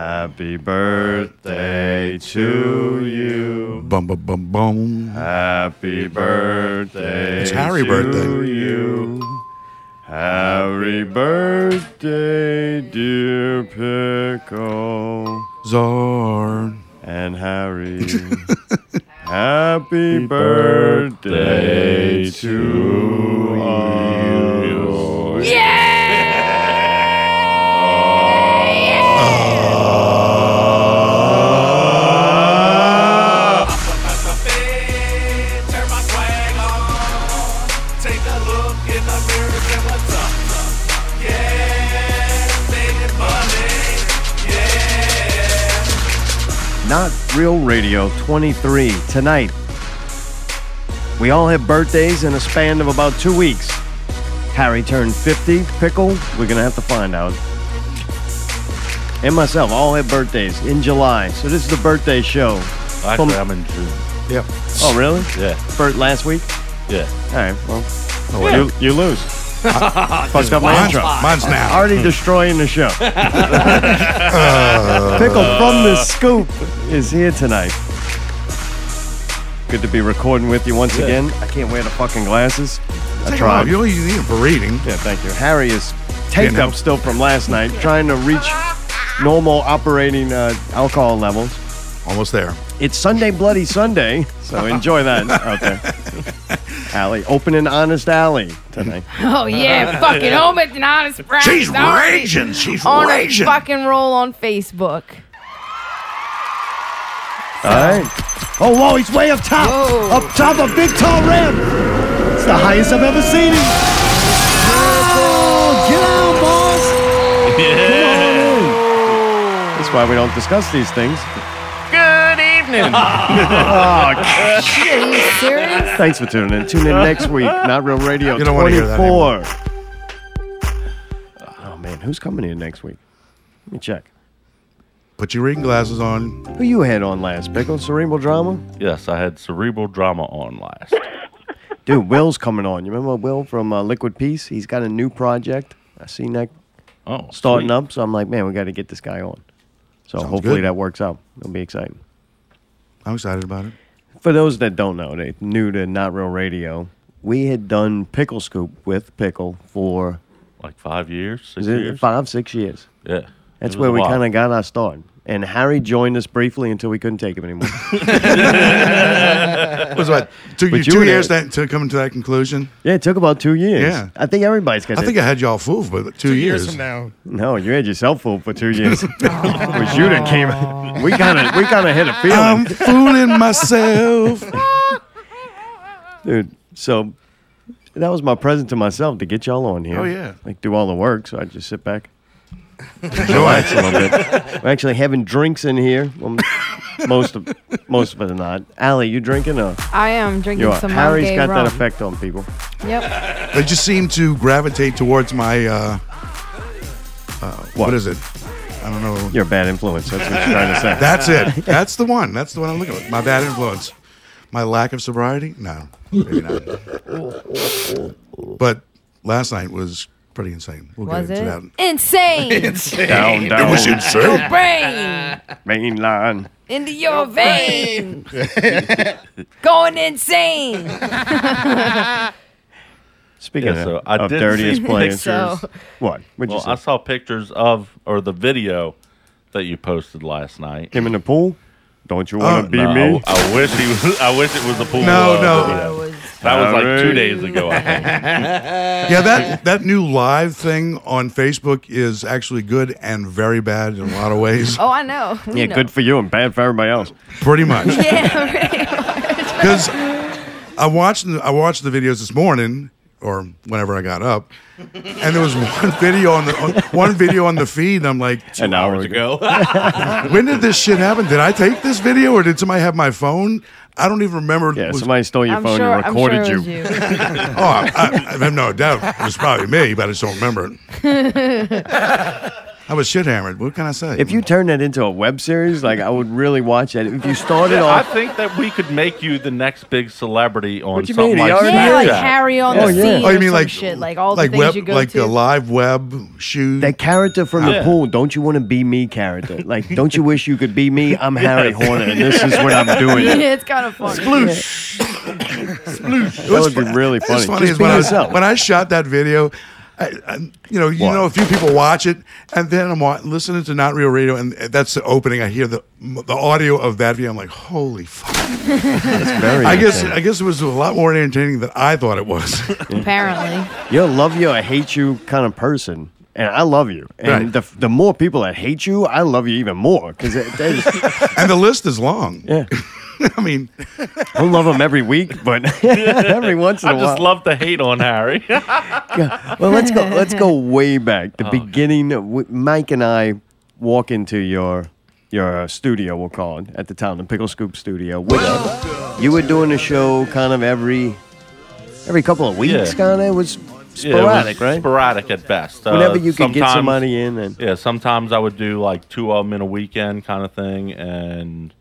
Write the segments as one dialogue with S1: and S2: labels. S1: Happy birthday to you.
S2: Bum bum bum bum.
S1: Happy birthday
S2: It's Harry
S1: to
S2: birthday.
S1: you. Happy birthday, dear Pickle
S2: Zorn.
S1: and Harry. Happy birthday to us.
S3: Turn my swag on. Take a look in the mirror, say what's up. Yeah, saving money. Yeah.
S1: Not Real Radio 23 tonight. We all have birthdays in a span of about two weeks. Harry turned 50. Pickle, we're going to have to find out. And myself all have birthdays in July. So this is the birthday show.
S4: Actually,
S1: From-
S4: I'm in June.
S2: Yep.
S1: Oh, really?
S4: Yeah,
S1: Bert last week?
S4: yeah.
S1: All right, well,
S2: Oh, wait.
S1: you, you lose. Fucked up my
S2: Mine's,
S1: intro.
S2: mine's now.
S1: Already destroying the show. Pickle
S2: Uh,
S1: from the Scoop is here tonight. Good to be recording with you once again. I can't wear the fucking glasses. I
S2: Take them
S1: tried.
S2: off. You
S1: Yeah,
S2: only use them for reading.
S1: thank you. Harry is taped
S2: Yeah, no.
S1: up still from last night, trying to reach normal operating uh, alcohol levels.
S2: Almost there.
S1: It's Sunday Bloody Sunday, so enjoy that out there. Alley, open and honest alley tonight.
S5: Oh yeah, fucking home at the honest Brown.
S2: She's
S5: is already
S2: raging. She's
S5: on
S2: raging.
S5: a fucking roll on Facebook.
S1: All right. Oh, whoa, he's way up top.
S5: Whoa.
S1: Up top, a big tall rim. It's the highest I've ever seen him. Oh, get out, boss.
S4: Yeah.
S1: That's why we don't discuss these things.
S4: Good evening.
S5: Are you serious?
S1: Thanks for tuning in. Tune in next week. Not Real Radio
S2: You don't wanna
S1: 24.
S2: hear that anymore.
S1: oh, man, who's coming here next week? Let me check.
S2: Put your reading glasses on.
S1: Who you had on last, Pickle? Cerebral Drama?
S4: yes, I had cerebral drama on last.
S1: Dude, Will's coming on. You remember Will from uh, Liquid Peace? He's got a new project. I seen that
S4: Oh,
S1: starting
S4: sweet.
S1: up. So I'm like, man, we got to get this guy on. So hopefully
S2: good.
S1: that works out. It'll be exciting.
S2: I'm excited about it.
S1: For those that don't know, they new to Not Real Radio. We had done Pickle Scoop with Pickle for
S4: Like five years, six
S1: is it
S4: years.
S1: five, six years.
S4: Yeah.
S1: That's where we kind of got our start. And Harry joined us briefly until we couldn't take him anymore.
S2: It was about took you
S1: But you
S2: two
S1: were
S2: years
S1: there.
S2: that, to come to that conclusion.
S1: yeah, it took about two years.
S2: Yeah.
S1: I think everybody's got.
S2: I think I had y'all fooled, but two, years.
S6: from now.
S1: no, you had yourself fooled for two years. it was you that came. We kind of we kind of hit a feeling.
S2: I'm fooling myself.
S1: dude. So that was my present to myself to get y'all on here.
S2: Oh, yeah.
S1: like do all the work. So I just sit back,
S2: Enjoy.
S1: relax a little bit. We're actually having drinks in here. Well, most of most of it are not. Allie, you drinking? Or
S5: I am
S1: you
S5: drinking
S1: are.
S5: some
S1: Harry's
S5: Mount Gay
S1: got
S5: rum.
S1: that effect on people.
S5: Yep.
S2: They just seem to gravitate towards my. Uh, uh, what is it? I don't know.
S1: You're a bad influence. That's what you're trying to say.
S2: That's it. That's the one. That's the one I'm looking at. My bad influence. My lack of sobriety? No, maybe not. But last night was pretty insane. We'll
S5: Was
S2: get
S5: it
S2: into
S5: insane?
S1: down,
S2: that. It was
S1: down,
S2: insane.
S5: Brain
S1: main line.
S5: into your veins, going insane.
S1: Speaking
S4: Yeah,
S1: of,
S4: so I
S1: of
S4: did
S1: dirtiest
S4: see
S1: players,
S5: So-
S1: what? What'd
S4: Well,
S1: you
S4: I
S1: say?
S4: saw pictures of or the video that you posted last night. Uh,
S1: Him in the pool. Don't you want to
S2: Oh,
S1: be
S4: No,
S1: me?
S4: I, I wish he was. I wish it was a pool.
S2: No,
S4: uh,
S2: no.
S4: video.
S5: I was
S4: That was like two
S1: Alright.
S4: days ago. I think.
S2: Yeah, that that new live thing on Facebook is actually good and very bad in a lot of ways.
S5: Oh, I know. We
S1: yeah,
S5: know.
S1: good for you and bad for everybody else.
S2: Pretty much.
S5: Yeah, right.
S2: because I watched the- I watched the videos this morning or whenever I got up, and there was one video on the on, one video on the feed. And I'm like,
S1: An hour ago.
S2: when did this shit happen? Did I take this video or did somebody have my phone? I don't even remember.
S1: Yeah,
S2: Was-
S1: somebody stole your
S5: I'm
S1: phone
S5: sure.
S1: and recorded
S5: I'm sure it
S1: you.
S5: was you.
S2: oh, I, I, I have no doubt it was probably me, but I just don't remember it. I was shit hammered. What can I say?
S1: If you turn that into a web series, like I would really watch it. If you started
S4: I
S1: off,
S4: think that we could make you the next big celebrity on
S1: What you
S4: something
S1: mean? He
S4: like
S1: already
S5: yeah,
S1: Yeah.
S5: like
S4: Snapchat.
S5: Harry on
S1: Oh,
S5: the
S1: yeah.
S5: scene.
S2: oh,
S5: or
S2: you mean
S5: some
S2: like
S5: shit, like all the
S2: like
S5: things
S2: web,
S5: you go
S2: like uh,
S5: to.
S2: the live web shoe?
S1: that character from the
S4: Yeah.
S1: pool, don't you want to be me character? Like, don't you wish you could be me? I'm Harry Horner, and this is what I'm doing.
S5: yeah, it's kind of funny.
S1: That would be really
S2: It's
S1: funny.
S2: funny
S1: Just
S2: is
S1: be
S2: when I,
S1: yourself.
S2: when I shot that video, I, I, you know, you
S1: What?
S2: know, a few people watch it, and then I'm wa- listening to Not Real Radio, and that's the opening. I hear the the audio of that video. I'm like, holy fuck!
S1: Very
S2: I guess
S1: entertaining.
S2: I guess it was a lot more entertaining than I thought it was.
S5: Apparently,
S1: you're a love you or hate you kind of person. And I love you. And
S2: Right.
S1: the, the more people that hate you, I love you even more. Because
S2: and the list is long.
S1: yeah,
S2: I mean,
S1: I don't love them every week, but every once in
S4: I
S1: a while.
S4: just love to hate on Harry.
S1: well, let's go. Let's go way back. The beginning. W- Mike and I walk into your your uh, studio. We'll call it at the time the Pickle Scoop Studio. With us. you were doing a show kind of every every couple of weeks.
S4: Yeah.
S1: Kind of It was
S4: Yeah, it was
S1: sporadic, right?
S4: Sporadic at best. Uh,
S1: Whenever you could get
S4: sometimes-
S1: somebody in, and
S4: Yeah, sometimes I would do like two of them in a weekend kind of thing, and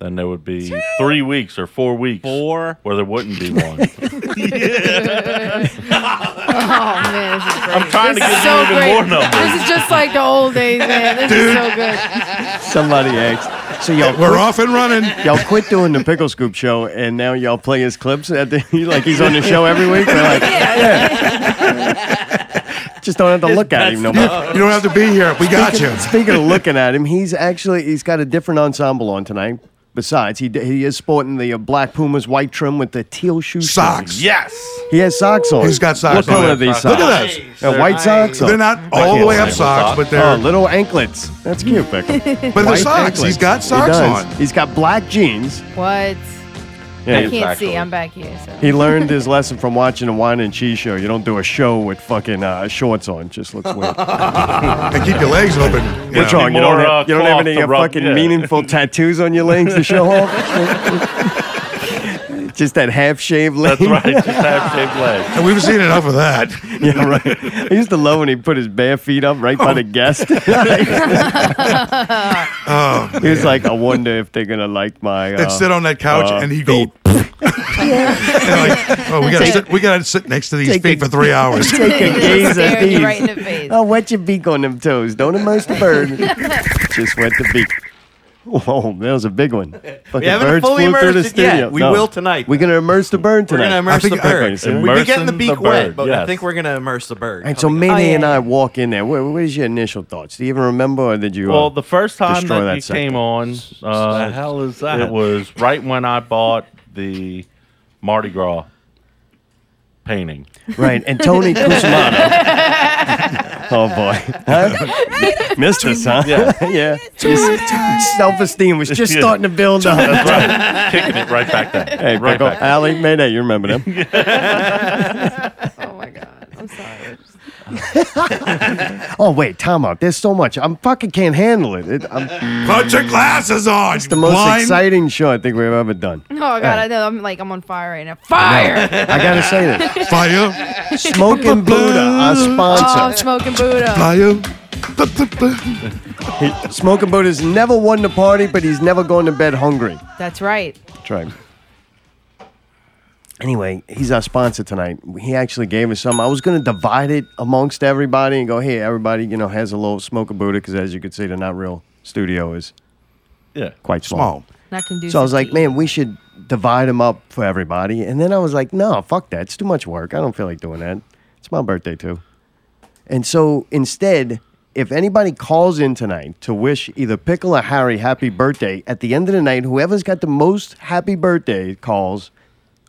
S4: then there would be three weeks or four weeks
S6: Four.
S4: where there wouldn't be one.
S5: oh man, this is great.
S4: I'm trying to
S5: This
S4: give
S5: is
S4: you
S5: so
S4: even
S5: great.
S4: more numbers.
S5: This is just like the old days, man. This is so good.
S1: somebody asks, so y'all
S2: we're off and running.
S1: y'all quit doing the Pickle Scoop show, and now y'all play his clips at the like he's on the show every week. We're like, yeah. Just don't have to look at him no more.
S2: You don't have to be here. We got you.
S1: Speaking of looking at him, he's actually he's got a different ensemble on tonight. Besides, he he is sporting the uh, black Pumas white trim with the teal shoe
S2: Socks.
S4: yes.
S1: He has socks on.
S2: He's got socks
S1: What
S2: on.
S1: color are these
S4: Look
S1: socks?
S4: at
S2: those.
S1: They're white socks.
S2: They're not all the
S4: can't
S2: way up
S4: say
S2: socks,
S4: socks.
S2: but
S1: Oh,
S2: they're
S1: little anklets. That's cute, Pickle.
S2: but they're
S1: White
S2: socks.
S1: anklets.
S2: He's got
S1: He
S2: socks
S1: does.
S2: on.
S1: He's got black jeans.
S5: What?
S1: Yeah, he-
S5: I can't
S4: Exactly.
S5: see. I'm back here. So.
S1: he learned his lesson from watching a wine and cheese show. You don't do a show with fucking uh, shorts on. Just looks weird.
S2: And keep your legs open. you
S1: What's
S2: know.
S1: wrong? You
S4: More,
S1: don't have,
S4: uh,
S1: you don't have
S4: cloth
S1: any
S4: to
S1: uh,
S4: rub-
S1: fucking
S4: yeah.
S1: meaningful tattoos on your legs to show off. Just that half shaved leg.
S4: That's right. Just have shaved legs.
S2: And we've seen enough of that.
S1: yeah, right. I used to love when he put his bare feet up right by the guest.
S2: Oh,
S1: he was like, I wonder if they're gonna like my. Uh,
S2: and sit on that couch
S1: uh,
S2: and he go. and like, oh, we gotta sit, we gotta sit next to these
S1: Take
S2: feet
S1: a-
S2: for three hours.
S1: take a gaze at
S5: Staring
S1: these.
S5: you right in the face.
S1: Oh, wet your beak on them toes. Don't immerse the bird. Just wet the beak. Whoa, that was a big one. Fucking
S6: haven't
S1: birds
S6: fully
S1: flew through the
S6: immersed it yet.
S1: studio.
S6: We will tonight.
S1: We're gonna immerse the bird
S6: We're
S1: tonight.
S6: gonna
S2: I
S6: immerse
S2: think
S6: the
S2: I-
S6: bird.
S1: Immersing
S6: We've been getting the
S4: the
S6: beak
S4: bird,
S6: wet, but I
S4: yes.
S6: think we're gonna immerse the bird.
S1: All right, so
S6: Coming-
S1: Mayday
S5: Oh, yeah,
S1: and
S5: yeah.
S1: I walk in there. What, what is your initial thoughts? Do you even remember, or did you? uh,
S4: Well, the first time
S1: destroy
S4: that,
S1: that
S4: you
S1: sector.
S4: came on, uh, the hell is that? It was right when I bought the Mardi Gras painting.
S1: right, and Tony Cusimano. oh boy, Huh? missed us, huh?
S4: Yeah.
S1: yeah. Self-esteem was just
S4: Yeah.
S1: starting to build up.
S4: That's right. Kicking it right back there.
S1: Hey,
S4: right
S1: Pickle,
S4: back there.
S1: Allie, Mayday, you remember them?
S5: Oh my god. I'm sorry.
S1: oh wait, time out. There's so much. I'm fucking can't handle it. it I'm it's
S2: Put your glasses on.
S1: the most exciting show I think we've ever done.
S5: Oh god, I know. I'm like I'm on fire right now. Fire.
S1: I gotta say this.
S2: Fire,
S1: Smoking Buddha, our
S5: Oh,
S1: sponsor.
S5: smoking Buddha.
S2: fire. Bu- bu- bu-
S1: He- Smoking Buddha's never won the party, but he's never going to bed hungry.
S5: That's right.
S1: Try. Anyway, he's our sponsor tonight. He actually gave us some. I was going to divide it amongst everybody and go, hey, everybody, you know, has a little smoke a Buddha because as you can see, the Not Real studio is
S4: Yeah.
S1: quite
S2: Small.
S5: Not conducive.
S1: So I was
S5: to
S1: like,
S5: eat.
S1: man, we should divide them up for everybody. And then I was like, no, fuck that. It's too much work. I don't feel like doing that. It's my birthday too. And so instead, if anybody calls in tonight to wish either Pickle or Harry happy birthday, at the end of the night, whoever's got the most happy birthday calls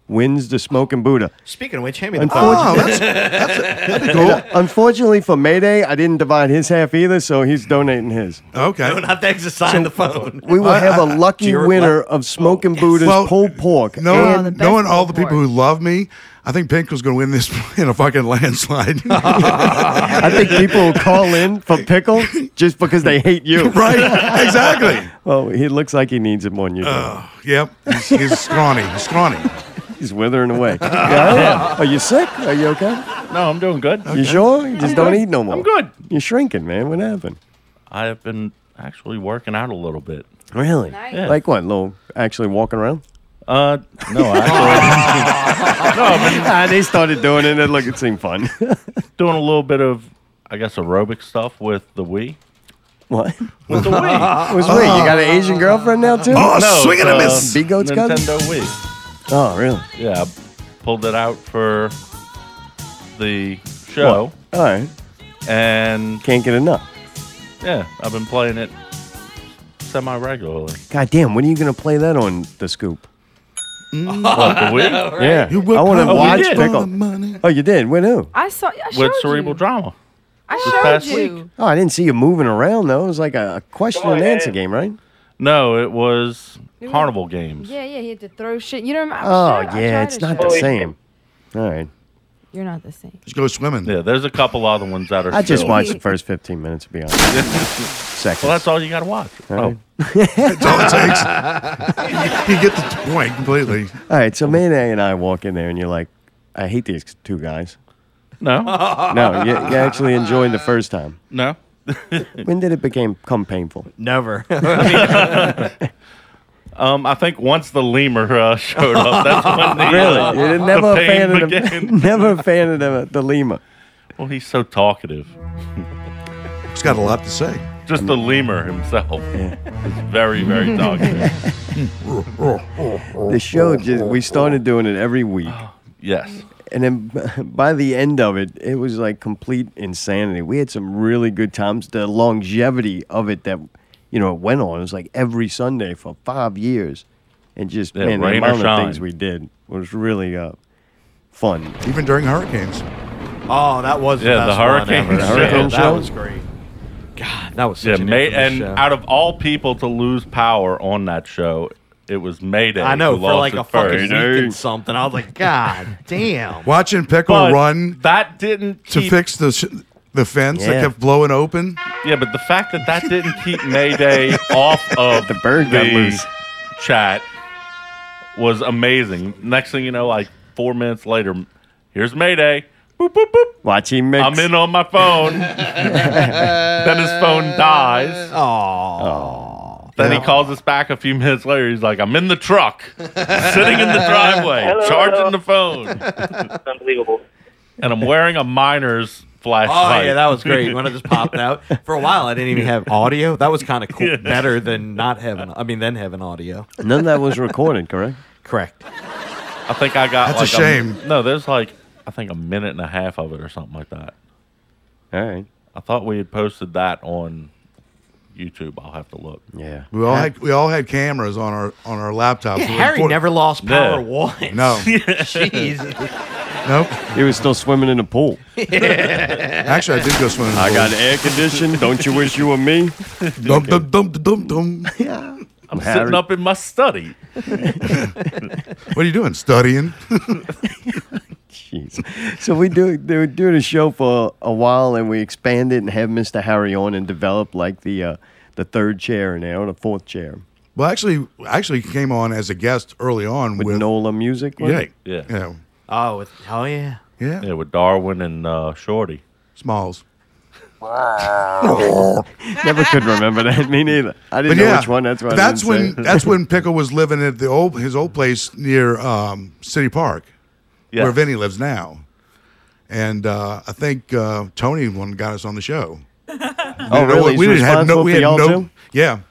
S1: wins the smoking Buddha.
S6: Speaking of which, hand me the phone.
S1: Unfortunately,
S2: Oh, that's, that's, that'd be cool.
S1: unfortunately for Mayday, I didn't divide his half either, so he's donating his.
S6: I don't
S2: Okay.
S6: have to exercise the phone.
S1: We will
S2: I-
S1: have a
S2: I-
S1: lucky
S6: your
S1: winner of Smoking Buddha's
S2: Well,
S1: pulled pork.
S2: Knowing,
S5: Oh, the best
S2: knowing all the
S5: support.
S2: people who love me, I think Pink was going to win this in a fucking landslide.
S1: I think people will call in for pickle just because they hate you.
S2: right? Exactly. Oh,
S1: Well, he looks like he needs it more than you do.
S2: Yep. He's, he's scrawny. He's scrawny.
S1: He's withering away. Yeah? Are you sick? Are you okay?
S4: No, I'm doing good.
S1: You sure? You just don't eat no more.
S4: I'm good.
S1: You're shrinking, man. What happened?
S4: I have been actually working out a little bit.
S1: Really?
S5: Nice.
S4: Yeah.
S1: Like what? Little actually walking around?
S4: Uh, no, actually,
S1: ah, they started doing it and look, it seemed fun.
S4: doing a little bit of, I guess, aerobic stuff with the Wii.
S1: what?
S4: With the Ah. Wii.
S1: It was weird. You got an Asian girlfriend now too?
S2: Oh,
S4: No,
S2: swing and a
S4: it's, uh,
S2: miss.
S1: Big Goat's cousin?
S4: Nintendo Wii.
S1: Oh, really?
S4: Yeah, I pulled it out for the show,
S1: All right.
S4: and
S1: Can't get enough.
S4: yeah, I've been playing it semi regularly.
S1: God damn, when are you gonna play that on the scoop? Mm.
S4: What the Wii
S1: Yeah.
S2: You work
S1: I wanna
S2: hard for
S1: watch
S4: did.
S2: the
S1: Pickle.
S2: money.
S1: Oh, you did? When who?
S5: I saw. I showed
S4: with cerebral
S5: you.
S4: drama?
S5: I
S4: past
S5: showed you.
S4: week.
S1: Oh, I didn't see you moving around though. It was like a a question and answer game, right?
S4: No, it was
S5: It was-
S4: carnival games.
S5: Yeah, yeah. He had to throw shit. You know. I
S1: Oh
S5: showed- I
S1: yeah,
S5: tried
S1: it's
S5: to
S1: not
S5: show
S1: the
S5: you.
S1: same. All right.
S5: You're not the same.
S2: Just go swimming.
S4: Yeah, there's a couple other ones that are.
S1: I just
S4: still-
S1: watched the first 15 minutes, to be honest. Seconds.
S4: Well, that's all you got to watch.
S1: right.
S4: Oh,
S2: That's all it takes. you get the point completely.
S1: All right, so Mayday and I walk in there, and you're like, I hate these two guys.
S4: no,
S1: No, you, you actually enjoyed the first time.
S4: no.
S1: When did it became become painful?
S6: Never.
S4: Um, I think once the lemur uh, showed up, that's when the uh,
S1: You're
S4: the
S1: never a
S4: pain
S1: fan of the,
S4: began.
S1: never a fan of the, the Lima.
S4: Well, he's so talkative.
S2: It's got a lot to say.
S4: Just the lemur himself is very, very talkative.
S1: The show just we started doing it every week,
S4: yes.
S1: and then b- by the end of it, it was like complete insanity. We had some really good times. The longevity of it that you know it went on. It was like every Sunday for five years, and just
S4: Yeah,
S1: man, the
S4: rain or
S1: amount of
S4: shine.
S1: things we did was really uh, fun.
S2: Even during hurricanes.
S6: oh, that was
S4: Yeah, the
S6: the best one
S4: hurricane
S6: ever.
S4: show.
S1: Hurricane
S6: that
S1: show?
S6: was great. God, that was
S4: Yeah,
S6: such an
S4: May,
S6: infamous
S4: and
S6: show.
S4: out of all people to lose power on that show, it was Mayday.
S6: I know
S4: who
S6: for
S4: lost
S6: like
S4: it
S6: a fucking
S4: first.
S6: week and something. I was like, God damn.
S2: Watching Pickle
S4: But
S2: run
S4: That didn't
S2: to
S4: keep-
S2: fix the sh- the fence
S1: Yeah.
S2: that kept blowing open.
S4: Yeah, but the fact that that didn't keep Mayday off of
S1: The bird got loose.
S4: chat was amazing. Next thing you know, like four minutes later, here's Mayday. Boop boop boop.
S1: Watch him mix.
S4: I'm in on my phone. then his phone dies. Then he calls us back a few minutes later. He's like, "I'm in the truck, sitting in the driveway,
S7: Hello,
S4: charging
S7: hello.
S4: the phone,
S7: It's unbelievable.
S4: and I'm wearing a miner's
S6: Oh
S4: flashlight."
S6: yeah, that was great. When it just popped out for a while, I didn't even have audio. That was kind of cool. Better than not having. I mean, then having audio.
S1: None of that was recorded, correct?
S6: Correct.
S4: I think I got.
S2: That's a
S4: like,
S2: shame.
S4: no, there's like I think a minute and a half of it or something like that.
S1: All right.
S4: I thought we had posted that on YouTube. I'll have to look.
S1: Yeah.
S2: We all had we all had cameras on our on our laptops.
S6: Yeah,
S2: We were
S6: Harry
S2: for-
S6: never lost power
S4: No.
S6: once.
S2: No,
S6: Jeez.
S2: nope.
S1: He was still swimming in the pool.
S2: Actually, I did go swimming.
S1: I got air conditioned. Don't you wish you were me?
S2: Dum, dum, dum, dum, dum.
S4: I'm
S1: Harry-
S4: sitting up in my study.
S2: What are you doing? Studying?
S1: Jeez. So we do they were doing a show for a while, and we expanded and have Mr. Harry on and developed like the uh, the third chair now, or the fourth chair
S2: well, actually, actually came on as a guest early on
S1: with
S2: with,
S1: Nola music. wasn't
S2: yeah,
S1: it?
S4: Yeah.
S2: yeah,
S6: Oh, with, oh yeah.
S2: yeah,
S4: Yeah, with Darwin and uh, Shorty.
S2: Smalls.
S1: Never could remember that. Me neither. I didn't know
S2: yeah,
S1: which one. That's why. I
S2: that's
S1: didn't say
S2: when
S1: it.
S2: that's when Pickle was living at the old his old place near um, City Park,
S4: Yeah.
S2: where Vinny lives now. And uh, I think uh, Tony one got us on the show.
S1: oh really? He's responsible for y'all too?
S2: Yeah,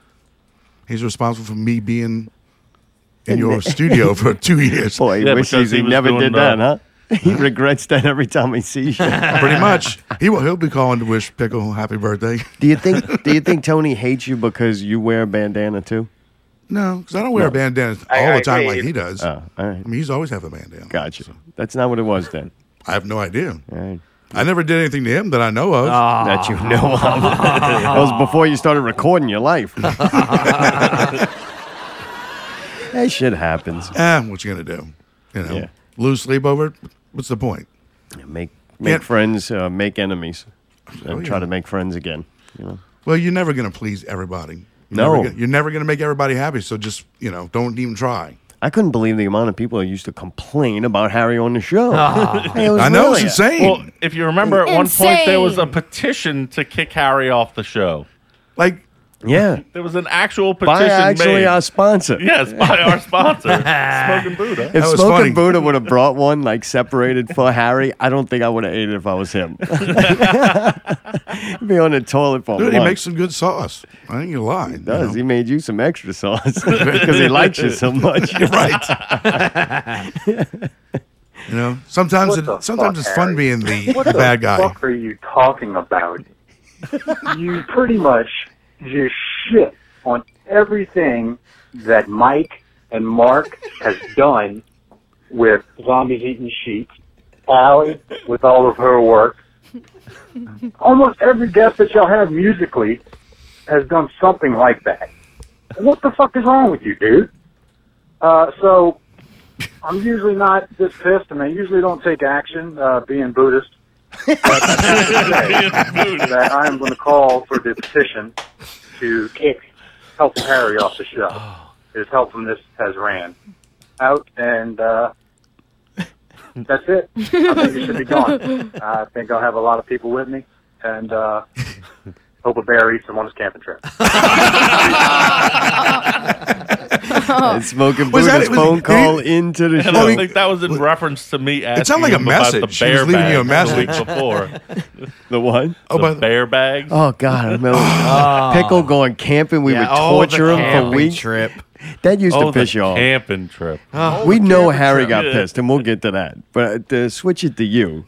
S2: he's responsible for me being in your studio for two years,
S1: Boy, he
S4: Yeah,
S1: wishes
S4: because
S1: he,
S4: he was
S1: never
S4: doing
S1: did
S4: the-
S1: that, huh? He regrets that every time he sees you.
S2: pretty much. He will, he'll be calling to wish Pickle happy birthday.
S1: Do you think? Do you think Tony hates you because you wear a bandana too?
S2: No, because I don't wear a bandana all
S7: I- I
S2: the time
S7: agree.
S2: like he does.
S1: Oh, all right.
S2: I mean, he's always have a bandana.
S1: Gotcha. That's not what it was then.
S2: I have no idea.
S1: All right. Ah.
S2: I never did anything to him that I know of.
S1: That you know of. that was before you started recording your life. that shit happens.
S2: ah, what you gonna do? You know,
S1: Yeah.
S2: lose sleep over it. What's the point?
S1: Make make
S2: Yeah.
S1: friends, uh, make enemies, and
S2: Oh,
S1: try
S2: yeah.
S1: to make friends again. You know.
S2: Well, you're never gonna please everybody. You're
S1: No.
S2: never gonna, you're never gonna make everybody happy. So just you know, don't even try.
S1: I couldn't believe the amount of people who used to complain about Harry on the show. It was
S2: I know
S1: really-
S2: it's insane.
S4: Well, if you remember, at one point there was a
S5: Insane.
S4: petition to kick Harry off the show.
S2: Like,
S1: Yeah.
S4: There was an actual petition
S1: Buy actually
S4: made.
S1: our sponsor.
S4: yes, by our sponsor, Smoking Buddha.
S1: If
S2: That was
S1: Smoking
S2: funny.
S1: Buddha would have brought one like separated for Harry, I don't think I would have ate it if I was him. He'd be on the toilet for
S2: dude, he
S1: months.
S2: makes some good sauce. I ain't gonna lie.
S1: He does. He made you some extra sauce because he likes you so much.
S2: right. you know, sometimes
S7: What
S2: it,
S7: the
S2: sometimes
S7: fuck,
S2: it's fun
S7: Harry?
S2: being the,
S7: What
S2: the
S7: the
S2: bad guy.
S7: fuck are you talking about? you pretty much just shit on everything that Mike and Mark has done with zombies eating sheep, Allie with all of her work. Almost every guest that y'all have musically has done something like that. What the fuck is wrong with you, dude? Uh, so I'm usually not this pissed, and I usually don't take action, uh, being Buddhist that I am going to call for the petition to kick Helpful Harry off the show. His helpfulness has ran out, and uh, that's it. I think he should be gone. I think I'll have a lot of people with me, and uh, hope a bear eats him on his camping trip.
S1: And Smoking
S2: Was
S1: Buddha's
S2: that- was-
S1: phone
S2: did
S1: call
S2: he-
S1: into the
S4: And I
S1: show.
S2: he-
S4: think that was in reference to me asking
S2: sounded like a
S4: him about
S2: message.
S4: the
S2: She
S4: bear
S2: was leaving you a
S4: bags the week
S2: message.
S4: before.
S1: the one?
S2: Oh,
S4: the
S2: by the,
S4: bear bags.
S1: Oh God! I remember pickle going camping. We would torture him for weeks.
S6: Trip.
S1: That used
S4: Oh,
S1: to piss
S4: the
S1: you off.
S4: camping trip.
S2: Oh,
S1: we know Harry got
S4: Yeah.
S1: pissed, and we'll get to that. But to switch it to you,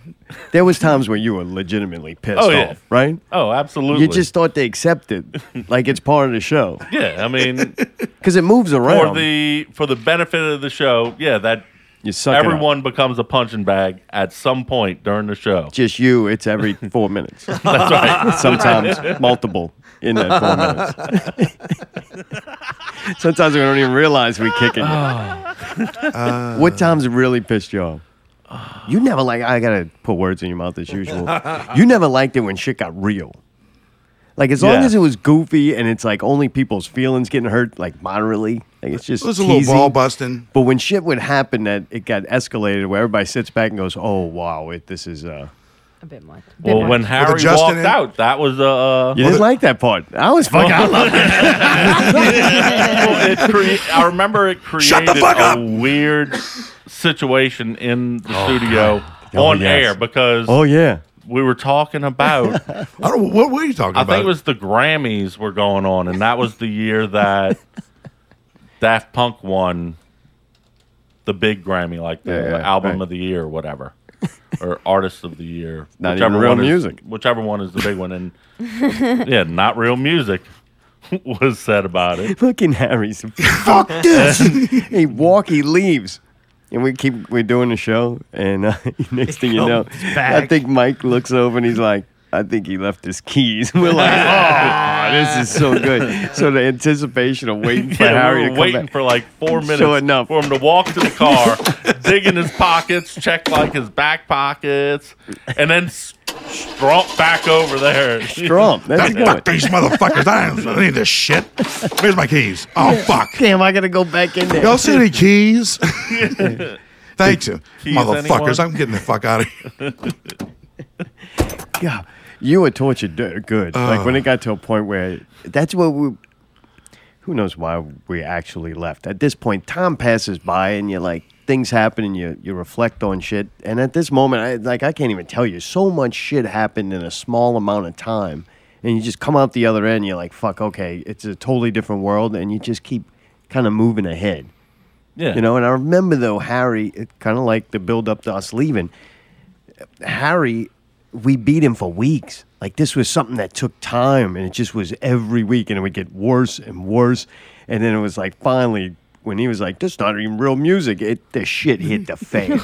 S1: there was times when you were legitimately pissed
S4: Oh, yeah.
S1: off, right?
S4: Oh, absolutely.
S1: You just thought they accepted, like it's part of the show,
S4: yeah. I mean,
S1: because it moves
S4: for
S1: around.
S4: the for the benefit of the show, yeah, that
S1: you suck. it up.
S4: everyone becomes a punching bag at some point during the show.
S1: just you. It's every four minutes,
S4: That's right.
S1: sometimes multiple in that four minutes. sometimes we don't even realize we kick it.
S8: Ah.
S4: Ah.
S2: Uh,
S1: what times really pissed you off? You never like. I gotta put words in your mouth as usual. You never liked it when shit got real. Like as long
S4: Yeah.
S1: as it was goofy and it's like only people's feelings getting hurt, like moderately. Like it's just
S2: it was a little
S1: teasing.
S2: ball busting.
S1: But when shit would happen that it got escalated, where everybody sits back and goes, "Oh wow, it, this is." Uh,
S5: A bit much. Bit
S4: Well,
S5: much.
S4: when Harry
S2: Justin
S4: walked
S2: in-
S4: out, Oh, that was uh,
S1: you didn't like that part. I was fucking. I loved it.
S4: well, it cre- I remember it created
S2: the fuck
S4: a
S2: up!
S4: weird situation in the studio
S1: Oh,
S4: on
S1: yes.
S4: air because
S1: Oh yeah,
S4: we were talking about.
S2: I don't. What were you talking
S4: I
S2: about?
S4: think it was the Grammys were going on, and that was the year that Daft Punk won the big Grammy, like the
S1: Yeah, yeah,
S4: album
S1: right.
S4: of the year or whatever, or artist of the year.
S1: Not even real
S4: one is-
S1: music.
S4: whichever one is the big one, and yeah, not real music was said about it.
S1: fucking Harry's. Fuck this. he walk. He leaves. And we keep we're doing the show, and uh, next thing
S4: Oh,
S1: you know, I think Mike looks over and he's like, "I think he left his keys." We're like, "Oh, this is so good!" So the anticipation of waiting for
S4: Yeah,
S1: Harry to
S4: we were
S1: come
S4: waiting
S1: back.
S4: for like four minutes
S1: enough.
S4: for him to walk to the car, dig in his pockets, check like his back pockets, and then s- strump back over there.
S1: Trump, that's
S2: Hey,
S1: good.
S2: fuck these motherfuckers. I don't, I don't need this shit. Where's my keys? Oh, fuck.
S1: Damn, I gotta go back in there.
S2: Y'all see any keys? Thank you,
S4: Keys,
S2: motherfuckers.
S4: anyone?
S2: I'm getting the fuck out of here.
S1: Yeah, you were tortured d- good. like when it got to a point where that's what we. Who knows why we actually left? At this point, time passes by, and you're like things happen, and you you reflect on shit. And at this moment, I like I can't even tell you so much shit happened in a small amount of time, and you just come out the other end. You're like, fuck, okay, it's a totally different world, and you just keep kind of moving ahead.
S4: Yeah.
S1: You know, and I remember though Harry, kind of like the build up to us leaving. Harry, we beat him for weeks. Like this was something that took time, and it just was every week, and it would get worse and worse. And then it was like finally, when he was like, "This not even real music," it the shit hit the fan.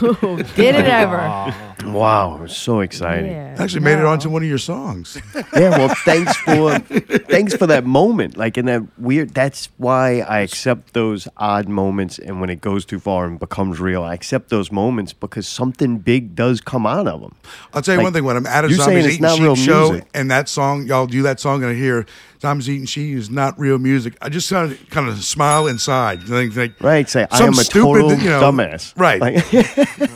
S5: Did it ever?
S1: wow, it was so exciting. Yeah.
S5: Yeah,
S2: Actually, made it
S5: no.
S2: onto one of your songs.
S1: well, thanks for thanks for that moment. Like in that weird. That's why I accept those odd moments, and when it goes too far and becomes real, I accept those moments because something big does come out of them.
S2: I'll tell you
S1: Like,
S2: one thing: when I'm at a
S1: you're saying
S2: zombies
S1: it's
S2: eating
S1: not real
S2: sheep show,
S1: music.
S2: and that song, y'all do that song, and I hear zombies eating sheep is not real music. I just kind of kind of smile inside. Think, think,
S1: Right, say, I
S2: some
S1: am a
S2: stupid,
S1: total
S2: you know,
S1: dumbass.
S2: Right,
S1: Like-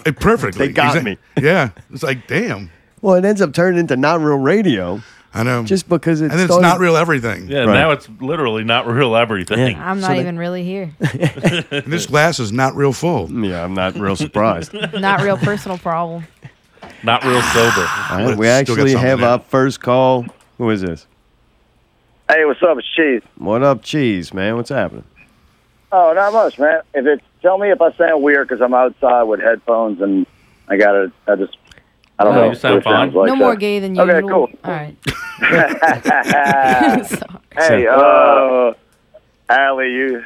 S2: It- perfectly.
S1: They got
S2: Exact-
S1: me.
S2: Yeah, it's like damn.
S1: Well, it ends up turning into not real radio.
S2: I know.
S1: just because it's
S2: and it's not real everything.
S4: Yeah,
S1: Right.
S4: now it's literally not real everything.
S1: Yeah.
S9: I'm
S1: So
S9: not
S1: they-
S9: even really here.
S2: And this glass is not real full.
S1: Yeah, I'm not real surprised.
S9: Not real personal problem.
S4: Not real sober.
S1: All right, we
S2: Still got
S1: actually
S2: something
S1: have
S2: there.
S1: our first call. Who is this?
S10: Hey, what's up? It's Cheese.
S1: What up, cheese man? What's happening?
S10: Oh, not much, man. If it's tell me if I sound weird because I'm outside with headphones and I got to I just I don't
S4: No,
S10: know.
S4: you sound
S10: It sounds
S4: fine.
S10: like
S9: no
S10: that.
S9: more gay than usual.
S10: Okay, cool.
S9: All right. Sorry.
S10: Hey, uh, Allie, you.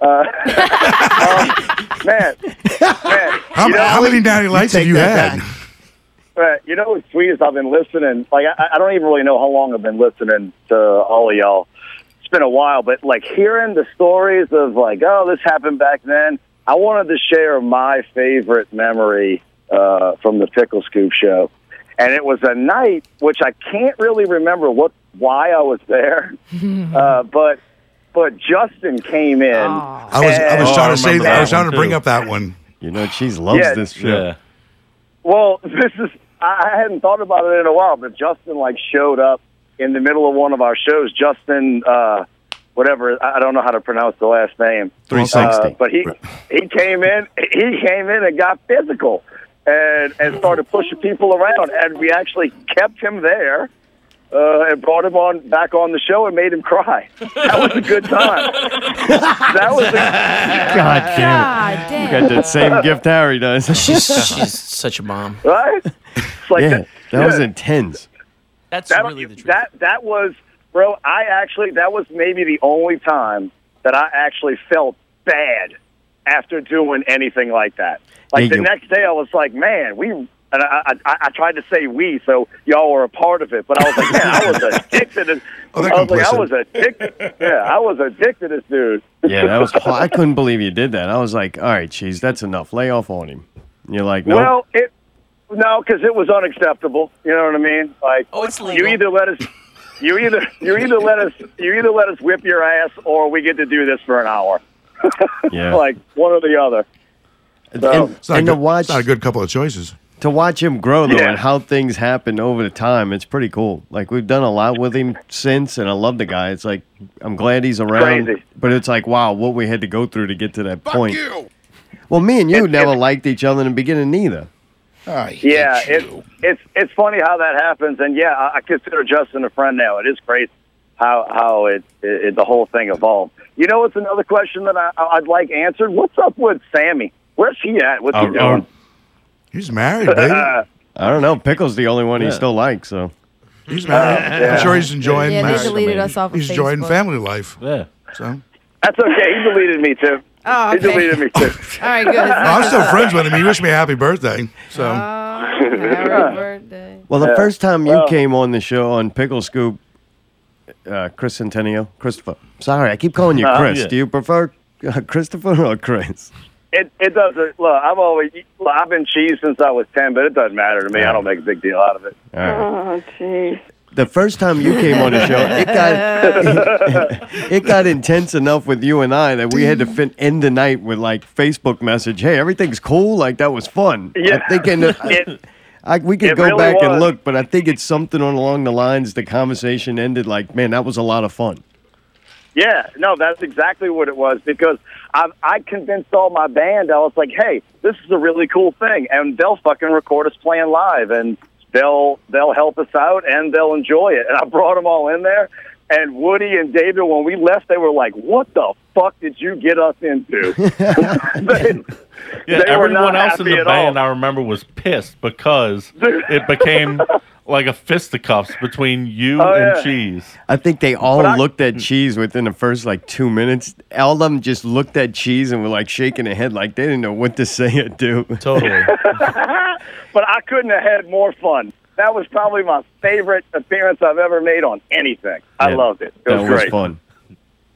S10: Uh, um, man, man,
S2: How,
S10: you know,
S2: how many Natty Lights have you had?
S10: Right. You know what's sweet is I've been listening. Like I, I don't even really know how long I've been listening to all of y'all. It's been a while, but like hearing the stories of like, oh, this happened back then. I wanted to share my favorite memory uh, from the Pickle Scoop show, and it was a night which I can't really remember what why I was there, uh, but but Justin came in.
S2: I was I was
S4: Oh,
S2: trying
S4: I
S2: to say
S4: remember
S2: that. I
S4: that
S2: was trying
S4: one,
S2: to bring
S4: too.
S2: up that one.
S1: You know, cheese loves
S10: Yeah.
S1: this show.
S4: Yeah.
S10: Well, this is I I hadn't thought about it in a while, but Justin like showed up in the middle of one of our shows. Justin, uh, whatever I I don't know how to pronounce the last name.
S1: 360.
S10: Uh, but he he came in he came in and got physical and and started pushing people around, and we actually kept him there. Uh, and brought him on back on the show and made him cry. That was a good time. that was a,
S1: God damn
S9: God
S1: it. Got
S9: damn.
S1: that same gift Harry does.
S11: She's she's such a mom.
S10: right. It's like
S1: yeah, that was
S10: yeah.
S1: intense.
S11: That's really the truth.
S10: that that was bro i actually that was maybe the only time that i actually felt bad after doing anything like that like
S1: Hey,
S10: the
S1: you-
S10: next day i was like man we and I, I i tried to say we so y'all were a part of it but i was like man i was addicted to,
S2: Oh, they're
S10: i was like i
S2: complicit.
S10: was addicted yeah i was addicted to this dude
S1: Yeah, that was. hor- I couldn't believe you did that. I was like, all right, cheese, that's enough. Lay off on him. And you're like, no.
S10: Well, it no, because it was unacceptable. You know what I mean? Like,
S11: Oh, it's
S10: you
S11: legal.
S10: either let us, you either you either let us, you either let us whip your ass, or we get to do this for an hour.
S1: yeah.
S10: Like one or the other.
S1: and
S2: It's not, a
S1: and to
S2: good,
S1: watch
S2: it's not a good couple of choices.
S1: to watch him grow though
S10: Yeah.
S1: and how things happen over the time, it's pretty cool. Like we've done a lot with him since, and I love the guy. It's like I'm glad he's around,
S10: Crazy.
S1: but it's like wow, what we had to go through to get to that point. Well, me and you never liked each other in the beginning either.
S11: I hate
S10: Yeah,
S11: you.
S10: it's it's it's funny how that happens, and yeah, I, I consider Justin a friend now. It is crazy how how it, it, the whole thing evolved. You know, it's another question that I, I'd like answered. What's up with Sammy? Where's he at? What's
S1: Uh,
S10: he
S4: Oh,
S10: doing?
S2: He's married, baby.
S1: I don't know. Pickle's the only one he still likes, so
S2: He's married. Uh, I'm sure he's enjoying.
S9: Yeah,
S2: marriage.
S9: they deleted us off of
S2: He's enjoying
S9: Facebook.
S2: family life.
S4: Yeah.
S2: So
S10: That's okay. He deleted me too.
S9: Oh,
S10: He
S9: okay.
S10: deleted me too.
S9: All right, good. It's
S2: Well,
S9: not-
S2: I'm still friends with him. He wished me a happy birthday. So
S10: Uh,
S9: Happy birthday.
S1: Well, the first time you came on the show on Pickle Scoop, uh, Chris Centennial, Christopher. Sorry, I keep calling
S10: Oh,
S1: you Chris.
S4: yeah.
S1: Do you prefer uh, Christopher or Chris?
S10: It it doesn't look. I've always look, I've been cheese since I was ten, but it doesn't matter to me. I don't make a big deal out of it.
S1: All right.
S5: Oh, jeez.
S1: the first time you came on the show, it got it got intense enough with you and I that we had to fin- end the night with like Facebook message. Hey, everything's cool. Like that was fun.
S10: Yeah.
S1: I think in the,
S10: It,
S1: I, we could
S10: it
S1: go
S10: really
S1: back and
S10: was.
S1: look, but I think it's something on along the lines. The conversation ended like, man, that was a lot of fun.
S10: yeah, no, that's exactly what it was because I I convinced all my band. I was like, hey, this is a really cool thing, and they'll fucking record us playing live, and they'll they'll help us out, and they'll enjoy it. And I brought them all in there. And Woody and David, when we left, they were like, "What the fuck did you get us into?" They-
S4: Yeah,
S10: they were
S4: everyone
S10: not
S4: else in
S10: happy
S4: the
S10: at all.
S4: band I remember was pissed because it became like a fisticuffs between you
S10: Oh,
S4: and
S10: yeah.
S4: Cheese.
S1: I think they all
S10: I- Mm.
S1: looked at cheese within the first like two minutes. All of them just looked at cheese and were like shaking their head, like they didn't know what to say or do.
S11: Totally.
S10: but I couldn't have had more fun. That was probably my favorite appearance I've ever made on anything. I
S1: Yeah,
S10: loved it. It
S1: that
S10: was
S1: was
S10: great.
S1: fun.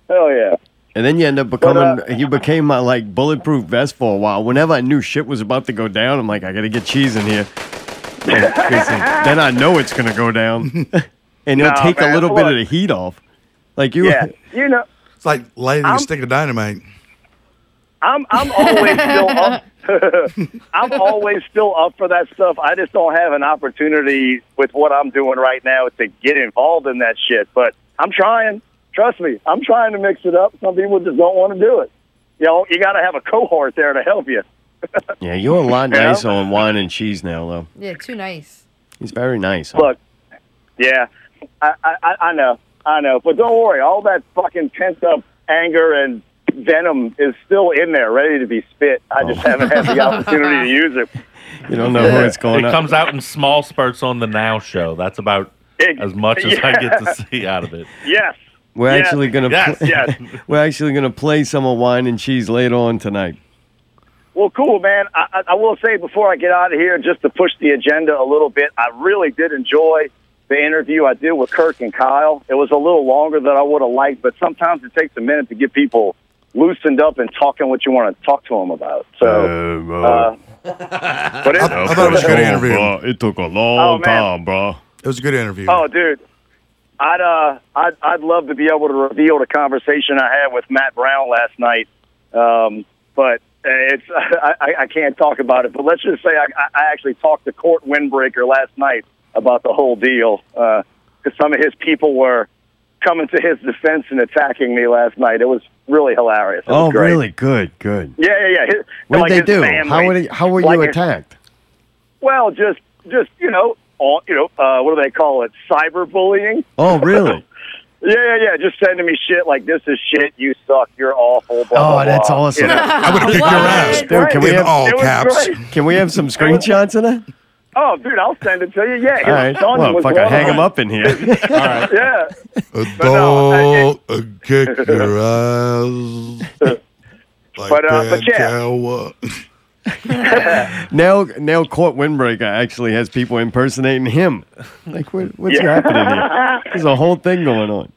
S10: Hell yeah.
S1: And then you end up
S10: But, uh,
S1: becoming, you became my like bulletproof vest for a while. Whenever I knew shit was about to go down, I'm like, I gotta get cheese in here. And- 'cause then I know it's gonna go down. and it'll
S10: Nah,
S1: take
S10: man,
S1: a little bit of the
S10: look.
S1: heat off. Like you,
S10: Yeah. You know,
S2: it's like lighting a
S10: I'm-
S2: stick of dynamite.
S10: I'm I'm always still up. I'm always still up for that stuff. I just don't have an opportunity with what I'm doing right now to get involved in that shit. But I'm trying. Trust me, I'm trying to mix it up. Some people just don't want to do it. You know, you got to have a cohort there to help you.
S1: Yeah, you're a lot
S10: Yeah.
S1: nicer on wine and cheese now, though.
S9: Yeah, too nice.
S1: He's very nice.
S10: Look, yeah, I, I, I- I know, I know, but don't worry. All that fucking pent up anger and venom is still in there, ready to be spit. I just haven't had the opportunity to use it.
S1: You don't know who it's going
S4: It
S1: up-
S4: comes out in small spurts on the Now show. That's about as much as I get to see out of it.
S10: Yes.
S1: We're actually gonna
S4: Yes,
S1: pl-
S4: yes.
S1: we're actually gonna play some of wine and cheese later on tonight.
S10: Well, cool, man. I, I- I will say before I get out of here, just to push the agenda a little bit, I really did enjoy the interview I did with Kirk and Kyle. It was a little longer than I would have liked, but sometimes it takes a minute to get people loosened up and talking what you want to talk to them about. So, uh, but it,
S2: I thought it was a good interview.
S1: It took a
S10: Oh,
S2: long
S10: man. time,
S1: bro.
S2: It was a good interview.
S10: Oh, dude, I'd uh, I'd I'd love to be able to reveal the conversation I had with Matt Brown last night, um, but it's I, I- I can't talk about it. But let's just say I, I- I actually talked to Court Windbreaker last night about the whole deal because some of his people were coming to his defense and attacking me last night. It was really hilarious. It was
S1: Oh,
S10: great.
S1: really? Good, good.
S10: Yeah, yeah, yeah. His-
S1: What did
S10: like
S1: they
S10: his
S1: do?
S10: family.
S1: How were they- how were you
S10: Like his-
S1: attacked?
S10: Well, just just you know, all, you know, uh, what do they call it? Cyberbullying.
S1: Oh, really?
S10: Yeah, yeah, yeah. Just sending me shit like this is shit. You suck. You're awful. Blah,
S1: Oh,
S10: blah,
S1: that's
S10: blah.
S1: awesome.
S10: You know?
S1: I would've kicked your ass. Dude, can we
S10: It
S1: have-
S10: was
S1: All caps.
S10: great.
S1: Can we have some screenshots of that?
S10: Oh, dude, I'll send it to you. Yeah, his
S1: All right.
S10: son
S1: Well,
S10: was
S1: fuck,
S10: one
S1: I
S10: of
S1: hang
S10: them.
S1: him up in here.
S10: Yeah,
S2: Adult uh, kick your ass. Like
S10: But, uh, but
S2: that
S10: yeah.
S2: coward.
S1: now, now, Court Windbreaker actually has people impersonating him. Like, what, what's
S10: Yeah.
S1: happening here? There's a whole thing going on.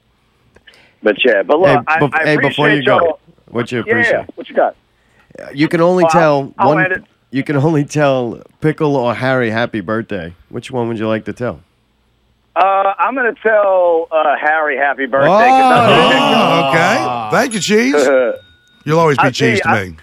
S10: but yeah, but look,
S1: Hey,
S10: I,
S1: bef-
S10: I
S1: hey, before you
S10: appreciate
S1: go,
S10: y'all.
S1: what you
S10: Yeah,
S1: appreciate?
S10: what you got?
S1: You can only
S10: Well,
S1: tell
S10: I'll- I'll
S1: one.
S10: add it.
S1: You can only tell Pickle or Harry happy birthday. Which one would you like to tell?
S10: Uh, I'm gonna tell uh, Harry happy birthday. 'cause I'm
S1: Oh,
S10: gonna take-
S2: okay. uh, Thank you, Cheese. You'll always be
S10: I see,
S2: Cheese to
S10: I-
S2: me.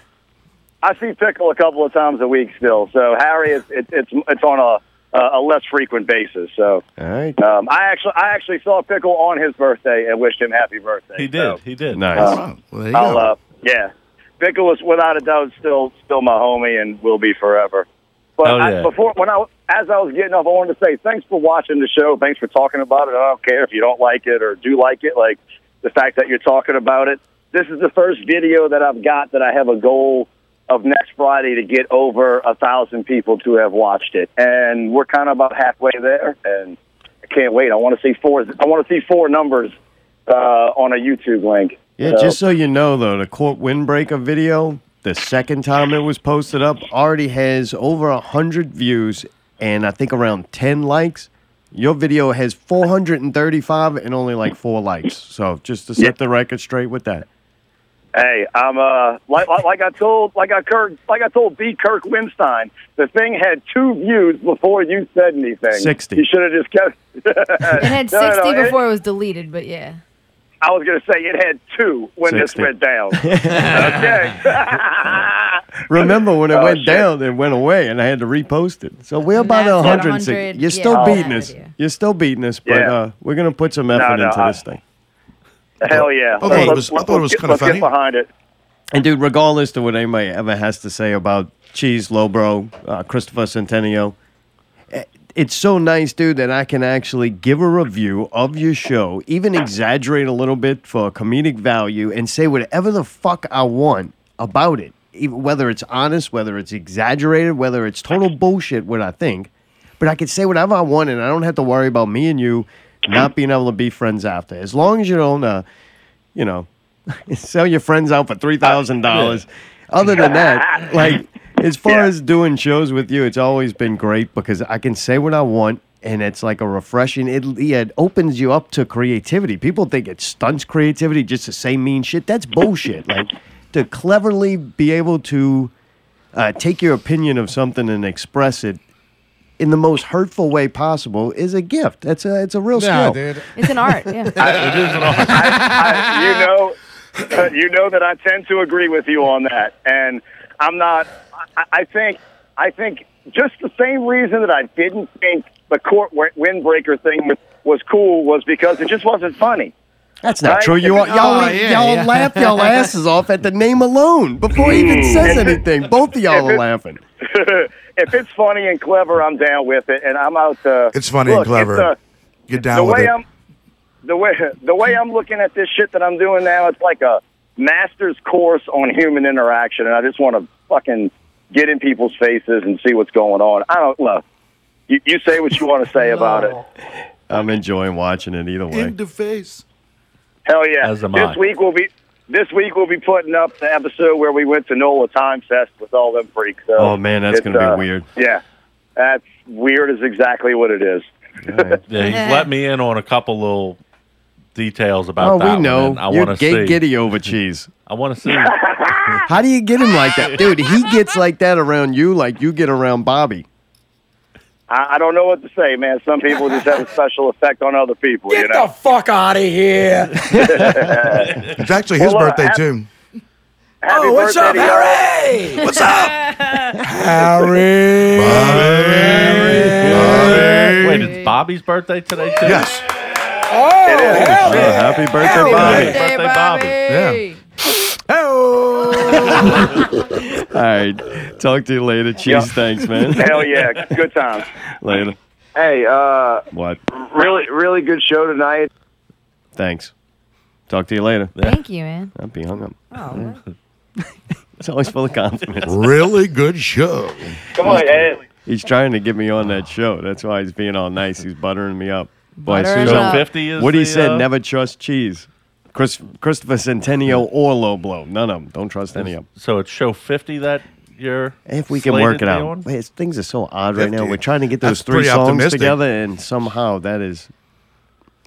S10: I see Pickle a couple of times a week still. So Harry, it's it, it's it's on a a a less frequent basis. So
S1: All right.
S10: um, I actually I actually saw Pickle on his birthday and wished him happy birthday.
S4: He
S10: So,
S4: did. He did.
S1: Nice.
S10: uh,
S2: well, there you
S10: I'll,
S2: go.
S10: uh, yeah, Pickle was without a doubt still still my homie and will be forever. But
S4: Hell
S10: I,
S4: yeah.
S10: before when I as I was getting up, I wanted to say thanks for watching the show. Thanks for talking about it. I don't care if you don't like it or do like it. Like the fact that you're talking about it. This is the first video that I've got that I have a goal of next Friday to get over a thousand people to have watched it, and we're kind of about halfway there. And I can't wait. I want to see four. I want to see four numbers uh, on a YouTube link.
S1: Yeah,
S10: So-
S1: just so you know, though, the Court Windbreaker video, the second time it was posted up, already has over 100 views and I think around 10 likes. Your video has 435 and only like four likes. So just to set the record straight with that.
S10: Hey, I'm uh like like, like I told like I Kirk like I told B Kirk Winstein, the thing had two views before you said anything.
S1: 60.
S10: You should have just kept.
S9: It had
S10: No,
S9: 60
S10: no, no, it-
S9: before it, was deleted, but yeah.
S10: I was gonna say it had two when this
S1: 60.
S10: went down. okay.
S1: Remember when it
S10: Oh,
S1: went down, it went away and I had to repost it. So we're about
S9: That's
S1: a
S9: what
S1: 160.
S9: 100 yeah,
S1: You're still
S9: on that
S1: beating us.
S9: video.
S1: You're still beating us, but
S10: Yeah.
S1: uh, we're going to put some effort
S10: no,
S1: into
S10: I-
S1: this thing.
S10: Hell yeah.
S2: I thought
S10: Let's-
S2: it was- I
S10: let's-
S2: thought it was
S10: let's
S2: kinda
S10: get- Let's
S2: funny.
S10: get behind it.
S1: And dude, regardless to what anybody ever has to say about Cheese Lobro, uh, Christopher Centennial, eh, it's so nice, dude, that I can actually give a review of your show, even exaggerate a little bit for comedic value, and say whatever the fuck I want about it, even whether it's honest, whether it's exaggerated, whether it's total bullshit, what I think. But I can say whatever I want, and I don't have to worry about me and you not being able to be friends after, as long as you don't. Uh, you know, sell your friends out for three thousand dollars. Other than that, like as far as doing shows with you, it's always been great because I can say what I want, and it's like a refreshing. It yeah, it opens you up to creativity. People think it stunts creativity just to say mean shit. That's bullshit. Like to cleverly be able to uh, take your opinion of something and express it. In the most hurtful way possible is a gift. That's a it's a real skill.
S9: It's an art, yeah.
S10: uh, I, you know, you know that I tend to agree with you on that, and I'm not. I, I think. I think just the same reason that I didn't think the court wi- windbreaker thing was, was cool was because it just wasn't funny.
S1: That's not
S10: Right?
S1: true. You all,
S10: Oh,
S1: y'all,
S10: yeah,
S1: y'all
S10: yeah.
S1: laugh y'all asses off at the name alone before he even
S10: Mm.
S1: says anything. Both of y'all
S10: If
S1: are
S10: it-
S1: laughing.
S10: if it's funny and clever, I'm down with it, and I'm out. Uh,
S2: It's funny
S10: look,
S2: and clever.
S10: it's, uh,
S2: Get
S10: the
S2: down with
S10: way
S2: it.
S10: I'm the way the way I'm looking at this shit that I'm doing now, it's like a master's course on human interaction, and I just want to fucking get in people's faces and see what's going on. I don't look. You, you say what you want to say about it.
S1: I'm enjoying watching it either way.
S2: the face.
S10: Hell yeah!
S1: As am
S10: this
S1: I.
S10: week we'll be this week we'll be putting up the episode where we went to NOLA Time Fest with all them freaks. So
S1: Oh, man, that's
S10: it's,
S1: gonna be
S10: uh,
S1: weird.
S10: Yeah, that's weird. Is exactly what it is.
S4: Yeah, he's let me in on a couple little details about
S1: Oh,
S4: that.
S1: we know.
S4: one, and I
S1: You're
S4: want to
S1: gay
S4: see.
S1: giddy over cheese.
S4: I want to see.
S1: How do you get him like that? Dude, he gets like that around you like you get around Bobby.
S10: I, I don't know what to say, man. Some people just have a special effect on other people. you know? the
S12: fuck out of here.
S2: it's actually his
S10: Well, uh,
S2: birthday
S10: hap-
S2: too.
S10: Happy
S12: oh, what's
S10: birthday
S12: up,
S10: to y'all.
S12: Harry? What's up?
S2: Harry. Bobby.
S4: Wait, it's Bobby's birthday today too.
S2: Yes.
S4: Oh,
S1: happy birthday, Bobby.
S4: birthday, Bobby.
S1: Yeah. All right. Talk to you later. Cheese, thanks, man.
S10: Hell yeah, good times.
S1: later.
S10: Hey, uh,
S1: What?
S10: really, really good show tonight.
S1: Thanks. Talk to you later.
S9: Thank you, man.
S1: I'd be hung up.
S9: Oh,
S1: Mm. It's always full of compliments.
S2: really good show.
S10: Come on, hey.
S1: He's trying to get me on that show. That's why he's being all nice. He's buttering me up. Boy,
S4: Butter it
S1: Susan,
S4: up. 50 is
S1: what he
S4: the,
S1: said,
S4: uh,
S1: never trust cheese. Chris, Christopher Centennial or Low Blow. None of them. Don't trust any of them.
S4: So it's show fifty that you're.
S1: If we can
S4: slated
S1: work
S4: to
S1: it
S4: be
S1: out.
S4: on?
S1: Wait, it's- things are so odd right now.
S4: 50.
S1: We're trying to get those
S4: That's
S1: three
S4: pretty
S1: songs
S4: optimistic.
S1: together, and somehow that is,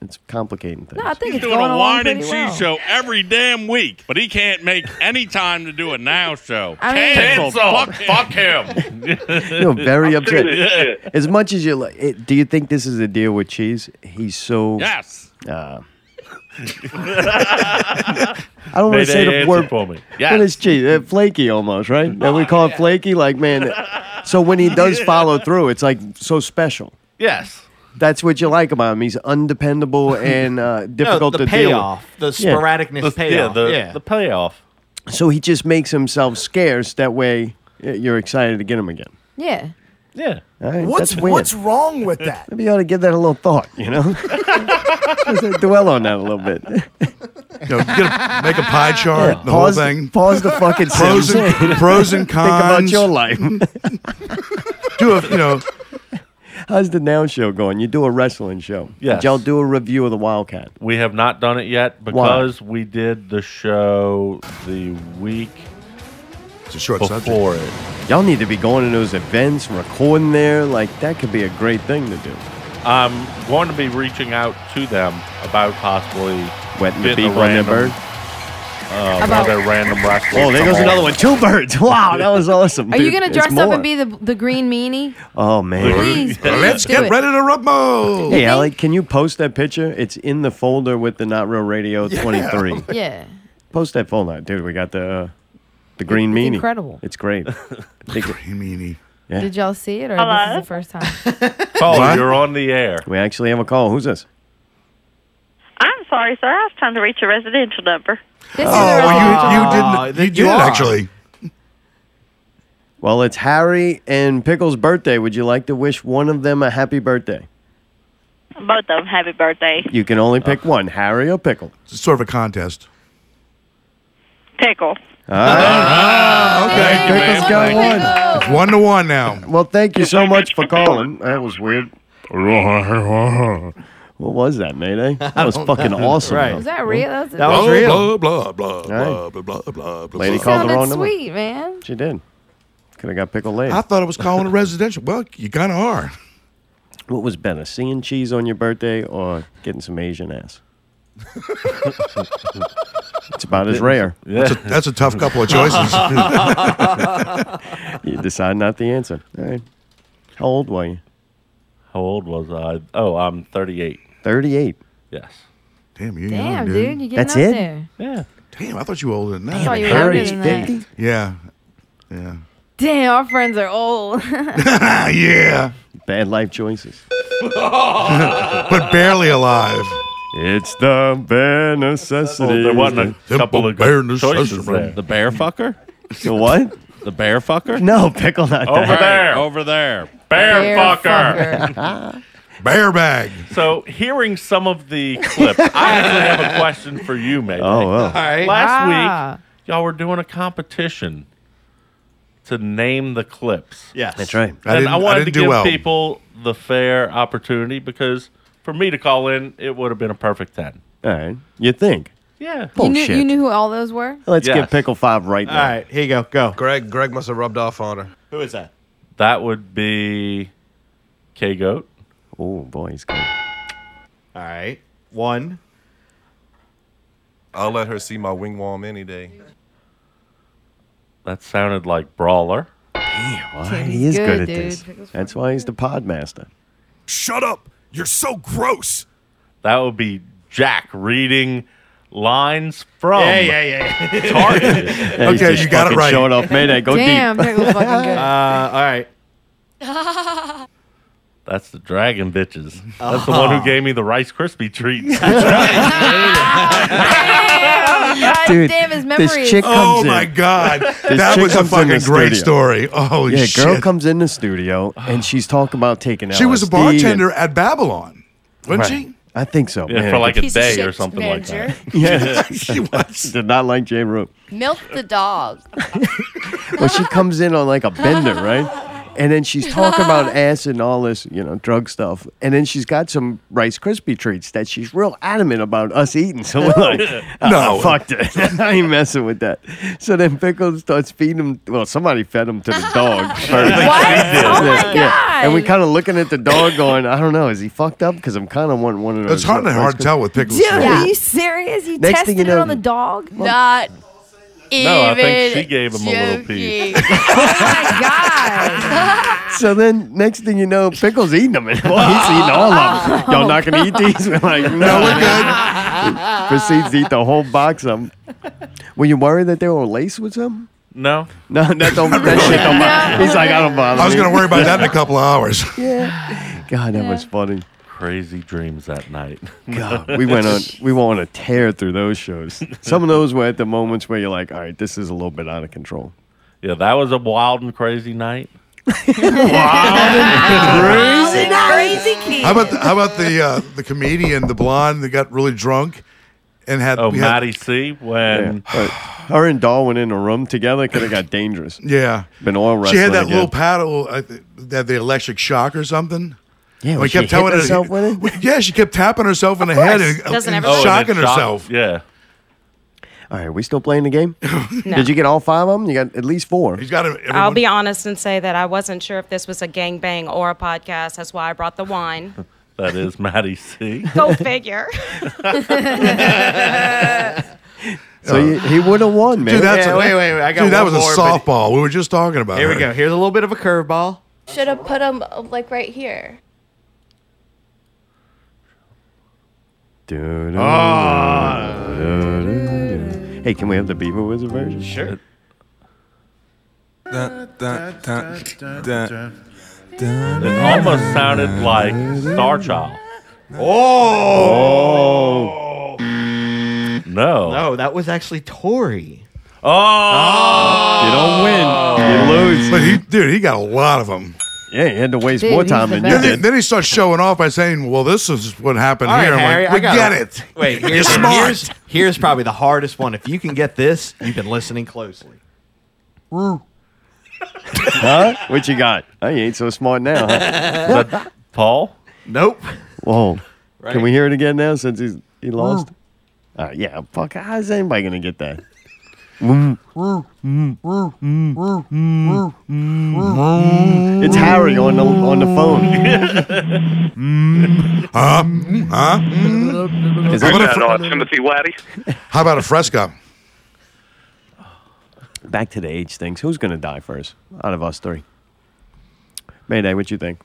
S1: it's complicating things.
S9: No, I think
S8: He's
S9: it's
S8: doing
S9: going
S8: a
S9: along
S8: wine and
S9: pretty
S8: cheese
S9: well.
S8: show every damn week, but he can't make any time to do a now show.
S9: I mean-
S8: Cancel.
S4: Cancel.
S8: Fuck, fuck him.
S1: You're very upset.
S8: serious.
S1: As much as you like, it, do you think this is a deal with cheese? He's so
S8: Yes.
S1: Uh, I don't want
S4: Mayday
S1: to say the
S4: answer
S1: word
S4: for me.
S1: But it's cheese, uh, flaky almost, right? And we call it flaky, like man. So when he does follow through, it's like so special.
S4: Yes.
S1: That's what you like about him. He's undependable and uh, difficult
S6: the
S1: to
S6: payoff,
S1: deal
S6: the
S1: with.
S6: sporadicness The- yeah, payoff, the- yeah. the
S4: payoff.
S1: So he just makes himself scarce. That way, y- you're excited to get him again.
S9: Yeah.
S4: Yeah.
S1: All right,
S12: What's
S1: that's weird.
S12: what's wrong with that?
S1: Maybe you ought to give that a little thought, you know? Just dwell on that a little bit.
S2: You know, get a- make a pie chart, the
S1: pause,
S2: whole thing.
S1: Pause the fucking
S2: Pros
S1: Sims.
S2: and- pros and
S1: Think about
S2: cons.
S1: your life.
S2: Do a, you know,
S1: How's the now show going? You do a wrestling show.
S4: Yes.
S1: Did y'all do a review of the Wildcat?
S4: We have not done it yet because we did the show the week
S2: it's a short
S4: before it.
S1: Y'all need to be going to those events, recording there. Like, that could be a great thing to do.
S4: I'm going to be reaching out to them about possibly
S1: Wetting the
S4: getting a
S1: beak on their
S4: random-
S1: bird?
S4: Uh, one
S1: About-
S4: of their random wrestlers.
S1: Oh, there
S4: come
S1: goes
S4: on.
S1: another one. Two birds. Wow, that was awesome.
S9: Are you
S1: dude.
S9: gonna
S1: It's
S9: dress up
S1: more.
S9: and be the the green meanie?
S1: Oh, man.
S9: Please, please
S2: let's
S9: do
S2: get
S9: it.
S2: ready to rumble.
S1: Hey, Alec, can you post that picture? It's in the folder with the Not Real Radio 23.
S9: Yeah.
S1: Post that phone line, dude. We got the uh, the green
S9: It's
S1: meanie.
S9: incredible.
S1: It's great. green
S2: meanie.
S1: Yeah.
S9: Did y'all see it or this is the first time?
S2: Oh,
S4: Caller,
S1: What?
S4: you're on the air.
S1: We actually have a call. Who's this?
S13: I'm sorry, sir. I was trying to reach a residential number.
S9: This
S2: well, you, you didn't. You, did
S1: are.
S2: actually.
S1: Well, it's Harry and Pickle's birthday. Would you like to wish one of them a happy birthday?
S13: Both of them, happy birthday.
S1: You can only pick one, Harry or Pickle.
S2: Uh, It's sort of a contest.
S13: Pickle.
S1: All right.
S2: Okay.
S1: Pickle's got one.
S2: It's one to one now.
S1: Well, thank you so much for calling. That was weird. What was that, Mayday? That was
S2: don't
S1: fucking
S2: know.
S1: awesome.
S2: Right.
S1: though.
S9: Was that real? That was,
S1: That was real.
S2: Blah blah blah blah
S1: Right.
S2: blah blah blah. blah
S1: Lady
S9: She
S1: called the
S9: sounded
S1: wrong
S9: sweet, man.
S1: number. She did. Could have got Pickle late.
S2: I thought I was calling a residential. Well, you kind of are.
S1: What was better, seeing cheese on your birthday or getting some Asian ass? it's about as rare.
S2: That's, a, that's a tough couple of choices.
S1: You decide not the answer. All right. How old were you?
S4: How old was I? Oh, I'm 38.
S1: 38.
S4: Yes.
S2: Damn, you
S9: Damn,
S2: young,
S9: dude, you getting
S1: That's
S9: up
S1: it?
S9: there?
S4: Yeah.
S2: Damn, I thought you were older than that.
S9: I thought you were older than that.
S2: Yeah, Yeah.
S9: Damn, our friends are old.
S2: yeah.
S1: Bad life choices.
S2: but barely alive.
S1: It's the bare necessity.
S4: there wasn't a couple of
S2: bare
S4: good choices
S2: necessity.
S4: there. The bear fucker?
S1: The what?
S4: The bear fucker?
S1: No, pickle not
S4: Over
S1: that.
S4: there. Over there. Bear,
S1: Bear
S4: fucker.
S2: bear bag.
S4: So, hearing some of the clips, I actually have a question for you, Megan.
S1: Oh, well. All
S6: right.
S4: Last
S6: Ah.
S4: week, y'all were doing a competition to name the clips.
S6: Yes.
S1: That's right.
S4: And I,
S1: I didn't- I
S4: wanted to
S1: didn't do
S4: give
S1: well.
S4: people the fair opportunity because for me to call in, it would have been a perfect 10.
S1: All right. You think?
S4: Yeah.
S9: you, knew,
S1: Bullshit.
S9: you knew who all those were?
S1: Let's
S4: Yes.
S1: give pickle five right now.
S6: right, here you go. Go.
S14: Greg. Greg must have rubbed off on her.
S6: Who is that?
S4: That would be K Goat.
S1: Oh, boy, he's good.
S6: All right. One.
S14: I'll let her see my wingwam any day.
S4: That sounded like Brawler.
S1: Why
S14: Dude,
S1: he is
S14: he's
S1: good,
S14: good,
S1: at
S14: dude.
S1: this. That's why he's the podmaster.
S4: Shut up. You're so gross. That would be Jack reading lines from
S6: Yeah, yeah, yeah. yeah.
S4: Target.
S1: Yeah, he's just fucking Showing off Mayday. Go
S9: Damn,
S1: deep.
S9: Pickle's fucking good.
S6: Uh, all right.
S4: That's the dragon bitches. That's the one who gave me the Rice Krispie treats.
S9: God
S4: Dude,
S9: damn, his memory
S1: this
S9: is-
S1: chick
S2: Oh
S1: comes in.
S2: my God,
S1: This
S2: that
S1: chick
S2: was a
S1: comes in the
S2: fucking great
S1: studio.
S2: story. Oh
S1: yeah,
S2: shit!
S1: girl comes in the studio and she's talking about taking.
S2: she was a
S1: LSD and-
S2: bartender at Babylon, wasn't
S1: Right.
S2: she?
S1: I think so.
S4: Yeah,
S1: man.
S4: for like a Piece of day or shit something like manager. that.
S1: yeah,
S4: She was.
S1: did not like Jane Root.
S15: Milk the dog.
S1: Well, she comes in on like a bender, right? And then she's talking about acid and all this, you know, drug stuff. And then she's got some Rice Krispie treats that she's real adamant about us eating. So we're like,
S3: No.
S1: no, fuck that. I ain't messing with that. So then Pickle starts feeding him. Well, somebody fed him to the dog first.
S3: What? Oh, my
S1: And we
S3: God.
S1: kind of looking at the dog going, I don't know, is he fucked up? Because I'm kind of wanting one of those. uh,
S2: It's hard to
S1: Rice
S2: hard to
S1: Krispie-
S2: tell with Pickle's
S9: Dude, are you serious? You
S1: Next
S9: tested
S1: thing you
S9: it
S1: know-
S9: on the dog?
S15: Not even.
S1: No, I think she
S4: gave him a little piece.
S15: Oh
S1: So then, next thing you know, Pickle's eating them, and well, he's eating all of them. Y'all not gonna eat these? We're like, no, we're good. Proceeds to eat the whole box of them. Were you worried that they were laced with some?
S4: No.
S1: No, that don't. That shit don't bother. He's like, I don't bother.
S2: Oh. I was
S1: me."
S2: going to worry about that in a couple of hours.
S1: God, that was funny.
S4: Crazy dreams that night.
S1: God, we went on. We went on a tear through those shows. Some of those were at the moments where you're like, all right, this is a little bit out of control.
S4: Yeah, that was a wild and crazy night.
S1: Crazy
S9: Crazy kid.
S2: How about the, how about the uh, the comedian, the blonde that got really drunk and had
S4: Oh,
S2: we had-
S4: Maddie C. When
S1: But her and Dahl went in a room together. Could have got dangerous.
S2: Yeah.
S1: been oil
S2: she
S1: wrestling.
S2: had that
S1: again.
S2: little paddle uh, that the electric shock or something.
S1: Yeah,
S2: And
S1: was she hitting herself
S2: it. Yeah, she kept tapping herself in the head and, uh,
S15: Doesn't
S2: and
S15: everybody?
S2: shocking
S4: Oh, and it shocked-
S2: herself.
S4: Yeah.
S1: All right, we still playing the game? Did you get all five of them? You got at least four.
S2: He's got
S15: I'll be honest and say that I wasn't sure if this was a gangbang or a podcast. That's why I brought the wine.
S4: That is Maddie C.
S15: Go figure.
S1: So you, he would have won, man.
S2: Dude, that's
S6: Yeah,
S2: a,
S6: wait, wait, wait, I got
S2: dude, that
S6: one
S2: was a
S6: more, but-
S2: softball. We were just talking about.
S6: Here we
S2: her.
S6: go. Here's a little bit of a curveball.
S15: Should have put them like right here.
S1: Du- du-
S2: Ah.
S1: du- du- Hey, can we have the Beaver Wizard version? Sure.
S4: It almost sounded like Star Child.
S6: Oh.
S4: No.
S6: No, that was actually Tori.
S4: Oh.
S2: You
S1: don't win. You lose.
S2: But he, dude, he got a lot of them.
S1: Yeah, he had to waste Dude, more he's time the than you
S2: then,
S1: best.
S2: he- then he starts showing off by saying, "Well, this is what happened
S6: All right,
S2: here." I'm
S6: Harry,
S2: like,
S6: I
S2: we
S6: got
S2: get
S6: it.
S2: it.
S6: Wait,
S2: you're
S6: here's,
S2: smart.
S6: Here's, here's probably the hardest one. If you can get this, you've been listening closely.
S1: huh? What you got? Oh, you ain't so smart now. Huh?
S4: Is that Paul?
S6: Nope.
S1: Whoa.
S6: Right.
S1: Can we hear it again now since he's, he lost? All right, yeah, fuck. How's anybody going to get that? Mm. It's Harry on the on the phone.
S2: Huh? Huh?
S1: Is
S2: How
S1: that-
S2: about a fr-
S16: Timothy Waddy.
S2: How about a fresco?
S1: Back to the age things. Who's going to die first out of us three? Mayday, what you think?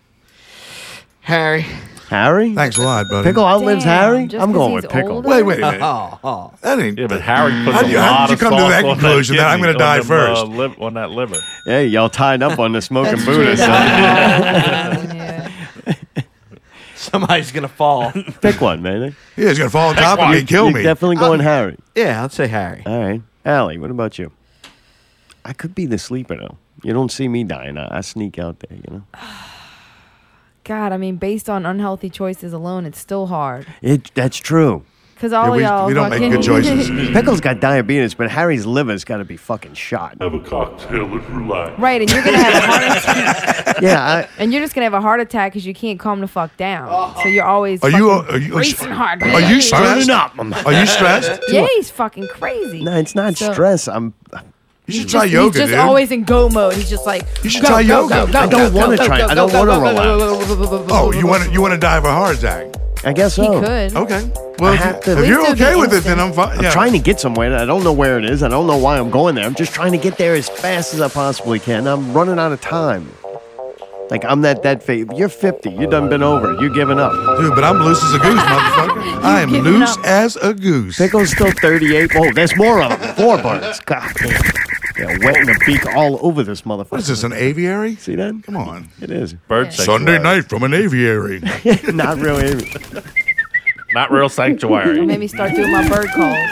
S6: Harry.
S1: Harry?
S2: Thanks a lot, buddy.
S1: Pickle outlives Damn, Harry? just I'm 'cause going with he's Pickle. older?
S2: Wait, wait a minute.
S1: Oh,
S2: That ain't.
S4: Yeah, but Harry puts
S2: How do you-
S4: a
S2: how
S4: lot
S2: did you
S4: of
S2: come to
S4: sauce
S2: that
S4: on
S2: conclusion that I'm
S4: kidney,
S2: gonna die
S4: on them, uh,
S2: first?
S4: lib- on that liver.
S1: Hey, y'all tied up on this smoking Buddha.
S6: Somebody's gonna fall.
S1: Pick one, man.
S2: Yeah, he's gonna fall on Pick top of one. me and kill
S1: You're
S2: me.
S1: Definitely going Harry.
S6: Yeah, I'd say Harry.
S1: All right, Allie. What about you? I could be the sleeper though. You don't see me dying. I, I sneak out there. You know.
S5: God, I mean, based on unhealthy choices alone, it's still hard.
S1: It. That's true.
S5: Because all of y'all fucking-
S1: Pickle's got diabetes, but Harry's liver's got to be fucking shot. Have a cocktail and relax.
S5: right, and you're gonna have a heart attack,
S1: Yeah.
S5: and you're just gonna have a heart attack because you can't calm the fuck down. So you're always
S2: Are you?
S5: fucking
S2: Are you?
S5: racing hard.
S2: Are you stressed? Are you stressed?
S5: Yeah, he's fucking crazy.
S1: I, no, it's not
S5: So-
S1: stress. I'm.
S2: You should
S5: Just- He's just always in go mode. He's just like you
S1: should try yoga. I don't wanna try it. I don't wanna
S5: relax.
S2: Oh, you want to you want to die of a heart attack?
S1: I guess
S5: He
S1: so.
S5: could.
S2: Okay.
S1: I
S2: Well, if,
S1: have
S2: you-
S1: to-
S2: if you're
S1: Please do
S2: okay
S1: the
S2: with it, then I'm
S1: instant.
S2: fine.
S1: I'm trying to get somewhere. I don't know where it is. I don't know why I'm going there. I'm just trying to get there as fast as I possibly can. I'm running out of time. Like I'm that dead face. You're 50. You done been over. You giving up,
S2: dude. But I'm loose as a goose, motherfucker. I am
S1: giving
S2: loose
S1: up.
S2: as a goose.
S1: Pickle's still 38. Whoa, there's more of them. Four birds. God damn. They're wetting the beak all over this motherfucker. What
S2: is this, an aviary?
S1: See that?
S2: Come on.
S1: It is.
S4: Bird
S2: Sunday
S4: sanctuary.
S2: night from an aviary.
S1: Not real aviary.
S4: Not real
S5: Don't
S4: sanctuary.
S5: make me start doing my bird calls.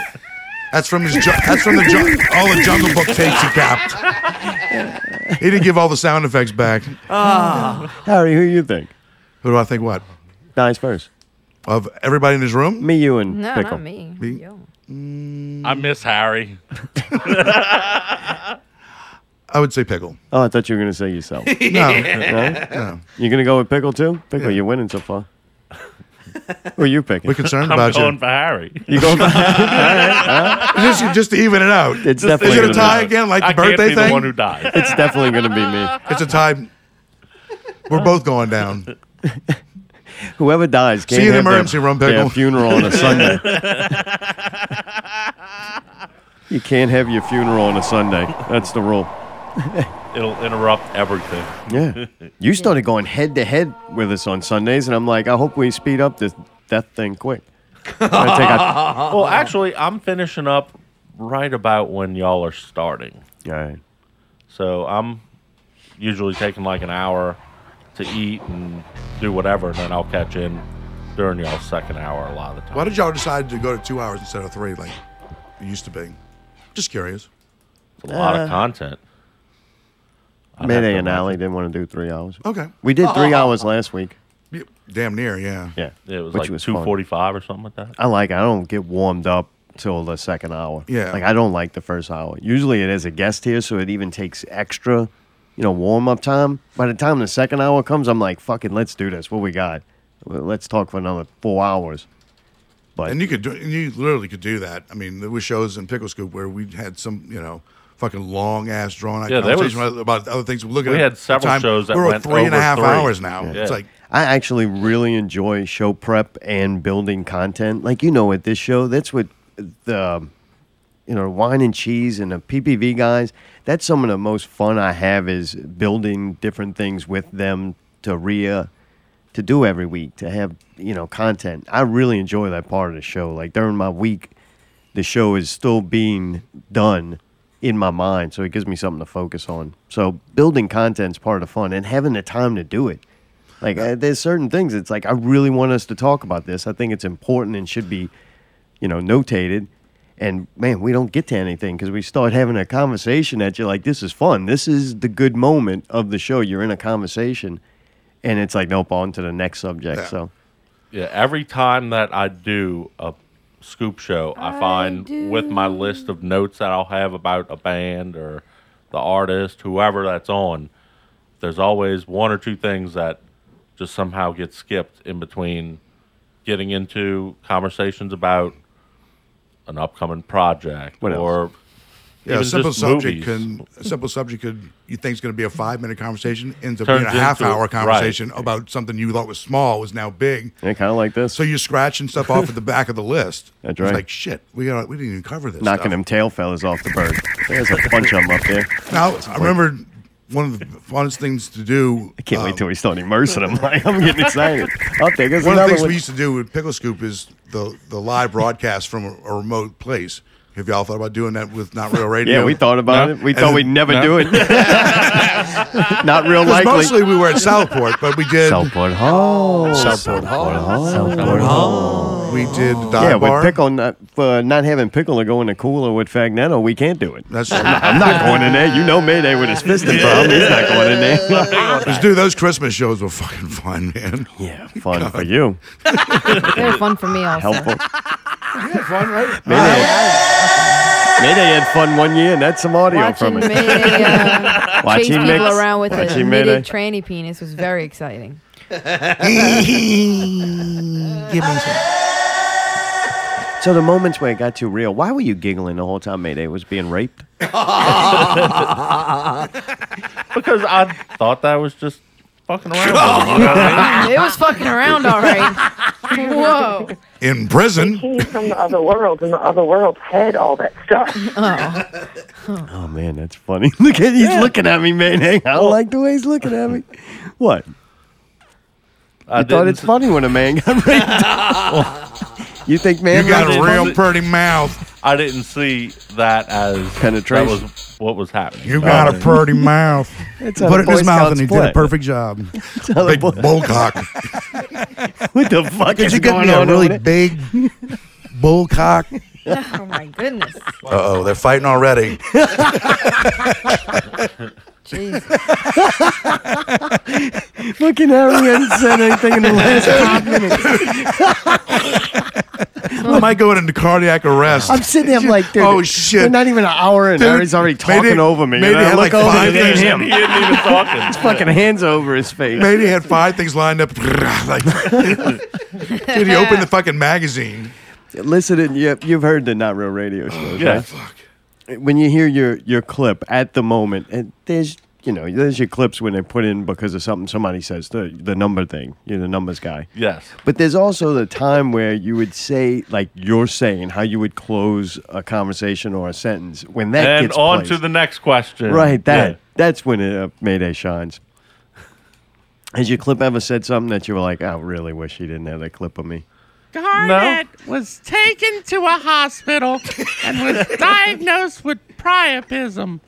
S2: That's from his. Ju- that's from the ju- all the Jungle Book tapes he capped. He didn't give all the sound effects back.
S1: Harry, who you think?
S2: Who do I think? What?
S1: Dies first.
S2: Of everybody in this room?
S1: Me, you, and
S5: No, not me.
S4: I miss Harry.
S2: I would say pickle.
S1: Oh, I thought you were going to say yourself.
S2: No.
S1: No?
S2: No.
S1: You're going to go with pickle too? Pickle, you're winning so far. Who are you picking?
S2: We're concerned
S4: I'm
S2: about
S4: going
S2: you.
S4: for Harry.
S1: You going
S2: just, just to even it out.
S1: It's
S2: Just-
S1: definitely
S2: Is it a
S1: gonna
S2: tie
S1: be-
S2: again, like
S4: I
S2: the birthday
S4: can't be
S2: thing?
S4: the one who dies.
S1: It's definitely going to be me.
S2: It's a tie. We're both going down.
S1: Whoever dies
S2: See
S1: can't
S2: you in
S1: have their-
S2: emergency room,
S1: their
S2: Pickle.
S1: funeral on a Sunday. you can't have your funeral on a Sunday. That's the rule.
S4: It'll interrupt everything.
S1: Yeah. You started going head to head with us on Sundays, and I'm like, I hope we speed up this death thing quick. I take a-
S4: well, actually, I'm finishing up right about when y'all are starting.
S1: All right.
S4: So I'm usually taking like an hour to eat and do whatever, and then I'll catch in during y'all's second hour a lot of the time.
S2: Why did y'all decide to go to two hours instead of three like it used to be? Just curious.
S4: A lot
S1: Uh,
S4: of content. I'd have
S1: Mayday
S4: to
S1: and
S4: watch Oh.
S1: Allie didn't want to do three hours.
S2: Okay.
S1: We did three hours last week.
S2: Damn near, yeah.
S1: Yeah.
S4: It was
S1: Which
S4: like
S1: was fun.
S4: two forty five or something like that.
S1: I like I don't get warmed up till the second hour.
S4: Yeah.
S1: Like I don't like the first hour. Usually it is a guest here, so it even takes extra, you know, warm up time. By the time the second hour comes, I'm like, fucking let's do this. What we got? Well, Let's talk for another four hours. But
S2: And you could do, and you literally could do that. I mean, there were shows in Pickle Scoop where we had some, you know, fucking long ass drawn out
S4: Yeah, there was-
S2: conversation about other things. We're looking
S4: we
S2: at
S4: had
S2: the
S4: several
S2: time.
S4: shows that
S2: we're
S4: went
S2: three and a
S4: over
S2: half
S4: three.
S2: hours now.
S4: Yeah.
S2: It's like
S1: I actually really enjoy show prep and building content. Like you know, at this show, that's what the you know wine and cheese and the PPV guys. That's some of the most fun I have is building different things with them to Ria to do every week to have you know content. I really enjoy that part of the show. Like during my week, the show is still being done in my mind, so it gives me something to focus on. So building content's part of the fun and having the time to do it. Like uh, there's certain things. It's like I really want us to talk about this. I think it's important and should be, you know, notated. And man, we don't get to anything because we start having a conversation that you're like, this is fun. This is the good moment of the show. You're in a conversation, and it's like, nope, on to the next subject. So
S4: Yeah, every time that I do a scoop show, I, find with my list of notes that I'll have about a band or the artist, whoever that's on, there's always one or two things that just somehow get skipped in between getting into conversations about an upcoming project
S1: What else?
S4: or
S2: yeah, a
S4: even
S2: simple
S4: just
S2: subject
S4: movies.
S2: can a simple subject could you think is going to be a five minute conversation ends up
S4: Turns
S2: being a half
S4: into-
S2: hour
S4: right.
S2: conversation about something you thought was small was now big.
S1: yeah, kind of like this.
S2: So you're scratching stuff off at the back of the list.
S1: That's
S2: It's
S1: right.
S2: like shit. We got we didn't even cover this.
S1: knocking
S2: stuff.
S1: them tail fellas off the bird. There's a bunch of them up there.
S2: Now I remember one of the funnest things to do. I
S1: can't wait till we start immersing them. Like, I'm getting excited. I'll take us
S2: One of the
S1: another
S2: things
S1: one.
S2: we used to do with Pickle Scoop is the the live broadcast from a, a remote place. Have y'all thought about doing that with Not Real Radio?
S1: Yeah, we thought about it. We
S2: And
S1: thought
S2: then-
S1: we'd never
S2: No.
S1: do it. Not real
S2: 'Cause
S1: likely.
S2: Mostly we were at Southport, but we did
S1: Southport Hall.
S2: Southport Hall.
S1: Southport Hall.
S2: We did the dive
S1: yeah, with
S2: bar.
S1: pickle not for not having pickle or going to cooler with Fagnetto, we can't do it.
S2: That's
S1: I'm, not, I'm not going in there. You know Mayday with his fist in front. of him. He's not going in there.
S2: Because, dude, those Christmas shows were fucking fun, man.
S1: Yeah, fun for you.
S5: They're fun for me also.
S1: Helpful.
S2: fun, right?
S1: Mayday had, Mayday had fun one year, and that's some audio
S5: Watching
S1: from it.
S5: Mayday, uh,
S1: Watch
S5: chase
S1: him
S5: people
S1: mix.
S5: around with
S1: Watch
S5: a
S1: him
S5: knitted
S1: Mayday.
S5: tranny penis was very exciting.
S1: So the moments where it got too real, why were you giggling the whole time Mayday was being raped?
S4: because I thought that was just fucking around. with him, you know what I mean?
S5: it was fucking around all right. Whoa.
S2: In prison.
S16: He came from the other world, and the other world had all that stuff.
S1: Oh man, that's funny. Look at he's looking at me, Mayday. I don't like the way he's looking at me. What? I thought
S4: didn't
S1: it's funny when a man got raped. you think man raped is funny?
S2: pretty mouth.
S4: I didn't see that as
S1: Penetration.
S4: That was what was happening. Um,
S2: You got a pretty mouth.
S1: It's Oh. how
S2: Put
S1: the
S2: it in
S1: Boy
S2: his mouth,
S1: Scouts
S2: and he did
S1: play.
S2: a perfect job.
S1: how the
S2: Big
S1: Boy-
S2: bullcock.
S1: What the fuck
S2: Could
S1: is
S2: you get
S1: going
S2: me a
S1: on over
S2: really
S1: there?
S2: big bullcock?
S5: oh my goodness.
S2: Uh oh, they're fighting already.
S5: Jesus.
S1: Fucking Harry hadn't said anything in the last five minutes.
S2: I might go into cardiac arrest.
S1: I'm sitting there, I'm like, dude.
S2: Oh, shit.
S1: We're not even an hour in.
S2: Dude,
S1: Harry's already
S2: maybe-
S1: talking over me.
S2: maybe
S1: and I
S2: had
S1: look
S2: like
S1: over
S2: five
S1: and there's him.
S2: minutes. He
S4: didn't even talking.
S1: His fucking hands over his face.
S2: Maybe he had five things lined up. like, dude, he opened the fucking magazine.
S1: Listen, and you, you've heard the Not Real
S4: Oh,
S1: Radio show.
S2: Yeah.
S1: right? When you hear your, your clip at the moment, and there's you know there's your clips when they put in because of something somebody says the the number thing. You're the numbers guy.
S4: Yes.
S1: But there's also the time where you would say like you're saying how you would close a conversation or a sentence when that
S4: and
S1: gets
S4: on
S1: placed.
S4: to the next question.
S1: Right, that
S4: Yeah.
S1: that's when it, uh, Mayday shines. Has your clip ever said something that you were like, I really wish he didn't have that clip of me?
S17: Garnett was taken to a hospital and was diagnosed with priapism,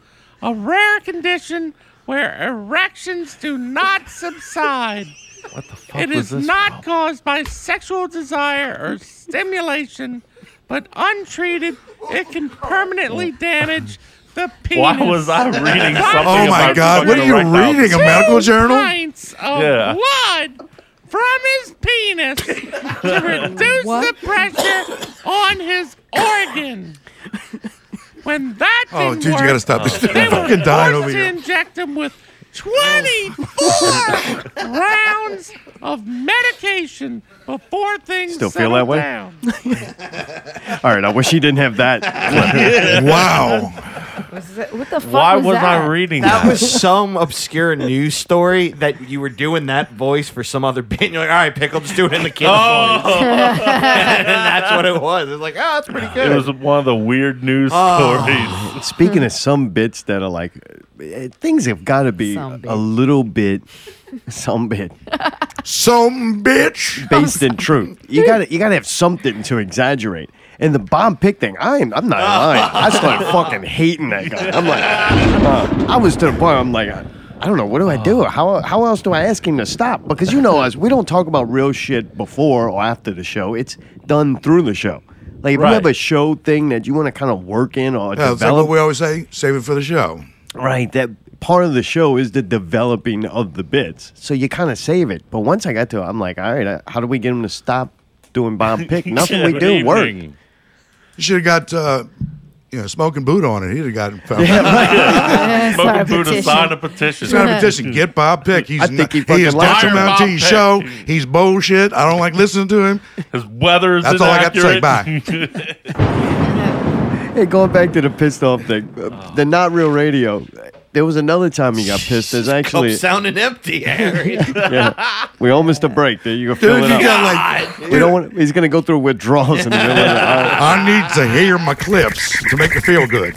S17: a rare condition where erections do not subside.
S4: What the fuck
S17: It
S4: was
S17: is
S4: this?
S17: not caused by sexual desire or stimulation, but untreated, it can permanently damage the penis.
S4: Why was I reading something
S2: Oh my
S4: about
S2: God! What are
S4: fucking
S2: you
S4: erectile
S2: reading? A
S4: dysfunction?
S2: medical journal?
S17: pints of
S4: Yeah.
S17: blood from his penis to reduce the pressure on his organ. When that
S2: Oh,
S17: didn't
S2: dude, you
S17: work,
S2: gotta stop this.
S17: They
S2: I'm
S17: were
S2: fucking dying
S17: forced
S2: over
S17: to
S2: here.
S17: inject him with 24 rounds of medication before things
S1: Still feel
S17: settled
S1: that way?
S17: down.
S1: All right, I wish he didn't have that.
S2: wow.
S5: Was that- what the fuck?
S6: Why
S5: was,
S6: was I
S5: that?
S4: reading
S6: That was some obscure news story that you were doing that voice for some other bit. And you're like, all right, pickle, just do it in the kid's
S4: Oh.
S6: voice. and that's what it was. It's like, oh, that's pretty good.
S4: It was one of the weird news
S6: Oh.
S4: stories.
S1: Speaking of some bits that are like, eh, things have got to be
S4: Some
S1: a little bit, some bit,
S2: some bitch
S1: based in truth. You got to you got to have something to exaggerate. And the bomb pick thing, I am I'm not lying. I started fucking hating that guy. I'm like, uh, I was to the point. I'm like. I don't know. What do I do? How, how else do I ask him to stop? Because you know us, we don't talk about real shit before or after the show. It's done through the show. Like if
S2: Right.
S1: you have a show thing that you want to kind of work in or
S2: Yeah, it's like
S1: develop,
S2: what we always say: save it for the show.
S1: Right. That part of the show is the developing of the bits. So you kind of save it. But once I got to it, I'm like, all right, uh, how do we get him to stop doing bomb pick? Nothing we do work.
S2: You should have got uh, you know smoking boot on it. He'd have gotten found.
S1: Yeah,
S4: right.
S1: Yeah,
S4: Smoking
S1: sign a
S4: Buddha
S1: petition.
S4: signed a petition.
S2: Sign a petition. Get Bob Pick. He's
S4: I think
S2: not,
S4: he
S2: he,
S4: fucking
S2: is
S4: lied.
S2: not
S4: Fire
S2: amount to
S4: Bob
S2: his
S4: Pick.
S2: show. He's bullshit. I don't like listening to him.
S4: His weather is
S2: That's all I got to say.
S4: inaccurate.
S1: Hey, going back to the pissed off thing, uh, the not real radio. There was another time he got pissed. There's actually.
S6: Cup sounding empty, Harry.
S1: Yeah, we almost a break. There you go. Fill
S6: Dude,
S1: it
S6: you
S1: up.
S6: got, like-
S1: we don't want. He's gonna go through withdrawals in the middle of the hour.
S2: I need to hear my clips to make me feel good.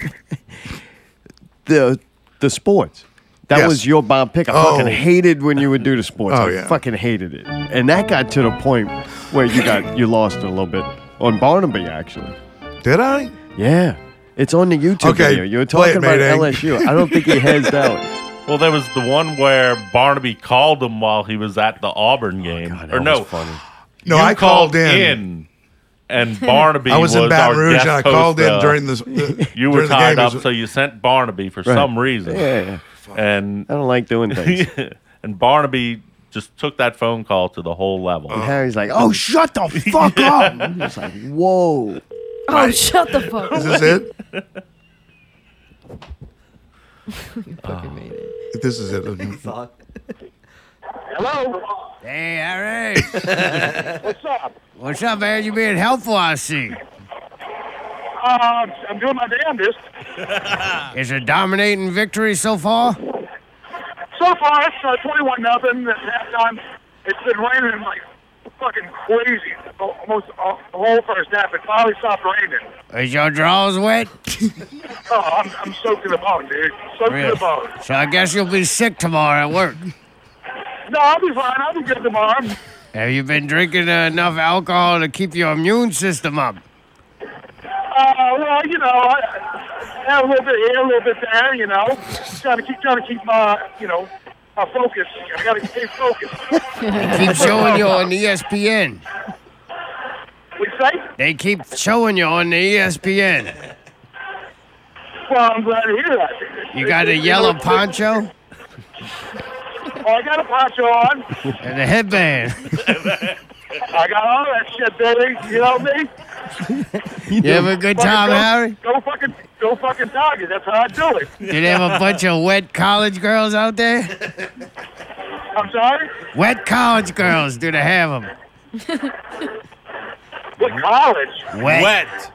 S1: the the sports. That
S2: Yes.
S1: was your Bob Pick. I
S2: Oh.
S1: fucking hated when you would do the sports.
S2: Oh,
S1: I
S2: yeah.
S1: fucking hated it. And that got to the point where you got you lost it a little bit on Barnaby actually.
S2: Did I?
S1: Yeah. It's on the YouTube
S4: Okay,
S1: video. You were
S4: play
S1: talking
S4: it,
S1: about
S4: Mayday.
S1: LSU. I don't think he heads out.
S4: Well, there was the one where Barnaby called him while he was at the Auburn
S1: Oh,
S4: game. or no,
S2: No,
S4: You
S2: I called in.
S4: and Barnaby
S2: I was in Baton
S4: our
S2: Rouge
S4: guest
S2: and I called in
S4: host, uh,
S2: during the- the-
S4: you
S2: during
S4: were
S2: the
S4: tied
S2: game. It
S4: up,
S2: was-
S4: so you sent Barnaby for
S1: Right.
S4: some reason.
S1: Yeah, yeah,
S4: And
S1: I don't like doing things.
S4: and Barnaby just took that phone call to the whole level.
S1: And Harry's like, oh, shut the fuck up. I'm just like, whoa.
S5: Oh, shut the fuck up.
S2: it? This is it.
S8: Hello.
S18: Hey, Harry.
S8: What's up?
S18: What's up, man? You being helpful, I see.
S8: Uh, I'm doing my damnedest.
S18: Is it dominating victory so far?
S8: So far, it's uh, 21 nothing at halftime. It's been raining like fucking crazy almost uh, the whole first half. It finally stopped raining.
S18: Is your drawers wet?
S8: Oh, I'm, I'm soaked to the bone, dude. Soaked to
S18: Really?
S8: the bone.
S18: So I guess you'll be sick tomorrow at work.
S8: No, I'll be fine. I'll be good tomorrow.
S18: Have you been drinking uh, enough alcohol to keep your immune system up?
S8: Uh, well, you know, I, I have a little bit here, a little bit there. You know, just trying to keep trying to keep my, you know, my focus. I gotta stay focused.
S18: Keep showing you on E ESPN.
S8: We say.
S18: They keep showing you on the E ESPN.
S8: Well, I'm glad to hear that.
S18: You got a yellow poncho
S8: Oh, I got a poncho on.
S18: and a headband.
S8: I got all that shit, baby. You know me.
S18: You have a good
S8: Fucking
S18: time,
S8: go,
S18: Harry?
S8: Go fucking, go fucking Tigers. That's how I do it.
S18: Did they have a bunch of wet college girls out there?
S8: I'm sorry.
S18: Wet college girls, do they have them?
S8: What college?
S18: Wet.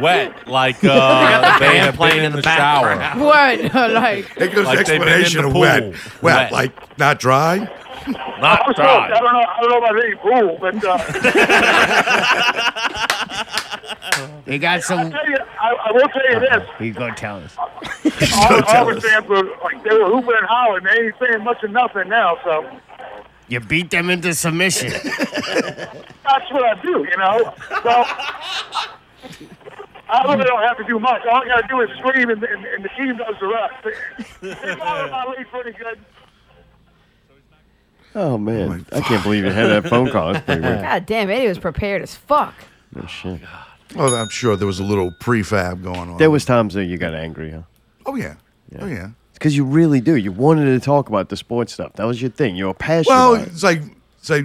S4: Wet, like
S18: You got
S4: uh,
S18: the
S4: they
S18: band
S4: have
S18: playing
S4: been in
S18: in
S4: the
S18: the
S4: shower.
S5: What? like.
S2: It goes
S4: Like they've been in
S2: explanation
S4: the
S2: of
S4: pool.
S2: wet. wet.
S4: Wet.
S2: like not dry.
S8: I was close. I don't know. I don't know about any pool, but uh,
S18: They got
S8: I'll
S18: some.
S8: tell you, I, I will tell you this.
S18: He's gonna tell us.
S8: All,
S18: tell
S8: Auburn
S18: us.
S8: fans were like they were hooping and hollering. They ain't saying much of nothing now. So
S18: You beat them into submission.
S8: that's what I do, you know. So I really don't have to do much. All I got to do is scream, and, and, and the team does the rest. They followed my lead pretty good.
S1: Oh, man. I can't believe you had that phone call. That's pretty weird.
S5: God damn it. He was prepared as fuck.
S1: Oh, shit.
S2: Well, I'm sure there was a little prefab going on.
S1: There was times that you got angry, huh?
S2: Oh yeah. Oh yeah.
S1: Because you really do. You wanted to talk about the sports stuff. That was your thing. You were passionate.
S2: Well,
S1: about it.
S2: it's like it's like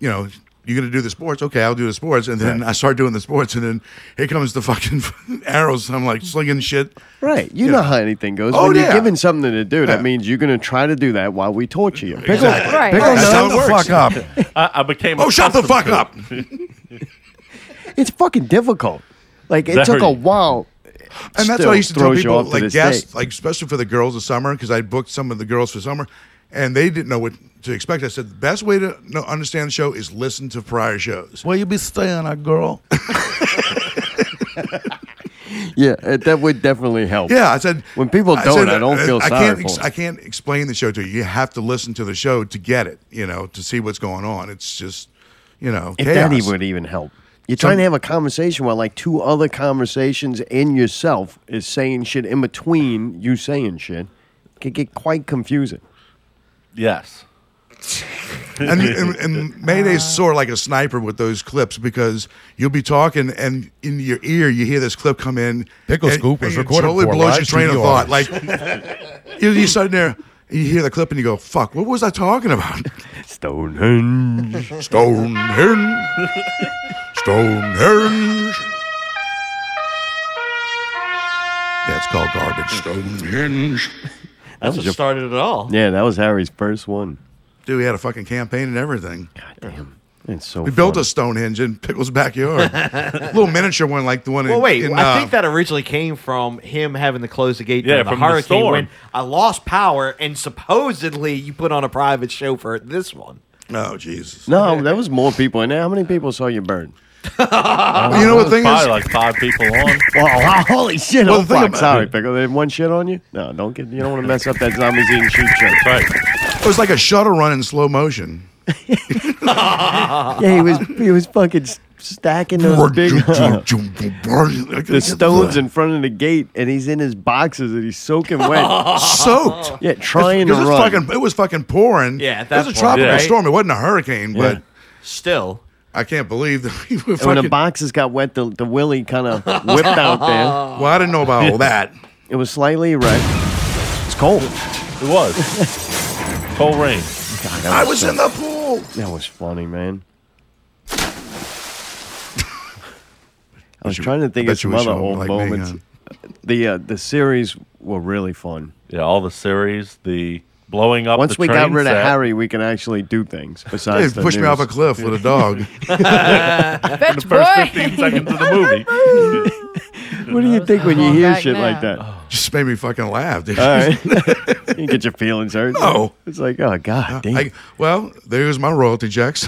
S2: you know you're gonna do the sports. Okay, I'll do the sports, and then I start doing the sports, and then here comes the fucking arrows. I'm like slinging shit.
S1: Right. You
S2: Yeah.
S1: know how anything goes.
S2: Oh,
S1: when
S2: yeah.
S1: you're given something to do, that means you're going to try to do that while we torture you. Pickle,
S2: Exactly. Right.
S1: pickle
S2: That's
S1: nut.
S2: how it works. Fuck
S4: I, I became.
S1: Oh, shut the
S4: accustomed
S1: fuck
S4: to it.
S1: It's fucking difficult. Like, it
S2: There
S1: took
S2: you-
S1: a while.
S2: And that's
S1: Still
S2: what I used to tell
S1: throws you
S2: people,
S1: off to
S2: like
S1: this
S2: guests,
S1: day.
S2: like especially for the girls this summer, because I booked some of the girls for summer, and they didn't know what to expect. I said the best way to know, understand the show is listen to prior shows. Well, you be staying, a girl.
S1: Yeah, it, that would definitely help.
S2: Yeah, I said
S1: When people
S2: I
S1: don't,
S2: said, uh,
S1: I don't feel
S2: I
S1: sorry
S2: can't
S1: for
S2: ex-
S1: them.
S2: I can't explain the show to you. You have to listen to the show to get it. You know, to see what's going on. It's just, you know,
S1: If
S2: chaos.
S1: that even would even help. You're trying to have a conversation while like two other conversations in yourself is saying shit in between you saying shit. Can get quite confusing.
S4: Yes.
S2: and, and, and Mayday's sort of like a sniper with those clips because you'll be talking and in your ear you hear this clip come in.
S19: Pickle
S2: and-
S19: Scoop was
S2: and it
S19: recorded
S2: totally
S19: for a
S2: blows
S19: live
S2: your train of
S19: TV
S2: thought. Like
S19: audience.
S2: you, you sitting there, and you hear the clip and you go, "Fuck, what was I talking about?"
S1: Stonehenge,
S2: Stonehenge, Stonehenge. Yeah, it's called garbage. Stonehenge.
S1: That's what your-
S2: started it all.
S1: Yeah, that was Harry's first one.
S2: Dude, we had a fucking campaign and everything. God damn.
S1: It's so
S2: we built a Stonehenge in Pickle's backyard. little miniature one like the one
S6: Well,
S2: in
S6: wait.
S2: in,
S6: I
S2: uh,
S6: think that originally came from him having to close the gate
S2: Yeah,
S6: during the
S2: from the
S6: hurricane
S2: storm.
S6: when I lost power, and supposedly you put on a private show for this one.
S2: No, Jesus.
S1: No, there was more people in there. How many people saw you burn?
S2: you know what thing
S4: Probably
S2: is?
S4: like five people on.
S1: Wow, holy shit.
S2: Well,
S1: oh,
S2: the thing
S1: fuck.
S2: about-
S1: Sorry, Pickle. They had one shit on you? No, don't get. You don't want to mess up that zombies eating sheep show. Right.
S2: It was like a shuttle run in slow motion.
S1: Yeah, he was he was fucking s- stacking those big the stones in front of the gate, and he's in his boxes and he's soaking wet,
S2: Soaked.
S1: Yeah, trying
S2: It
S1: to
S2: was
S1: run.
S2: Fucking, it was fucking pouring.
S1: Yeah, at
S2: it was
S1: that
S2: a
S1: point,
S2: tropical
S1: right?
S2: storm. It wasn't a hurricane,
S1: Yeah.
S2: but
S6: still,
S2: I can't believe that we were
S1: and when the
S2: fucking.
S1: boxes got wet, the, the willy kind of whipped out there.
S2: Well, I didn't know about all that.
S1: It was slightly red. It's cold.
S4: It was cold rain.
S1: God, that
S2: I was
S1: so-
S2: in the pool.
S1: That was funny, man. I was trying to think
S4: I
S1: of
S4: bet you
S1: some
S4: wish
S1: other
S4: you were
S1: old
S4: like me,
S1: moments. The uh, the series were really fun.
S4: Yeah, all the series, the blowing up.
S1: Once
S4: the
S1: we got
S4: train
S1: rid
S4: set.
S1: of Harry, we can actually do things besides.
S2: They pushed me off a cliff with a dog.
S1: Fetch
S4: the first 15 seconds of the movie.
S1: What do you think when you
S2: Going
S1: hear
S2: back
S1: shit
S2: now.
S1: like that?
S2: Just made me fucking laugh. Dude.
S1: All right. you can get your feelings hurt.
S2: No.
S1: It's like, oh, God damn.
S2: I- well, there's my royalty checks.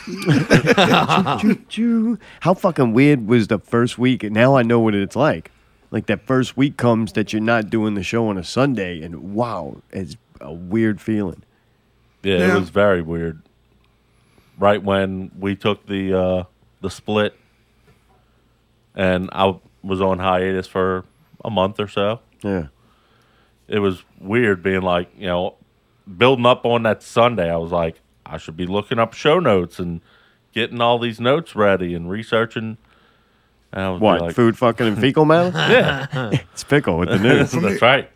S1: Choo, choo. How fucking weird was the first week? And now I know what it's like. Like that first week comes that you're not doing the show on a Sunday, and wow, it's a weird feeling.
S4: Yeah,
S1: Yeah.
S4: it was very weird. Right when we took the uh, the split, and I was on hiatus for a month or so.
S1: Yeah.
S4: It was weird being like, you know, building up on that Sunday. I was like, I should be looking up show notes and getting all these notes ready and researching. And I was
S1: What,
S4: like-
S1: food fucking and fecal matter?
S4: yeah,
S1: It's pickle with the news.
S2: For me-
S4: That's right.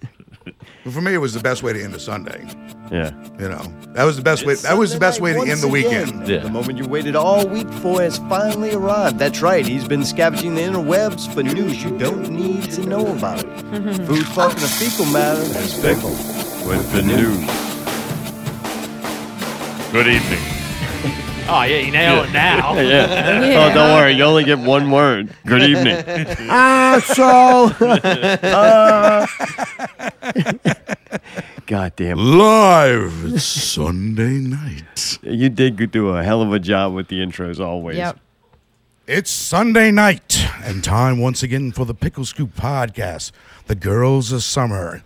S2: For me, it was the best way to end a Sunday.
S1: Yeah.
S2: You know, that was the best way. That was the best way to end the weekend.
S1: The moment you waited all week for has finally arrived. That's right, he's been scavenging the interwebs for news you don't need to know about. Food fucking a fecal matter is pickle with the news.
S4: Good evening.
S11: Oh, yeah, you nail it now.
S1: yeah. Oh, don't worry, you only get one word. Good evening. ah, so. uh, God damn.
S2: Live Sunday night.
S1: You did do a hell of a job with the intros always.
S2: Yep. It's Sunday night and time once again for the Pickle Scoop podcast. The girls of summer.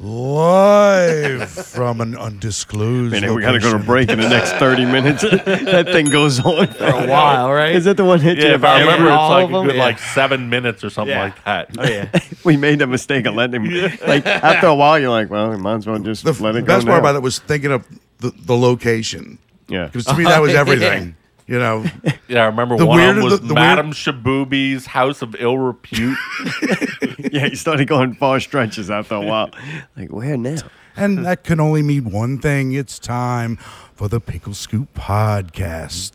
S2: Live from an undisclosed.
S1: Man, we gotta go to
S2: location.
S1: break in the next 30 minutes. that thing goes on for
S6: a while, right?
S1: Is that the one hit you
S4: Yeah, if
S1: about
S4: I remember,
S1: every-
S4: it's
S1: all
S4: like
S1: of
S4: a
S1: them?
S4: good
S1: Yeah.
S4: like seven minutes or something
S1: Yeah.
S4: like that.
S1: Oh, yeah. we made the mistake of letting him. Like after a while, you're like, well, we might as well just let it
S2: The
S1: go.
S2: best part
S1: now.
S2: about it was thinking of the, the location.
S1: Yeah.
S2: Because to me, that was everything. You know,
S4: Yeah, I remember
S2: The
S4: one of
S2: weird-
S4: them was
S2: the- the weird-
S4: Madame Shabubi's House of Ill Repute.
S1: yeah, he started going far stretches after a while. Like where now?
S2: and that can only mean one thing. It's time for the Pickle Scoop podcast.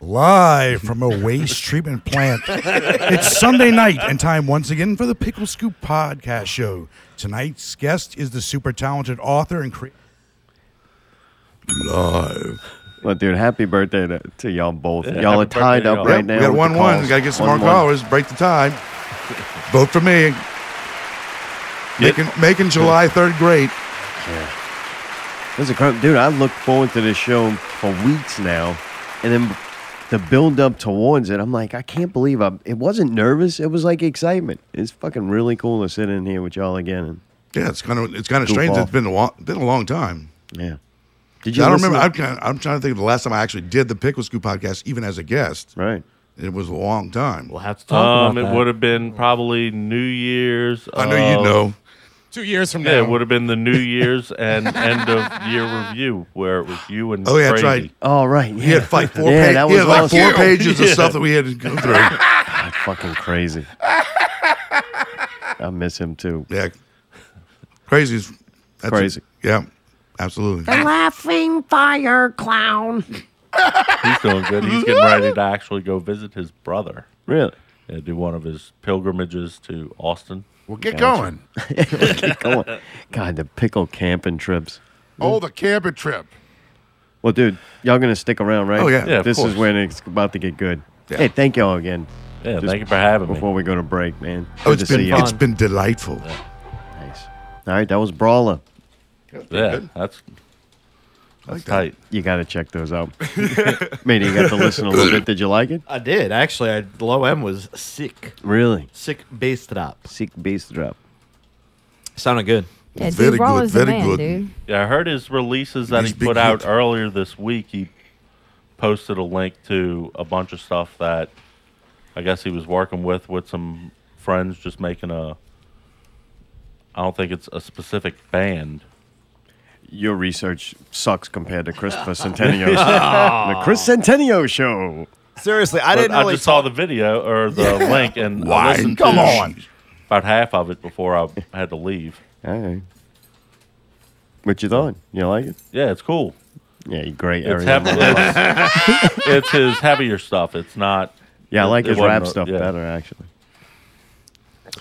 S2: Live from a waste treatment plant. It's Sunday night and time once again for the Pickle Scoop podcast show. Tonight's guest is the super talented author and creator. Live.
S1: Well, dude, happy birthday to, to y'all both.
S2: Yeah,
S1: y'all are
S2: happy birthday
S1: tied
S2: to
S1: up
S2: y'all.
S1: right
S2: Yep, we
S1: now.
S2: got
S1: with the
S2: 1-1. We
S1: calls.
S2: gotta get some more
S1: 1-1.
S2: callers, break the tie. Vote for me. Making, making July 3rd great.
S1: Yeah. This is a cr- dude. I look forward to this show for weeks now, and then the build up towards it. I'm like, I can't believe I. It wasn't nervous. It was like excitement. It's fucking really cool to sit in here with y'all again. And
S2: Yeah, it's kind of it's kind of
S1: Goof
S2: strange. that
S1: off.
S2: It's been a wa- been a long time.
S1: Yeah. Did you
S2: I don't
S1: listen
S2: remember. I'm,
S1: to-
S2: kind I'm trying to think of the last time I actually did the Pickle Scoop podcast, even as a guest.
S1: Right.
S2: It was a long time. We'll
S6: have to
S4: um, it would have been probably New Year's.
S2: I know you'd
S4: of-
S2: know.
S11: Two years from
S4: Yeah,
S11: now.
S4: it would have been the New Year's and end of year review where it was you and
S2: Oh yeah, that's
S4: Brady.
S2: right.
S1: Oh right. Yeah.
S2: He had like four.
S1: Yeah,
S2: Yeah,
S1: that
S2: he had
S1: was
S2: like
S1: awesome.
S2: four pages of
S1: Yeah.
S2: stuff that we had to go through.
S1: God, fucking crazy. I miss him too.
S2: Yeah. Crazy. is- That's a-
S1: Crazy.
S2: yeah. Absolutely.
S20: The laughing fire clown.
S4: He's doing good. He's getting ready to actually go visit his brother.
S1: Really?
S4: Yeah, do one of his pilgrimages to Austin.
S21: Well, get
S1: Gotcha. Get going. God, the pickle camping trips.
S21: Oh, the camping trip.
S1: Well, dude, y'all gonna stick around, right?
S21: Oh, yeah. Yeah, of
S1: this
S21: course.
S1: is when it's about to get good.
S21: Yeah.
S1: Hey, thank y'all again.
S4: Yeah, thank you for having
S1: before Before
S4: me.
S1: we go to break, man.
S2: Oh,
S1: Good
S2: it's
S1: to see
S2: been
S1: y'all.
S2: it's been delightful.
S1: All right, that was Brawler.
S4: Yeah, that's
S1: That's tight. You got to check those out. Maybe you got to listen a little bit. Did you like it?
S6: I did actually. I, low M was sick,
S1: Really?
S6: sick bass drop.
S1: Sick bass drop.
S6: Sounded good.
S5: Yeah, dude, Very Raw good, is the very man, good. dude.
S4: Yeah, I heard his releases that
S6: He's
S4: he
S6: big
S4: put out
S6: hit.
S4: earlier this week. He posted a link to a bunch of stuff that I guess he was working with with some friends, just making a. I don't think it's a specific band.
S1: Your research sucks compared to Christopher Centenio's.
S4: Ah.
S1: the Chris Centenio Show.
S7: Seriously,
S4: But I just saw the video or the link and I
S1: Why?
S4: listened
S1: Come
S4: to
S1: on.
S4: about half of it before I had to leave.
S1: All right. What you thought? You like it?
S4: Yeah, it's cool.
S1: Yeah, you great
S4: It's,
S1: area.
S4: heavy, it's, it's his heavier stuff. It's not.
S1: Yeah, I
S4: it-
S1: like
S4: it
S1: his
S4: wasn't
S1: rap
S4: a-
S1: stuff
S4: yeah.
S1: better, actually.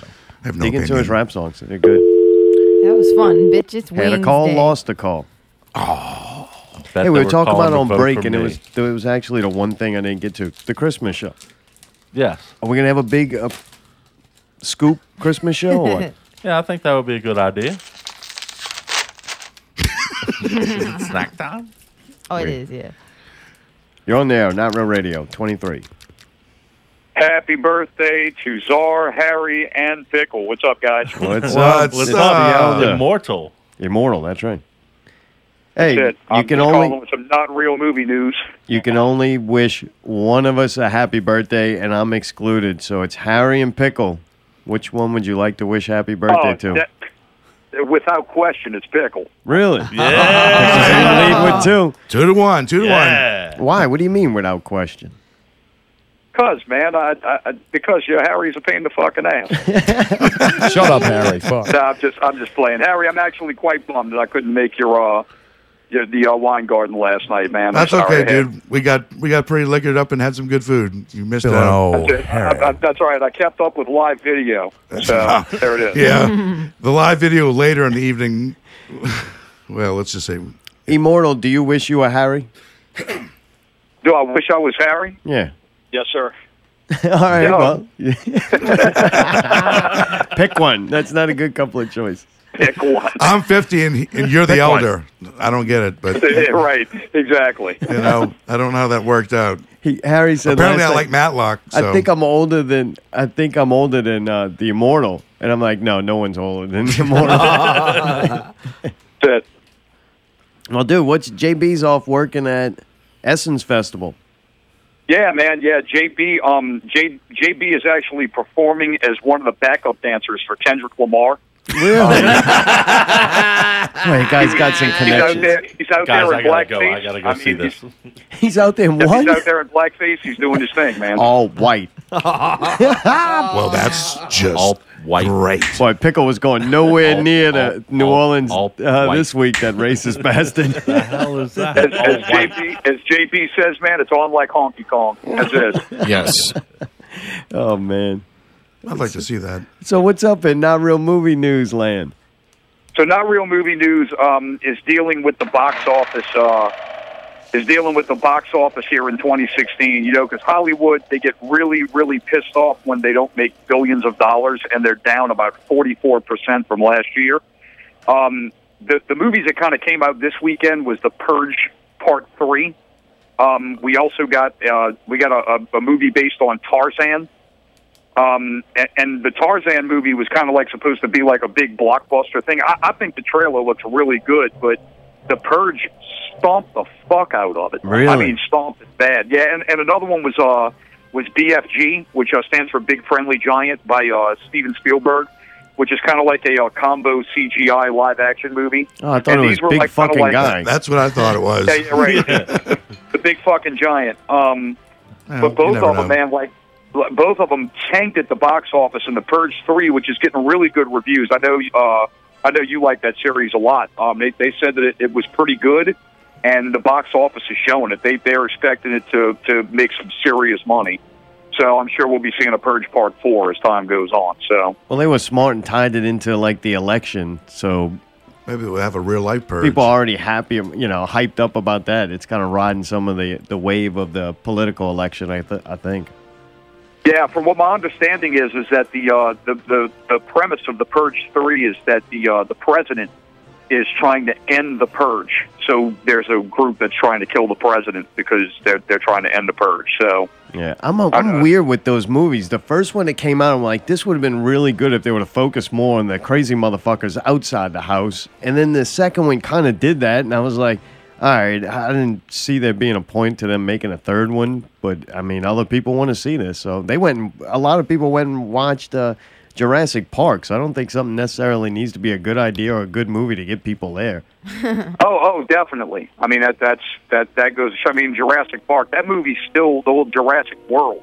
S2: I have
S1: Dig into his rap songs. They're good.
S5: That was fun, bitch. It's Wednesday.
S1: Had a call, lost a call. Oh. Hey, we were talking about it on break, and it was it was actually the one thing I didn't get to the Christmas show.
S4: Yes.
S1: Are we gonna have a big uh, scoop Christmas show? Or what?
S4: Yeah, I think that would be a good idea. snack time?
S5: Oh, it is. Yeah.
S1: You're on there, not real radio. Twenty three.
S22: Happy birthday to Czar, Harry, and Pickle. What's up, guys?
S1: What's up? What's It's up? the elder.
S4: Immortal.
S1: Immortal. That's right. Hey,
S22: That's it.
S1: you
S22: I'm
S1: can
S22: just
S1: only
S22: calling with some not real movie news.
S1: you can only wish one of us a happy birthday, and I'm excluded. So it's Harry and Pickle. Which one would you like to wish happy birthday
S22: Oh,
S1: to?
S22: that- without question, it's Pickle.
S1: Really? Yeah. lead with two.
S2: Two to one. Two
S22: to Yeah.
S1: one. Why? What do you mean without question?
S22: Cause man, I, I I- because you know, Harry's a pain in the fucking ass.
S7: Shut up, Harry. Fuck.
S22: no, I'm just I'm just playing. Harry, I'm actually quite bummed that I couldn't make your uh your, the uh, wine garden last night, man. I'm
S2: That's
S22: sorry.
S2: okay,
S22: I had-
S2: dude. We got we got pretty liquored up and had some good food. You missed
S22: Bill,
S2: out.
S22: that's, it. I, I, that's all right. I kept up with live video, so there it is.
S2: Yeah, the live video later in the evening. Well, let's just say
S1: Immortal. Do you wish you were Harry?
S22: Do I wish I was Harry?
S1: Yeah.
S22: Yes, sir.
S1: All right.
S22: No.
S1: Well, pick one. That's not a good couple of choice.
S22: Pick one.
S2: I'm 50 and, and you're the
S1: Pick one.
S2: elder. I don't get it, but
S22: Yeah, right. Exactly.
S2: you know, I don't know how that worked out.
S1: He, Harry said.
S2: Apparently,
S1: last
S2: I
S1: night-
S2: like Matlock. So.
S1: I think I'm older than I think I'm older than uh, the immortal, and I'm like, no, no one's older than the immortal. well, dude, what's JB's off working at Essence Festival?
S22: Yeah, man. Yeah, JB. Um, J, JB is actually performing as one of the backup dancers for Kendrick Lamar.
S1: Really? Wait, guy's got some
S22: He's out
S1: connections.
S22: there. He's out
S1: Guys,
S22: there
S1: I
S22: in
S1: gotta go.
S22: blackface.
S1: I gotta go see
S22: mean,
S1: this.
S22: He's,
S1: He's out there in
S22: yeah, he's
S1: what?
S22: out there in blackface. He's doing his thing, man.
S1: All white.
S2: well, that's just all
S4: white.
S2: Great.
S1: Oh. Boy, Pickle was going nowhere near to New Orleans uh,
S22: white.
S1: this week. That racist bastard.
S4: hell is
S22: As, as JB, as JB says, man, it's on like honky tonk. That's it.
S1: oh man.
S2: I'd like to see that.
S1: So what's up in not real movie news land?
S22: So, not real movie news um, is dealing with the box office. Uh, is dealing with the box office here in 2016. You know, because Hollywood they get really, really pissed off when they don't make billions of dollars, and they're down about 44 percent from last year. Um, the the movies that kind of came out this weekend was The Purge Part Three. Um, we also got uh, we got a, a, a movie based on Tarzan. Um, and, and the Tarzan movie was kind of like supposed to be like a big blockbuster thing. I, I think the trailer looks really good, but The Purge stomped the fuck out of it. I
S23: Really?
S22: mean, stomped it bad. Yeah, and, and another one was uh was BFG, which uh, stands for Big Friendly Giant by uh, Steven Spielberg, which is kind of like a uh, combo CGI live action movie.
S1: Oh, I thought
S22: And
S1: it
S22: these
S1: was
S22: were,
S1: big
S22: like, kinda
S1: fucking
S22: like-
S1: guy.
S2: That's what I thought it was.
S22: yeah, yeah, right. the big fucking giant. Um,
S2: you
S22: but both
S2: never
S22: of them,
S2: know.
S22: man, like l- both of them tanked at the box office, and The Purge Three, which is getting really good reviews. I know, uh, I know you like that series a lot. Um, they, they said that it, it was pretty good, and the box office is showing it. They they're expecting it to to make some serious money. So I'm sure we'll be seeing a Purge Part Four as time goes on. So
S1: Well, they were smart and tied it into like the election, so
S2: maybe we'll have a real life purge.
S1: People are already happy, you know, hyped up about that. It's kind of riding some of the the wave of the political election. I th- I think.
S22: Yeah, from what my understanding is, is that the uh, the, the the premise of the Purge Three is that the uh, the president is trying to end the purge. So there's a group that's trying to kill the president because they're they're trying to end the purge. So
S1: Yeah, I'm a, I'm weird with those movies. The first one that came out, I'm like, this would have been really good if they would have focused more on the crazy motherfuckers outside the house. And then the second one kind of did that, and I was like, all right, I didn't see there being a point to them making a third one, but I mean, other people want to see this, so they went. And, a lot of people went and watched uh, Jurassic Park. So I don't think something necessarily needs to be a good idea or a good movie to get people there.
S22: oh, oh, definitely. I mean that that's that that goes. I mean Jurassic Park. That movie still the old Jurassic World.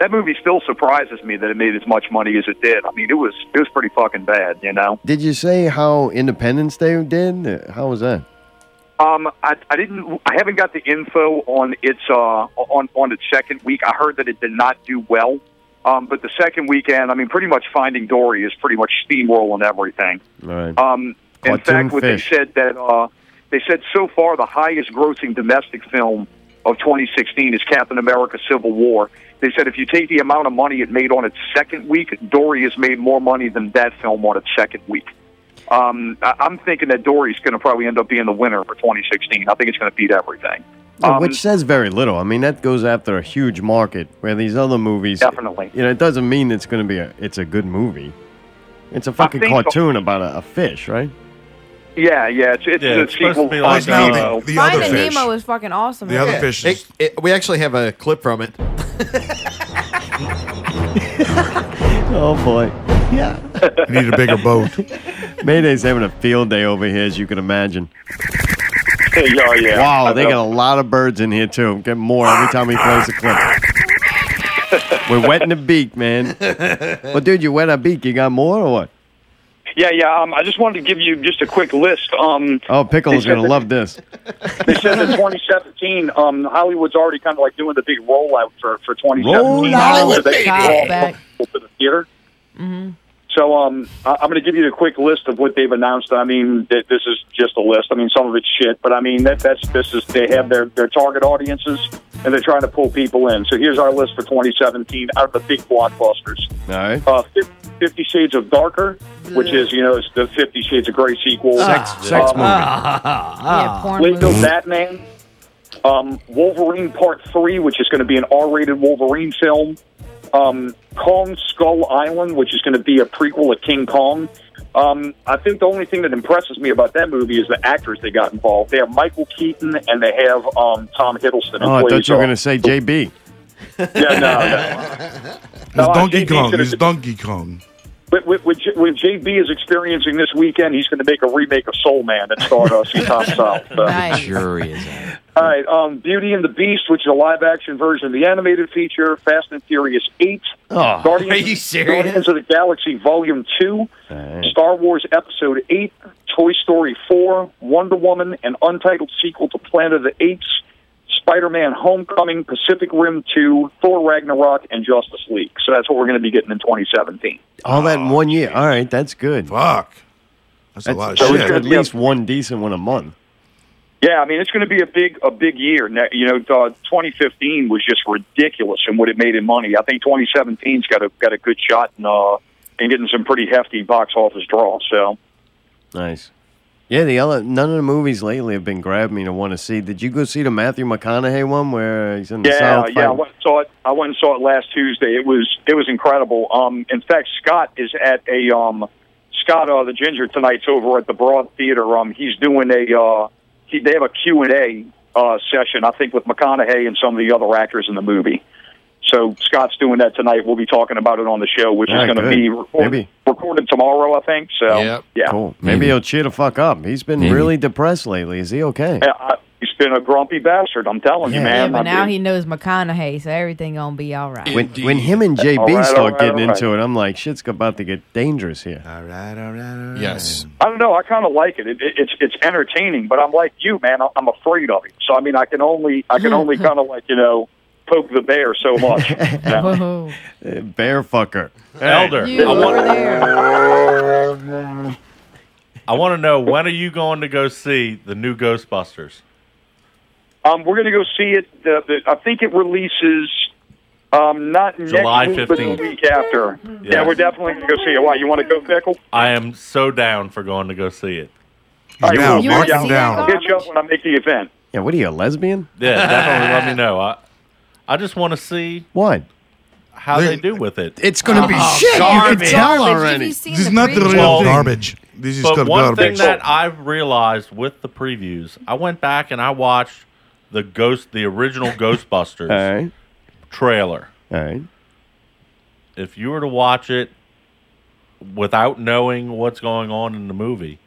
S22: That movie still surprises me that it made as much money as it did. I mean it was it was pretty fucking bad, you know.
S1: Did you say how Independence Day did? How was that?
S22: Um, I, I didn't. I haven't got the info on its uh on on its second week. I heard that it did not do well. Um, but the second weekend, I mean, pretty much Finding Dory is pretty much steamrolling everything.
S1: All right.
S22: Um, in
S1: Cartoon
S22: fact, what
S1: fish.
S22: they said that uh, they said so far the highest grossing domestic film of 2016 is Captain America: Civil War. They said if you take the amount of money it made on its second week, Dory has made more money than that film on its second week. Um, I- I'm thinking that Dory's going to probably end up being the winner for 2016. I think it's going to beat everything. Um,
S1: Yeah, which says very little. I mean, that goes after a huge market where these other movies.
S22: Definitely.
S1: You know, it doesn't mean it's going to be a. It's a good movie. It's a fucking
S22: think so.
S1: cartoon about a, a fish, right?
S22: Yeah, yeah, it's it's,
S1: Yeah,
S22: a
S1: it's supposed to
S22: sequel.
S1: be like,
S22: Finding
S1: uh,
S22: Nemo.
S1: the
S5: Finding Nemo is fucking awesome.
S6: The other Yeah. fish is- we actually have a clip from it.
S1: Oh boy. Yeah.
S2: You need a bigger boat.
S1: Mayday's having a field day over here, as you can imagine.
S22: yeah, Oh, yeah.
S1: Wow, they got a lot of birds in here too. Get more every time he plays a clip. We're wetting the beak, man. Well, dude, you wet our beak. You got more or what?
S22: Yeah, yeah. Um, I just wanted to give you just a quick list. Um,
S1: Oh, Pickle's
S22: they said
S1: gonna
S22: that-
S1: love this.
S22: They said that 2017, um, Hollywood's already kind of like doing the big rollout for for 2017.
S1: Roll out,
S22: So they can
S1: baby.
S22: all come to the theater.
S1: Mm-hmm.
S22: So um, I, I'm going to give you a quick list of what they've announced. I mean, th- this is just a list. I mean, some of it's shit, but I mean that that's this is they have their their target audiences and they're trying to pull people in. So here's our list for 2017 out of the big blockbusters.
S1: All right.
S22: Uh, Fif- Fifty Shades of Darker, which is you know it's the Fifty Shades of Grey sequel. Uh, um,
S1: Sex- sex movie.
S22: yeah, porn uh, Batman. Um, Wolverine Part Three, which is going to be an R-rated Wolverine film. Um, Kong Skull Island, which is going to be a prequel of King Kong. Um, I think the only thing that impresses me about that movie is the actors they got involved. They have Michael Keaton and they have um, Tom Hiddleston. who
S1: Oh, I
S22: plays,
S1: thought you were
S22: uh,
S1: going to say JB.
S22: yeah, no,
S2: It's
S22: no. no
S2: Donkey
S22: JB 's
S2: Kong.
S22: gonna-
S2: It's Donkey Kong.
S22: With, with, with, J- with JB is experiencing this weekend, he's going to make a remake of Soul Man that starred us and Tom South. So.
S5: Nice.
S6: Jury is out.
S22: All right, um, Beauty and the Beast, which is a live action version of the animated feature, Fast and Furious 8,
S1: Oh,
S22: Guardians,
S6: Uh, are you serious?
S22: Guardians of the Galaxy Volume 2, Star Wars Episode 8, Toy Story 4, Wonder Woman, an untitled sequel to Planet of the Apes, Spider Man Homecoming, Pacific Rim 2, Thor Ragnarok, and Justice League. So that's what we're going to be getting in 2017.
S1: All that
S22: Ah,
S1: in one year. All right, that's good.
S2: Fuck. That's
S22: a lot of
S1: so
S22: shit.
S1: it's At least one decent one a month.
S22: Yeah, I mean it's going to be a big a big year. Now, You know, uh, 2015 was just ridiculous in what it made in money. I think 2017's got a got a good shot in uh in getting some pretty hefty box office draw. So
S1: Nice. Yeah, the other, none of the movies lately have been grabbing me to want to see. Did you go see the Matthew McConaughey one where he's in the
S22: yeah,
S1: South?
S22: yeah, I
S1: fighting-
S22: went and saw it. I went and saw it last Tuesday. It was it was incredible. Um, in fact, Scott is at a um Scott uh, the Ginger tonight's over at the Broad Theater. Um, he's doing a uh he, they have a Q and A uh session I think with McConaughey and some of the other actors in the movie. So Scott's doing that tonight. We'll be talking about it on the show, which
S1: Yeah,
S22: is going to
S1: good.
S22: be record,
S1: Maybe.
S22: recorded tomorrow, I think. So yeah,
S1: Cool. Maybe, he'll cheer the fuck up. He's been really depressed lately. Is he okay?
S22: Yeah, I- he's been a grumpy bastard. I'm telling you, man.
S5: Yeah, but
S22: I
S5: now
S22: mean-
S5: he knows McConaughey, so everything gonna be all right.
S1: When, when him and JB
S22: All right, all
S1: start
S22: right,
S1: getting
S22: all right.
S1: into it, I'm like, shit's about to get dangerous here. All
S6: right, all right, all right.
S1: Yes.
S22: I don't know. I kind of like it. It, it. It's it's entertaining, but I'm like you, man. I- I'm afraid of it. So I mean, I can only I can only kind of like you know poke the bear so much.
S1: Bear fucker.
S4: Elder,
S22: You
S4: I want,
S22: were
S4: I want to know when are you going to go see the new Ghostbusters?
S22: Um, we're gonna go see it. The, the, I think it releases. Um, not
S4: July
S22: next week, but the
S4: 15th.
S22: week after. Yeah,
S4: Yes.
S22: we're definitely gonna go see it. Why you want to go pickle?
S4: I am so down for going to go see it.
S2: He's
S22: I
S2: down.
S22: will.
S2: Mark him down.
S22: Hit you up when I make the event.
S1: Yeah, what are you, a lesbian?
S4: Yeah, definitely let me know. I I just want to see
S1: what
S4: how they do with it.
S1: It's
S2: gonna be
S4: Oh,
S2: shit. You can
S4: Garbage.
S2: tell Garbage. already. Have you seen This is the not the previews? real
S4: Well,
S2: thing. Garbage. This is
S4: but
S2: called
S4: one
S2: garbage.
S4: thing that I've realized with the previews, I went back and I watched the ghost, the original Ghostbusters trailer.
S1: All right.
S4: If you were to watch it without knowing what's going on in the movie,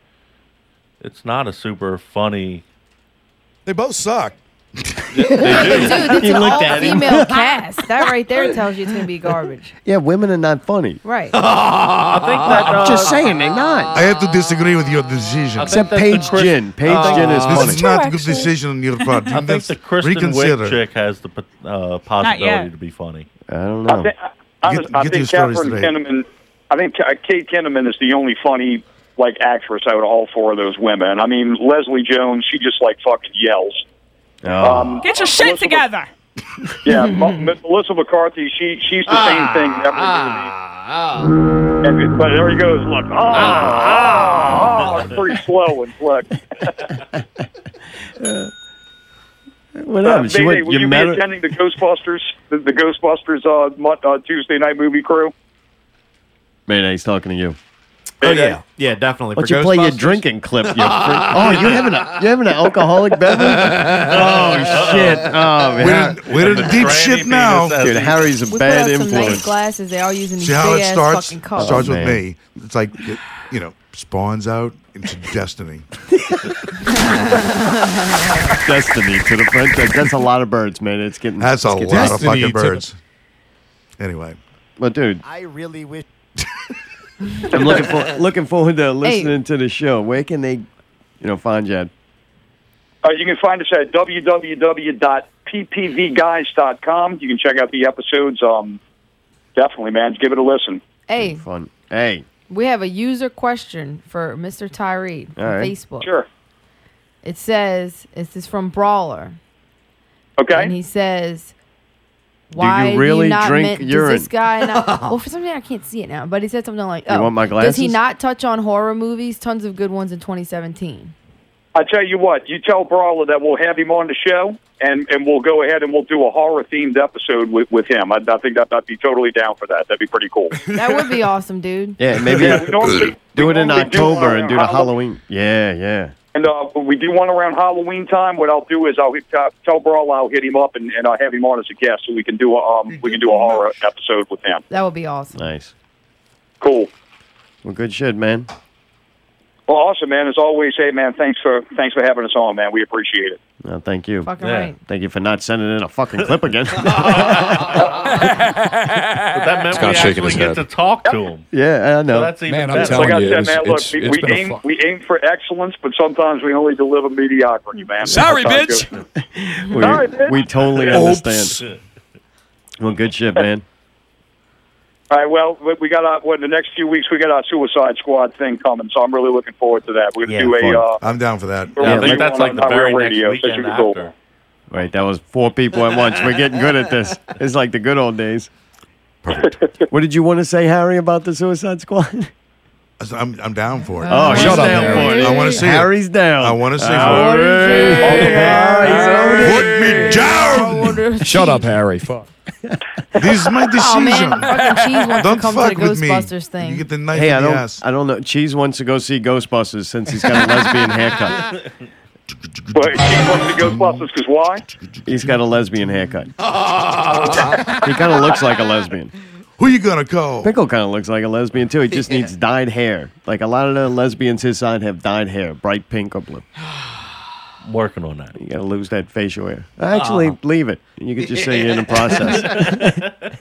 S4: it's not a super funny.
S2: They both suck.
S5: Dude, that's
S4: You
S5: an
S4: looked
S5: all
S4: at him.
S5: female cast. That right there tells you it's gonna be garbage.
S1: Yeah, women are not funny.
S5: Right.
S1: I
S4: think
S5: that,
S1: I'm
S5: uh,
S1: just saying they're not.
S2: I have to disagree with your decision.
S1: Except Paige Gin. Paige Gin is funny.
S2: This is not a good decision on your part.
S4: Oh. I think the Kristen
S2: reconsider.
S4: Wiig chick has the po- uh, possibility to be funny.
S1: I don't
S22: I, thi- I, I, was- I think Catherine Kinnaman. I think Ka- Kate Kinnaman is the only funny like actress out of all four of those women. I mean, Leslie Jones, she just like fucking yells.
S4: Oh.
S22: Um,
S10: Get your shit together.
S22: yeah, Mo- M- Melissa McCarthy, she she's the same thing every Ah, movie. And it- but there he goes. Look, ah, oh. ah, ah, it's pretty slow and slick.
S1: What
S22: Uh,
S1: happened? She
S22: Mayday,
S1: went,
S22: will
S1: you
S22: you
S1: met
S22: be
S1: her-
S22: attending the Ghostbusters, the, the Ghostbusters uh, mu- uh, Tuesday night movie crew?
S1: Mayday's talking to you.
S6: Oh yeah, yeah, definitely.
S1: Why
S6: For
S1: don't you play your
S6: Ghostbusters.
S1: drinking clip? You freak? Oh, you having a you having an alcoholic beverage? Oh shit! Oh man,
S2: we're in deep shit now.
S1: dude. Harry's a
S5: We put out
S1: bad
S5: some nice
S1: influence.
S5: glasses. They're all using these
S2: See how
S5: big
S2: it
S5: ass
S2: starts?
S5: fucking
S2: It
S5: cups.
S2: starts
S1: Oh, man.
S2: with me. It's like, it, you know, spawns out into destiny.
S1: Destiny to the French. That's a lot of birds, man. It's getting
S2: That's a
S1: it's getting-
S2: lot of fucking birds. Anyway,
S1: but dude,
S8: I really wish.
S1: I'm looking for looking forward to
S22: Hey.
S1: listening to the show. Where can they, you know, find you? at?
S22: Uh, you can find us at www.ppvguys.com. You can check out the episodes. Um, definitely, man, give it a listen.
S5: Hey,
S1: Fun. Hey,
S5: we have a user question for Mr. Tyree from
S22: All right.
S5: Facebook.
S22: Sure.
S5: It says, "This is from Brawler."
S22: Okay.
S5: And he says,
S1: you
S5: "Why do
S1: really
S5: not
S1: drink
S5: men-
S1: urine?
S5: Does this guy not? well, for some reason I can't see it now, but he said something like,
S1: You
S5: "Oh,
S1: want my
S5: does he
S1: glasses?
S5: not touch on horror movies? Tons of good ones in 2017."
S22: I tell you what, you tell Brawler that we'll have him on the show, and, and we'll go ahead and we'll do a horror themed episode with, with him. I, I think that, I'd be totally down for that. That'd be pretty cool.
S5: That would be awesome, dude.
S1: Yeah, maybe
S22: Yeah, we normally-
S1: do it in
S22: normally do
S1: October
S22: our
S1: and do the
S22: Halloween.
S1: Halloween. Yeah, yeah.
S22: And uh, we do one around Halloween time. What I'll do is I'll hit, uh, tell Brawler I'll hit him up and, and I'll have him on as a guest, so we can do a um, we can do a horror episode with him.
S5: That would be awesome.
S1: Nice.
S22: Cool.
S1: Well, good shit, man.
S22: Well, awesome, man. As always, hey, man, thanks for thanks for having us on, man. We appreciate it.
S1: No, thank you.
S22: Fucking Yeah. right.
S1: Thank you for not sending in a fucking clip again.
S4: But that meant
S1: Scott's
S4: we
S1: shaking
S4: actually
S1: his
S4: get
S1: head.
S4: to talk to him.
S1: yeah, I know.
S4: So that's even Man, I'm better.
S22: like
S4: telling
S22: I
S4: you,
S22: said,
S4: it's-
S22: man, look,
S4: it's-
S22: we,
S4: it's
S22: we
S4: been a
S22: aim
S4: fu-
S22: we aim for excellence, but sometimes we only deliver mediocrity, man.
S1: Sorry,
S22: That's how it
S1: we,
S22: goes. Sorry, bitch.
S1: we totally
S22: Oops.
S1: understand. Well, good shit, man.
S22: All right, well, we- we got our, well, in the next few weeks we got our Suicide Squad thing coming, so I'm really looking forward to that. We're gonna do a. Uh,
S2: I'm down for that.
S22: we're gonna do one on Not Real radio, so you can go.
S1: Right, that was four people at once. We're getting good at this. It's like the good old days. Perfect. What did you want to say, Harry, about the Suicide Squad?
S2: I'm, I'm down for it.
S1: Oh, he's
S2: Shut up,
S1: down
S2: Harry.
S1: for it.
S2: I want to see
S1: Harry's
S2: it.
S1: down.
S2: I want to see
S1: All
S2: it.
S7: Shut up, Harry. Fuck.
S2: This is my
S5: Oh
S2: decision.
S5: man, fucking cheese wants
S2: Don't
S5: to come to the
S2: fuck with me.
S5: Ghostbusters thing.
S2: get the knife
S1: hey,
S2: in
S1: I
S2: the
S1: don't,
S2: ass.
S1: I don't know. Cheese wants to go see Ghostbusters since he's got a lesbian haircut.
S22: But he wants to go pluses because why?
S1: He's got a lesbian haircut. He kind of looks like a lesbian.
S2: Who you gonna call?
S1: Pickle kind of looks like a lesbian too. He just needs dyed hair. Like a lot of the lesbians his side have dyed hair, bright pink or blue.
S4: Working on that.
S1: You gotta lose that facial hair. Actually, leave it. You could just say you're in the process.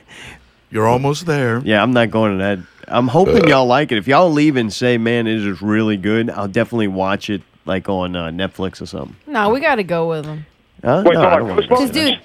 S2: You're almost there.
S1: Yeah, I'm not going to that. I'm hoping y'all like it. If y'all leave and say, "Man, it is really good," I'll definitely watch it, like on uh, Netflix or something.
S5: No, we gotta go with him.
S1: Huh?
S22: Wait,
S1: No, I
S22: hold on.
S1: don't wanna go
S5: Because,
S1: see that.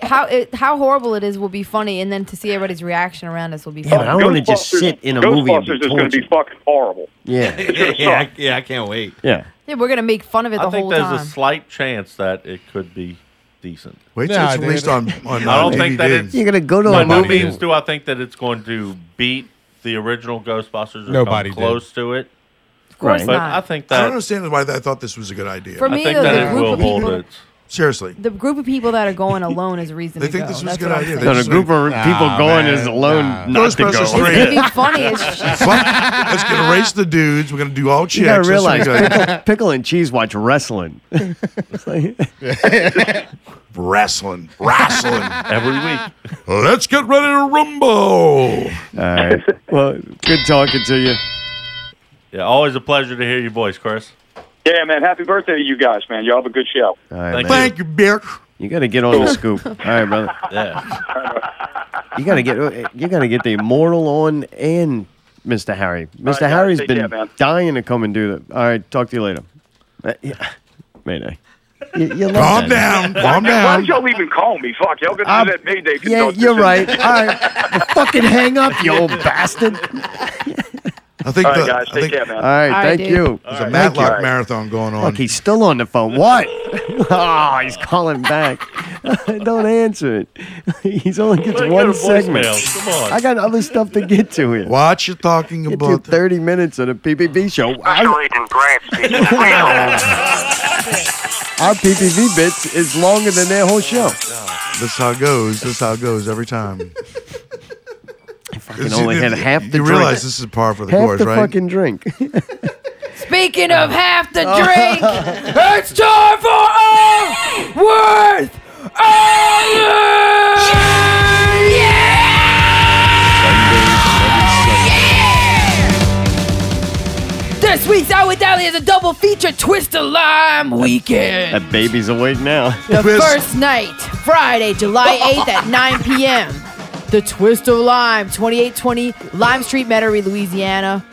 S5: dude, how it, how horrible it is will be funny, and then to see everybody's reaction around us will be
S1: Yeah,
S5: funny.
S1: but I wanna just
S22: Ghostbusters-
S1: sit in a movie and be
S22: Ghostbusters is gonna be
S1: tortured.
S22: fucking horrible.
S1: Yeah.
S6: yeah, yeah, I, yeah, I can't wait.
S1: Yeah.
S5: Yeah, we're gonna make fun of it the
S4: I think
S5: whole
S4: there's a
S5: time.
S4: slight chance that it could be decent.
S2: Wait till it's released on, on
S4: I don't
S2: uh,
S4: think that
S2: DVD.
S4: it's. by no means do I think that it's going to beat the original Ghostbusters or
S2: Nobody
S4: come
S2: did.
S4: close to it.
S5: course
S4: But
S5: not.
S4: I think
S2: I
S4: that-
S2: don't understand why I thought this was a good idea.
S5: For I me, think the- that the it group will of hold people- it.
S2: Seriously.
S5: the group of people that are going alone is a reason
S2: They
S5: to
S2: think
S5: go.
S2: this was a
S5: That's
S2: good
S5: what I'm
S2: idea.
S5: saying.
S2: They
S1: No, the
S2: just
S1: group
S2: think-
S1: of people
S2: Nah,
S1: going
S2: man.
S1: is alone not
S2: Those
S1: to go.
S2: persons
S1: It's
S2: three.
S1: gonna
S5: be funny as shit.
S2: Fuck, Let's get a race the dudes. We're gonna do all chicks.
S1: You gotta
S2: That's what we
S1: realize
S2: got.
S1: pickle, Pickle and Cheese watch wrestling. It's like-
S2: wrestling, wrestling
S4: every week.
S2: Let's get ready to rumble.
S1: All right. Well, good talking to you.
S4: Yeah, always a pleasure to hear your voice, Chris.
S10: Yeah, man. Happy birthday to you guys, man. Y'all have a good show.
S1: All right,
S4: Thank
S1: man.
S2: you, Bear.
S1: You got to get on the scoop. All right, brother.
S4: Yeah.
S1: You got to get you got to get the immortal on and Mr. Harry. Mr.
S10: All right, guys,
S1: Harry's
S10: take
S1: been
S10: care, man.
S1: dying to come and do that. All right, talk to you later. Uh, yeah. Mayday. You, you love
S10: Calm
S1: that.
S10: Why did y'all even call me? Fuck, y'all could
S1: Um,
S10: do that Mayday.
S1: Yeah,
S10: consultancy.
S1: you're right. All right, Well, fucking hang up, you old bastard.
S2: I think
S10: All right,
S2: the-
S10: guys.
S2: I
S10: Take
S2: think-
S10: care, man.
S1: All right, thank you.
S2: There's a
S1: Thank you.
S2: Matlock marathon going on.
S1: Look, he's still on the phone. What? oh, he's calling back. Don't answer it. He's only gets
S2: Well, you
S1: one
S2: got a
S1: segment.
S2: voicemail. Come on.
S1: I got other stuff to get to here.
S2: Watch you talking
S1: Get
S2: about
S1: to 30 minutes of the PPV show. Our, our PPV bits is longer than their whole show.
S2: This is how it goes. This is how it goes every time.
S1: Fucking only had half the
S2: You
S1: drink.
S2: realize this is par for the
S1: half
S2: course,
S1: the
S2: right?
S1: fucking drink.
S5: Speaking of half the drink, it's time for our worth. This week's Out with Alley is a double feature twist of lime weekend.
S1: That baby's awake now.
S5: The first night, Friday, July 8th at 9 p.m. The Twist of Lime, 2820 Lime Street, Metairie, Louisiana,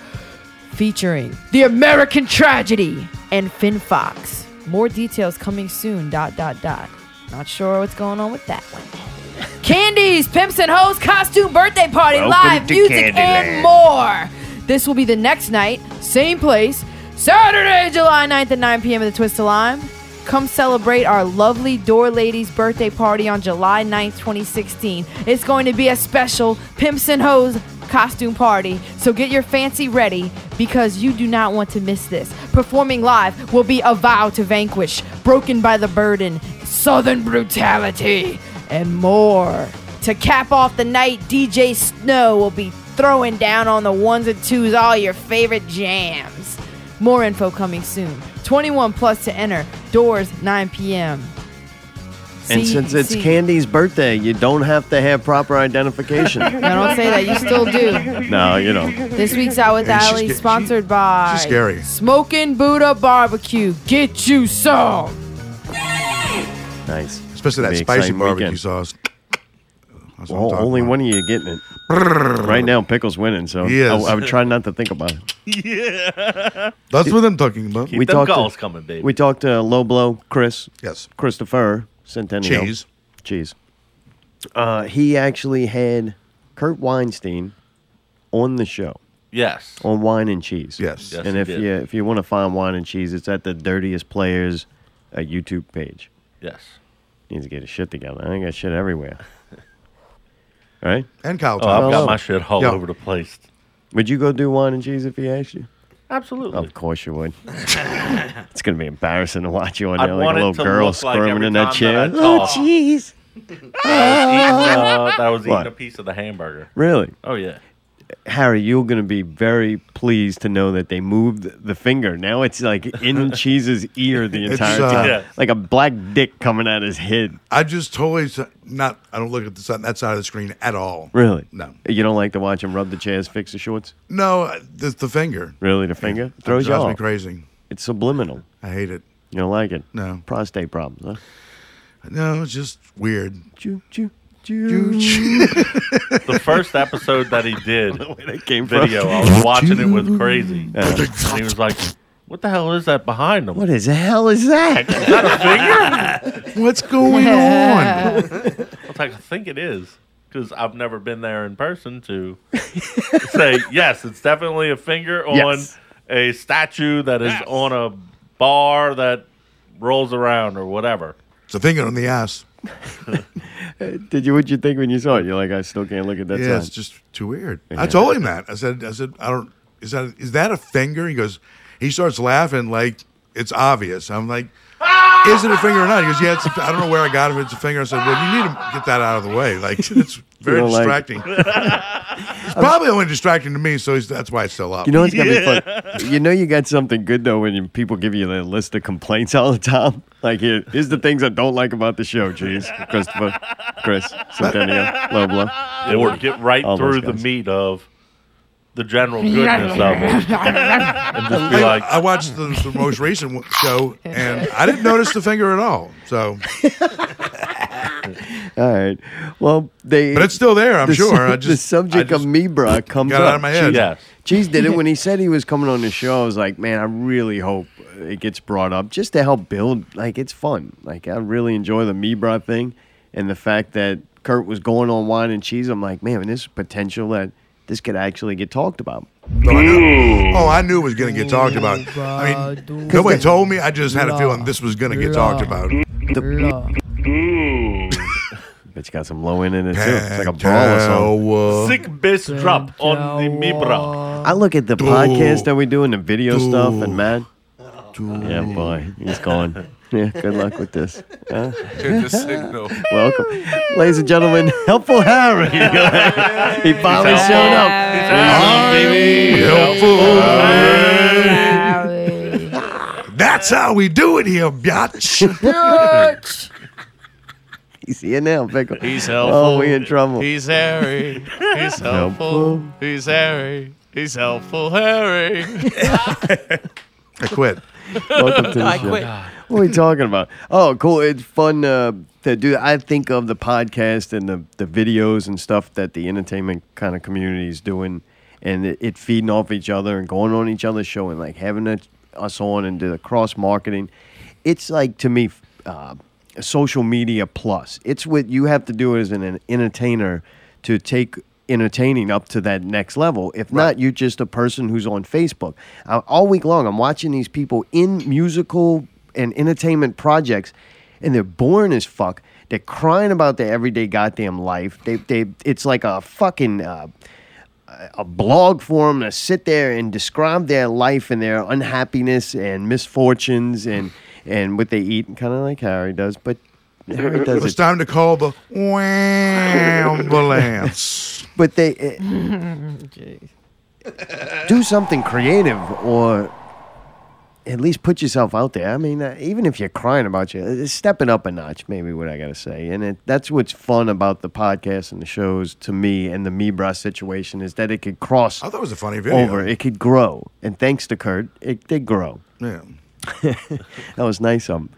S5: featuring The American Tragedy and Finn Fox. More details coming soon. Dot dot dot. Not sure what's going on with that one. Candies, pimps and hoes, costume birthday party,
S9: Welcome
S5: live
S9: to
S5: music,
S9: Candyland.
S5: and more. This will be the next night, same place, Saturday, July 9th at 9 p.m. at the Twist of Lime. Come celebrate our lovely Door Ladies birthday party on July 9th, 2016. It's going to be a special Pimps and Hoes costume party, so get your fancy ready because you do not want to miss this. Performing live will be A Vow to Vanquish, Broken by the Burden, Southern Brutality, and more. To cap off the night, DJ Snow will be throwing down on the ones and twos all your favorite jams. More info coming soon. 21 plus to enter. Doors 9 p.m.
S1: and
S5: See-
S1: since it's
S5: see-
S1: Candy's birthday, you don't have to have proper identification.
S5: No, don't say that. You still do.
S1: no, you don't.
S5: This week's Out with
S1: Hey, she's
S5: Alley
S1: sca-
S5: sponsored by
S1: she's scary.
S5: Smoking Buddha Barbecue. Get you some.
S1: Nice.
S2: Especially that
S1: Be
S2: spicy
S1: exciting
S2: barbecue
S1: weekend.
S2: sauce. what I'm
S1: Well,
S2: talking
S1: only one of you getting it. right now, Pickle's winning, so
S2: He is.
S1: I, I would try not to think about it.
S4: Yeah.
S2: That's what I'm talking about.
S4: Keep them calls coming, baby.
S1: We talked to Low Blow, Chris.
S2: Yes.
S1: Christopher Centennial.
S2: Cheese.
S1: Cheese. Uh, he actually had Kurt Weinstein on the show.
S4: Yes.
S1: On Wine and Cheese.
S2: Yes.
S4: Yes,
S1: and
S4: he
S1: if
S4: did.
S1: you if you want to find Wine and Cheese, it's at the Dirtiest Players uh, YouTube page.
S4: Yes.
S1: Needs to get his shit together. I ain't got shit everywhere. right?
S2: And Kyle.
S4: Oh, I've
S1: Hello.
S4: got my shit all
S1: Yeah.
S4: over the place.
S1: Would you go do Wine and Cheese if he asked you?
S4: Absolutely.
S1: Of course you would. it's gonna be embarrassing to watch you on
S4: I'd
S1: there like
S4: want
S1: a
S4: it
S1: little
S4: to
S1: girl
S4: look like
S1: squirming
S4: every
S1: in that
S4: time
S1: chair. Oh,
S4: that I talk.
S1: jeez.
S4: I was eating, uh, that was eating
S1: What?
S4: a piece of the hamburger.
S1: Really?
S4: Oh yeah.
S1: Harry, you're gonna be very pleased to know that they moved the finger. Now it's like in Cheese's ear the
S2: It's,
S1: entire
S2: uh,
S1: time,
S2: Yes.
S1: like a black dick coming out his head.
S2: I just totally s- not. I don't look at the side, that side of the screen at all.
S1: Really?
S2: No.
S1: You don't like to watch him rub the chairs, fix the shorts.
S2: No, it's the finger.
S1: Really, the finger
S2: It
S1: throws you
S2: drives me
S1: off.
S2: crazy.
S1: It's subliminal.
S2: I hate it.
S1: You don't like it?
S2: No.
S1: Prostate problems,
S2: No, it's just weird.
S1: Choo choo choo.
S4: The first episode that he did
S1: came from.
S4: video, I was watching it with crazy. And he was like, What the hell is that behind him?
S1: What is the hell is that?
S4: Is that a finger?
S2: What's going
S4: Yeah.
S2: on?
S4: I was like, I think it is. Because I've never been there in person to say, yes, it's definitely a finger on
S1: Yes.
S4: a statue that is on a bar that rolls around or whatever.
S2: It's a finger on the ass.
S1: huh? Uh, Did you? What you think when you saw it? You're like, I still can't look at that.
S2: yeah,
S1: sign.
S2: it's just too weird.
S1: Yeah.
S2: I told him that. I said, I said, I don't. Is that is that a finger? He goes, He starts laughing like it's obvious. I'm like, is it a finger or not? He goes, yeah, it's a, I don't know where I got it. If it's a finger, I said, well, you need to get that out of the way. Like it's very
S1: don't like it.
S2: distracting. it's probably only distracting to me, so he's, that's why it's still up.
S1: You know what's gonna be fun? You know you got something good though when you, people give you the list of complaints all the time. Like here, here's the things I don't like about the show. Jeez, Christopher, Chris, Centennial, Loblo.
S4: They would get right
S1: All those
S4: through the
S1: guys.
S4: meat of the general goodness of it. and just be
S2: I-
S4: like,
S2: I watched the, the most recent one- show, and I didn't notice the finger at all. So,
S1: All right. Well, they.
S2: But it's still there, I'm
S1: the
S2: sure. I
S1: the
S2: just-
S1: subject of Mibra comes
S2: got it
S1: up.
S2: out of my head.
S1: Jeez,
S2: Yes.
S1: Jeez did it when he said he was coming on the show. I was like, man, I really hope it gets brought up just to help build. Like, it's fun. Like, I really enjoy the Mibra thing, and the fact that Kurt was going on wine and cheese. I'm like, man, there's potential that this could actually get talked about.
S2: No, I knew- oh, I knew it was going to get talked about. I mean, nobody told me. I just had a feeling this was going to get talked about.
S1: But you got some low end in it too. It's like a brawl or
S2: uh,
S1: something.
S4: sick bass drop on the Mibra.
S1: I look at the podcast that we do and the video stuff, and man, yeah, boy, he's gone. Yeah, good luck with this. Huh?
S14: Good signal.
S1: Welcome, ladies and gentlemen. Helpful Harry. he finally
S14: He's
S1: showed
S14: out.
S1: up.
S14: He's out, baby.
S2: Helpful That's how we do it here, biatch.
S1: He's here now, Pickle.
S11: He's helpful.
S1: Oh, we in trouble.
S11: He's Harry. He's helpful. He's Harry. He's helpful, Harry.
S2: I quit.
S1: Welcome to the
S11: I
S1: show.
S11: quit.
S1: What are we talking about? Oh, cool. It's fun uh, to do. I think of the podcast and the, the videos and stuff that the entertainment kind of community is doing and it, it feeding off each other and going on each other's show and like having it, us on and do the cross marketing. It's like, to me, uh, social media plus. It's what you have to do as an, an entertainer to take entertaining up to that next level. If not, you're just a person who's on Facebook. Uh, all week long, I'm watching these people in musical and entertainment projects, and they're boring as fuck. They're crying about their everyday goddamn life. They, they, it's like a fucking. Uh, a blog for them to sit there and describe their life and their unhappiness and misfortunes and and what they eat, kind of like Harry does. But Harry does
S2: it's
S1: it.
S2: time to call the ambulance.
S1: But they eh, do something creative or at least put yourself out there. I mean, uh, even if you're crying about you, uh, step it up a notch, maybe what I got to say. And it, that's what's fun about the podcast and the shows to me and the Mibra situation is that it could cross
S2: I thought it was a funny video.
S1: over. It could grow. And thanks to Kurt, it did grow.
S2: Yeah.
S1: That was nice of him.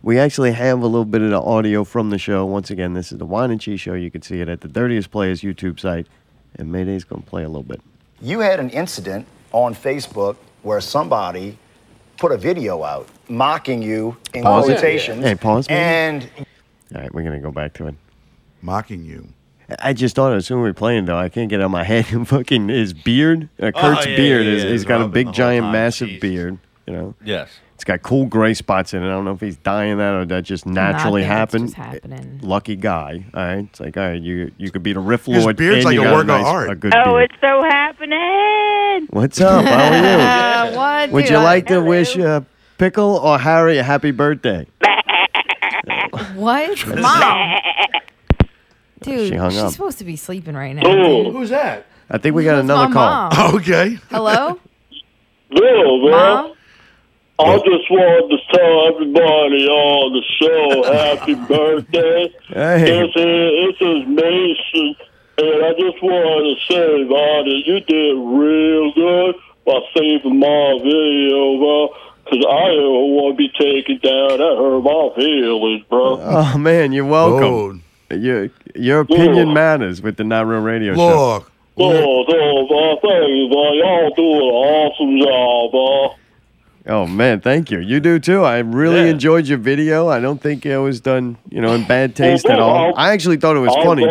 S1: We actually have a little bit of the audio from the show. Once again, this is the Wine and Cheese Show. You can see it at the Dirtiest Players YouTube site. And Mayday's going to play a little bit.
S12: You had an incident on Facebook where somebody put a video out mocking you in
S1: Pause it.
S12: quotations.
S1: Hey, pause, maybe?
S12: And
S1: All right, we're going to go back to it.
S2: Mocking you.
S1: I just thought as soon as we were playing, though, I can't get it out of my head. Fucking his beard, uh,
S4: Oh,
S1: Kurt's
S4: yeah,
S1: beard,
S4: yeah,
S1: is,
S4: yeah,
S1: he's
S4: it's
S1: got a
S4: rubbing the
S1: big,
S4: whole
S1: giant,
S4: time.
S1: massive
S4: Jeez.
S1: beard. You know,
S4: Yes.
S1: it's got cool gray spots in it. I don't know if he's dying that or that just naturally
S5: think it's
S1: happened. Eh,
S5: just happening.
S1: Lucky guy. All right, it's like all right, you you could be the riff
S2: His
S1: lord. and
S2: beard's like
S1: you
S2: a
S1: got
S2: work of
S1: nice-
S2: art.
S1: A good
S13: oh,
S1: beard.
S13: it's so happening.
S1: What's up? How are you?
S5: what,
S1: Would
S5: dude,
S1: you
S5: I-
S1: like to wish uh, Pickle or Harry a happy birthday?
S5: What? Mom. Dude,
S1: She hung
S5: she's
S1: up.
S5: supposed to be sleeping right now.
S1: Ooh.
S5: Who's that?
S1: I think we got another
S5: my
S1: call.
S5: mom.
S2: Okay.
S5: Hello?
S8: Well, well, I just wanted to tell everybody on the show happy birthday.
S1: Hey.
S8: This is, this is Mason, and I just wanted to say, Vonda, you did real good by saving my video, bro, because I don't want to be taken down. That hurt my feelings, bro.
S1: Oh man, you're welcome. Your your opinion matters with the Not Real Radio show.
S8: Look. Oh, oh, bro, thank you, bro. Y'all doing an awesome job, bro.
S1: Oh man, thank you. You do too. I really enjoyed your video. I don't think it was done, you know, in bad taste at all. I actually thought it was funny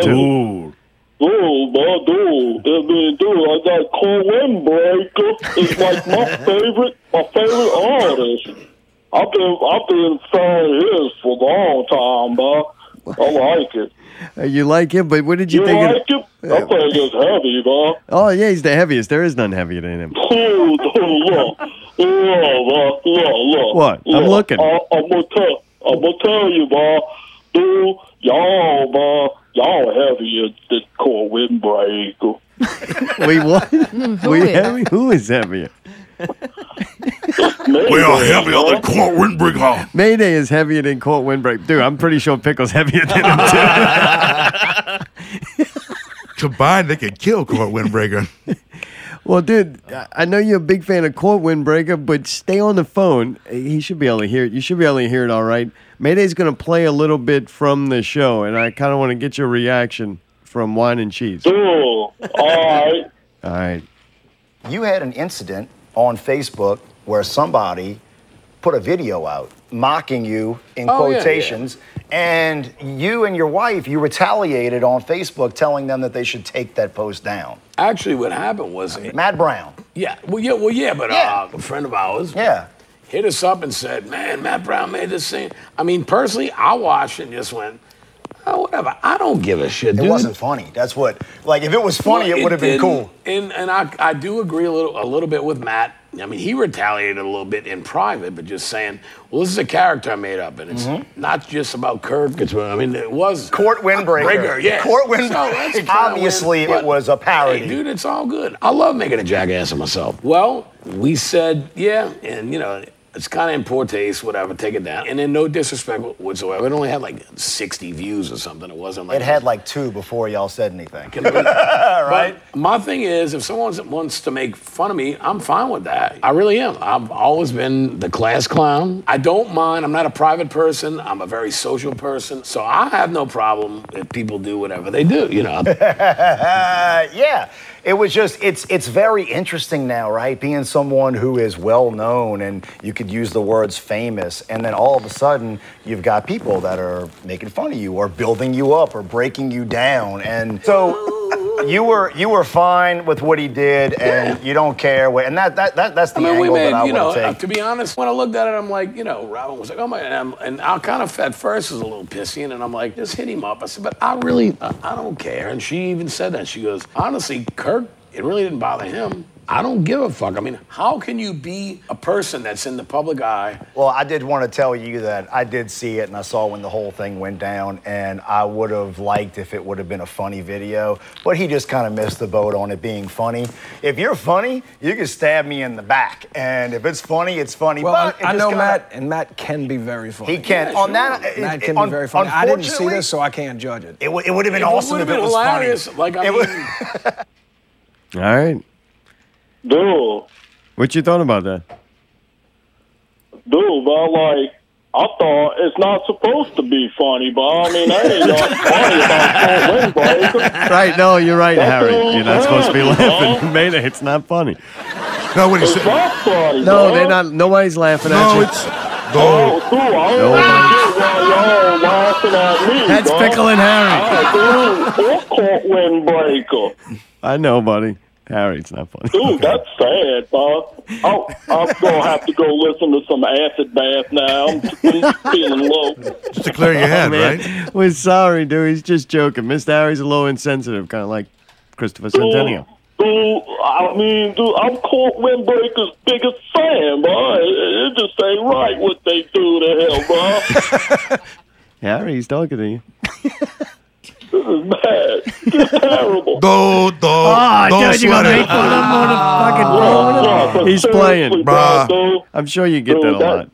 S24: Oh,
S1: too.
S8: Dude, bro, dude. I mean, dude, I got Cool Windbreaker. It's like my favorite, my favorite artist. I've been, I've been a fan of his for a long time, bro.
S24: I like it.
S1: Uh, You like him, but what did you,
S24: You
S1: think?
S24: like him? I think it's heavy, man.
S1: Oh yeah, he's the heaviest. There is none heavier than him.
S24: Cool, look, look, look, look, look.
S1: What? I'm
S24: Look,
S1: looking.
S24: I, I'm gonna tell. I'm gonna tell you, man. Dude, y'all, man, y'all heavier than Core Windbreaker.
S1: Wait, what?
S24: who
S1: we
S24: is?
S1: heavy? Who is heavier?
S24: We
S25: are heavier than
S1: Court Windbreaker. Oh. Mayday is heavier than Court Windbreaker. Dude, I'm pretty sure Pickle's heavier than him too.
S2: Combined, they could kill Court Windbreaker.
S1: Well, dude, I- I know you're a big fan of Court Windbreaker, but stay on the phone. He should be able to hear it. You should be able to hear it all right. Mayday's going to play a little bit from the show, and I kind of want to get your reaction from Wine and Cheese.
S24: Dude, all right.
S1: All right.
S12: You had an incident on Facebook where somebody put a video out mocking you in
S3: Oh, yeah, yeah.
S12: quotations, and you and your wife, you retaliated on Facebook telling them that they should take that post down.
S3: Actually, what happened was
S12: Matt Brown.
S3: Yeah, well, yeah, well, yeah, but Uh, a friend of ours,
S12: yeah,
S3: hit us up and said, "Man, Matt Brown made this thing." I mean, personally, I watched and just went, "Oh, whatever." I don't give a shit.
S12: It
S3: dude.
S12: wasn't funny. That's what. Like, if it was funny,
S3: Well,
S12: it would have been
S3: didn't.
S12: cool.
S3: And and I I do agree a little a little bit with Matt. I mean, he retaliated a little bit in private, but just saying, well, this is a character I made up, and it's not just about Kirk. It's I mean, it was
S12: Mm-hmm. Court windbreaker.
S3: Breaker, yeah.
S12: Court
S3: So that's
S12: windbreaker.
S3: kinda
S12: Obviously,
S3: win-
S12: it was a parody.
S3: Hey, dude, it's all good. I love making a jackass of myself. Well, we said, yeah, and you know, it's kind of in poor taste, whatever, take it down. And then no disrespect whatsoever. It only had like 60 views or something. It wasn't like
S12: it had like two before y'all said anything.
S3: right? But my thing is, if someone wants to make fun of me, I'm fine with that. I really am. I've always been the class clown. I don't mind. I'm not a private person. I'm a very social person. So I have no problem if people do whatever they do, you know.
S12: Uh, yeah. It was just it's it's very interesting now, right? Being someone who is well known and you could use the words famous and then all of a sudden you've got people that are making fun of you or building you up or breaking you down and so you were you were fine with what he did and you don't care what and that, that, that that's the
S3: I mean, we
S12: angle
S3: made,
S12: that I
S3: you
S12: want
S3: know, uh,
S12: to take.
S3: to be honest, when I looked at it, I'm like, you know, Robin was like, oh my, and, I'm, and I kind of at first was a little pissy, and then I'm like, just hit him up. I said, but I really, I, I don't care. And she even said that. She goes, honestly, Kirk, it really didn't bother him. I don't give a fuck. I mean, how can you be a person that's in the public eye?
S12: Well, I did want to tell you that I did see it and I saw when the whole thing went down, and I would have liked if it would have been a funny video, but he just kind of missed the boat on it being funny. If you're funny, you can stab me in the back, and if it's funny, it's funny.
S10: Well,
S12: but
S10: I, I
S12: it just
S10: know
S12: kinda-
S10: Matt, and Matt can be very funny.
S12: He can. Yeah, On that, sure. it-
S10: Matt can
S12: on-
S10: be very funny. I didn't see
S12: unfortunately-
S10: this, so I can't judge it.
S12: It, would it would have been
S10: It
S12: awesome
S10: would've
S12: if it
S10: been
S12: was
S3: hilarious.
S12: funny.
S3: Like, I
S12: It
S3: mean,
S12: was-
S1: All right.
S3: Dude,
S1: What you thought about that?
S3: dude, but like,
S8: I thought it's not supposed to be funny, but I mean, that ain't nothing funny about Court Windbreaker.
S1: Right, no, you're right, Harry. You're not supposed to be laughing. Mayday, it's not funny.
S2: No, what
S1: he
S2: said-
S1: No, they're not. Nobody's laughing at you. It's,
S8: Oh, cool. I don't
S1: No.
S8: get why y'all laughing at me.
S1: That's
S8: dog.
S1: Pickle and Harry.
S8: I dude, Court Windbreaker.
S1: I know, buddy. Harry, it's not funny.
S8: Dude, that's sad, Bob. Oh, I'm gonna have to go listen to some acid bath now. I'm feeling low.
S1: Just
S2: to clear
S8: your head,
S1: right? We're sorry, dude. He's just joking. Mr. Harry's a little insensitive, kind of like Christopher Centennial.
S8: Dude, I mean, dude, I'm Court Windbreaker's biggest fan, bro. It, it just ain't right what they do to him, bro.
S1: Harry, he's talking to you.
S8: This is bad. This is terrible.
S2: Go, go,
S1: Oh,
S8: go,
S1: dude, you gonna
S8: sweater.
S1: make fun of him on the fucking
S8: Ah. Yeah,
S1: phone?
S8: but
S1: He's playing,
S8: seriously, bro, dude.
S1: I'm sure you get
S8: Dude,
S1: that a
S8: that-
S1: lot.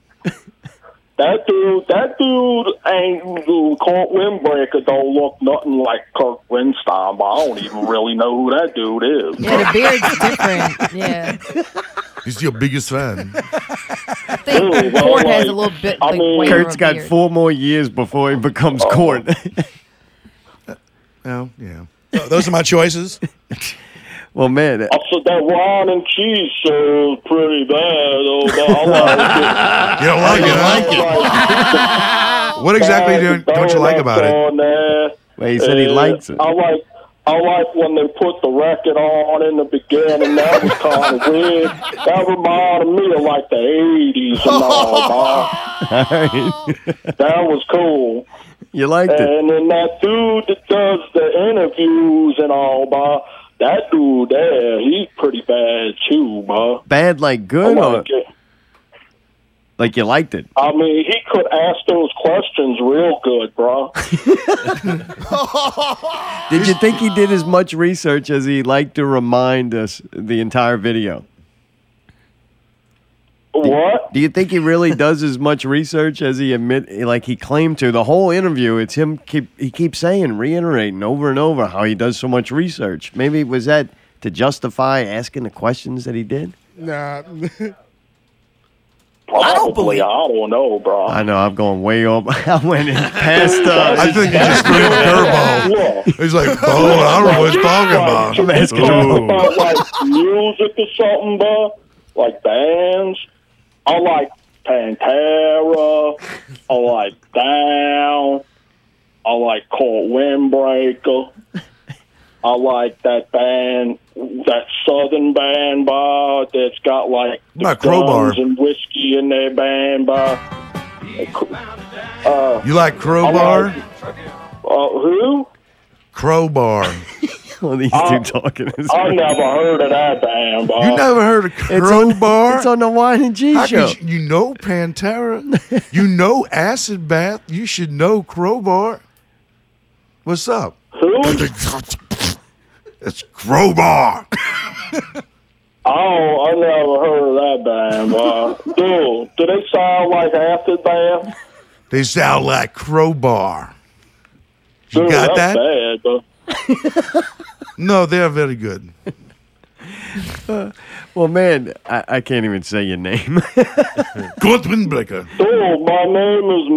S8: That dude, that dude ain't dude, Colt Windbreaker. Don't look nothing like Kirk Winstein, but I don't even really know who that dude is.
S5: Yeah, the beard's different. Yeah.
S2: He's your biggest fan.
S5: I think
S8: well,
S5: Court has
S8: like,
S5: a little bit
S8: I
S5: like
S8: mean-
S5: way
S1: Kurt's
S5: more
S1: got
S5: beard.
S1: four more years before he becomes court.
S2: Oh, yeah. Those are my choices.
S1: well, man.
S8: So that wine and cheese show is pretty bad, though. But I like it.
S2: You don't like it,
S8: huh?
S2: What exactly do- don't you like about it?
S8: it?
S1: Well, he said he likes it.
S8: I like. I like when they put the record on in the beginning. That was kind of weird. That reminded me of like the '80s and all. man.
S1: All right.
S8: That was cool.
S1: You liked it.
S8: And then that dude that does the interviews and all, but that dude there, he's pretty bad too, but
S1: Bad like
S8: Oh
S1: good, or like you liked it?
S8: I mean, he could ask those questions real good, bro.
S1: Did you think he did as much research as he liked to remind us the entire video?
S8: What?
S1: Do you think he really does as much research as he admit, like he claimed to? The whole interview, it's him. Keep he keeps saying, reiterating over and over how he does so much research. Maybe was that to justify asking the questions that he did?
S8: Nah. I don't believe. I don't know, bro.
S1: I know I'm going way over. I went in past. Uh,
S8: I think you just threw a
S1: curveball. He's like,
S8: oh, I don't know what he's
S1: talking
S8: about."
S1: I'm asking
S8: Talking
S1: you.
S8: about like music or something, bro. Like bands. I like Pantera. I like Down. I like Cold Windbreaker. I like that band, that southern band, bar that's got like the
S2: Not Crowbar.
S8: guns and whiskey in their band, bar. Uh,
S2: You like Crowbar?
S8: uh, who?
S2: Crowbar.
S1: well, these
S8: two
S1: talking.
S8: I never heard of that band, bar.
S2: You never heard of Crowbar? It's on,
S1: the Wine and G
S8: show.
S2: You, you know Pantera. you know Acid Bath. You should know Crowbar. What's up?
S8: Who?
S2: It's Crowbar.
S8: Oh, I never heard of that band, bar. Dude, do they sound like Afterbath?
S2: They sound like Crowbar. You
S8: Dude,
S2: got
S8: that's
S2: that?
S8: bad, bro.
S2: No, they are very good.
S1: Well, man, I, I can't even say your name.
S2: Good windbreaker.
S8: Dude, my name is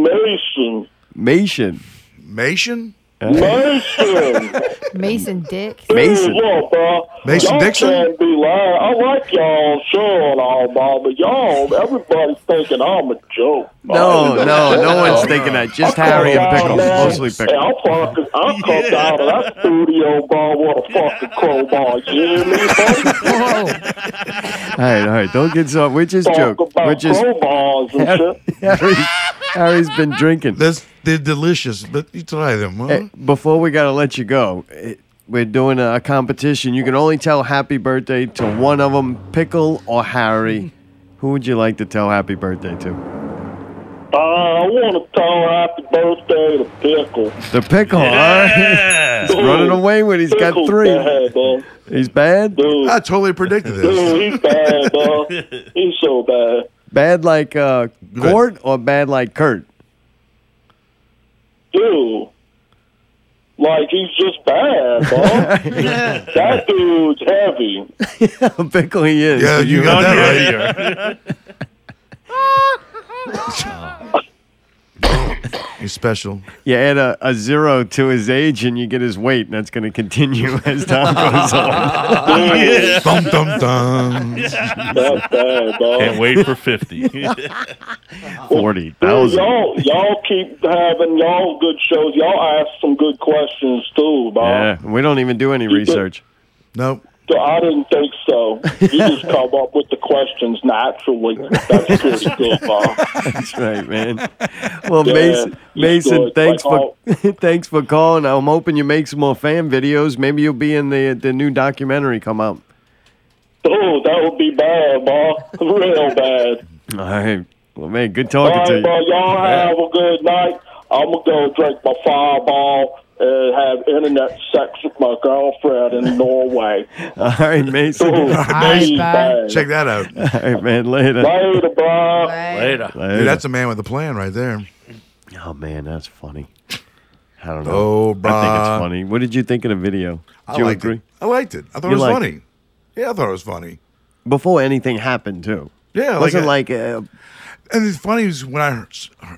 S1: Mason.
S8: Mason.
S2: Mason?
S8: Mason.
S5: Mason Dick.
S8: Mason. Look, bro.
S2: Mason
S8: y'all
S2: Dixon?
S8: Can't be lying. I like y'all sure and all, Bob, but y'all, everybody's thinking I'm a joke. Oh,
S1: No, no, no one's thinking that. Just Harry and Pickles, mostly
S8: Hey,
S1: Pickles.
S8: I'll fucking, I'll come out of that studio, Bob, with a fucking crowbar. You hear me, buddy?
S1: All right, all right, don't get so. We're just
S8: Talk
S1: joking.
S8: about
S1: We're just.
S8: crowbars and shit.
S1: Harry's, Harry's been drinking.
S2: That's they're delicious. But you try them. Huh?
S1: Hey, before we gotta let you go, eh, we're doing a, a competition. You can only tell happy birthday to one of them, Pickle or Harry. Who would you like to tell happy birthday to?
S8: Uh, I want to tell happy birthday to Pickle.
S1: The pickle. Huh? He's running away with. He's got
S8: Pickle's
S1: three.
S8: bad, bro.
S1: He's bad.
S2: I totally predicted
S8: Dude, he's bad, bro. He's so bad.
S1: Bad like uh, Gort or bad like Kurt.
S8: Dude, like, he's just bad, bro. that dude's heavy.
S1: Pickle, he is.
S2: Yeah, you got that right. He's special.
S1: You add a, a zero to his age and you get his weight, and that's going to continue as time goes on.
S2: Dum, dum, dum.
S8: That's bad, bro.
S4: Can't wait for 50.
S8: Dude,
S1: 40,000.
S8: y'all, y'all keep having y'all good shows. Y'all ask some good questions, too, bro.
S1: Yeah, we don't even do any research.
S2: Nope.
S8: So I didn't think so. You just come up with the questions naturally. That's pretty good, Bob.
S1: That's right, man. Well,
S8: Yeah,
S1: Mason,
S8: he's
S1: Mason,
S8: good.
S1: thanks
S8: Like,
S1: for thanks for calling. I'm hoping you make some more fan videos. Maybe you'll be in the the new documentary come out.
S8: Dude, that would be bad, Bob. Real bad.
S1: All right. Well, man, good
S8: All
S1: talking to
S8: right,
S1: you.
S8: bro. Y'all have a good night. I'm going to go drink my fireball and have internet sex with my girlfriend in Norway.
S1: All right, Mason.
S8: Dude, she's bad.
S2: Check that out.
S1: All right, man. Later.
S8: Later, bro.
S4: Later.
S2: Dude, that's a man with a plan right there.
S1: Oh man, that's funny. I don't know.
S2: Oh,
S1: I think
S2: bruh.
S1: it's funny. What did you think of the video?
S2: I
S1: Do you
S2: liked
S1: agree?
S2: it. I liked it. I thought
S1: You
S2: it was
S1: liked
S2: funny. Yeah, I thought it was funny.
S1: Before anything happened, too.
S2: Yeah,
S1: wasn't like,
S2: like
S1: uh,
S2: And it's funny is when I heard-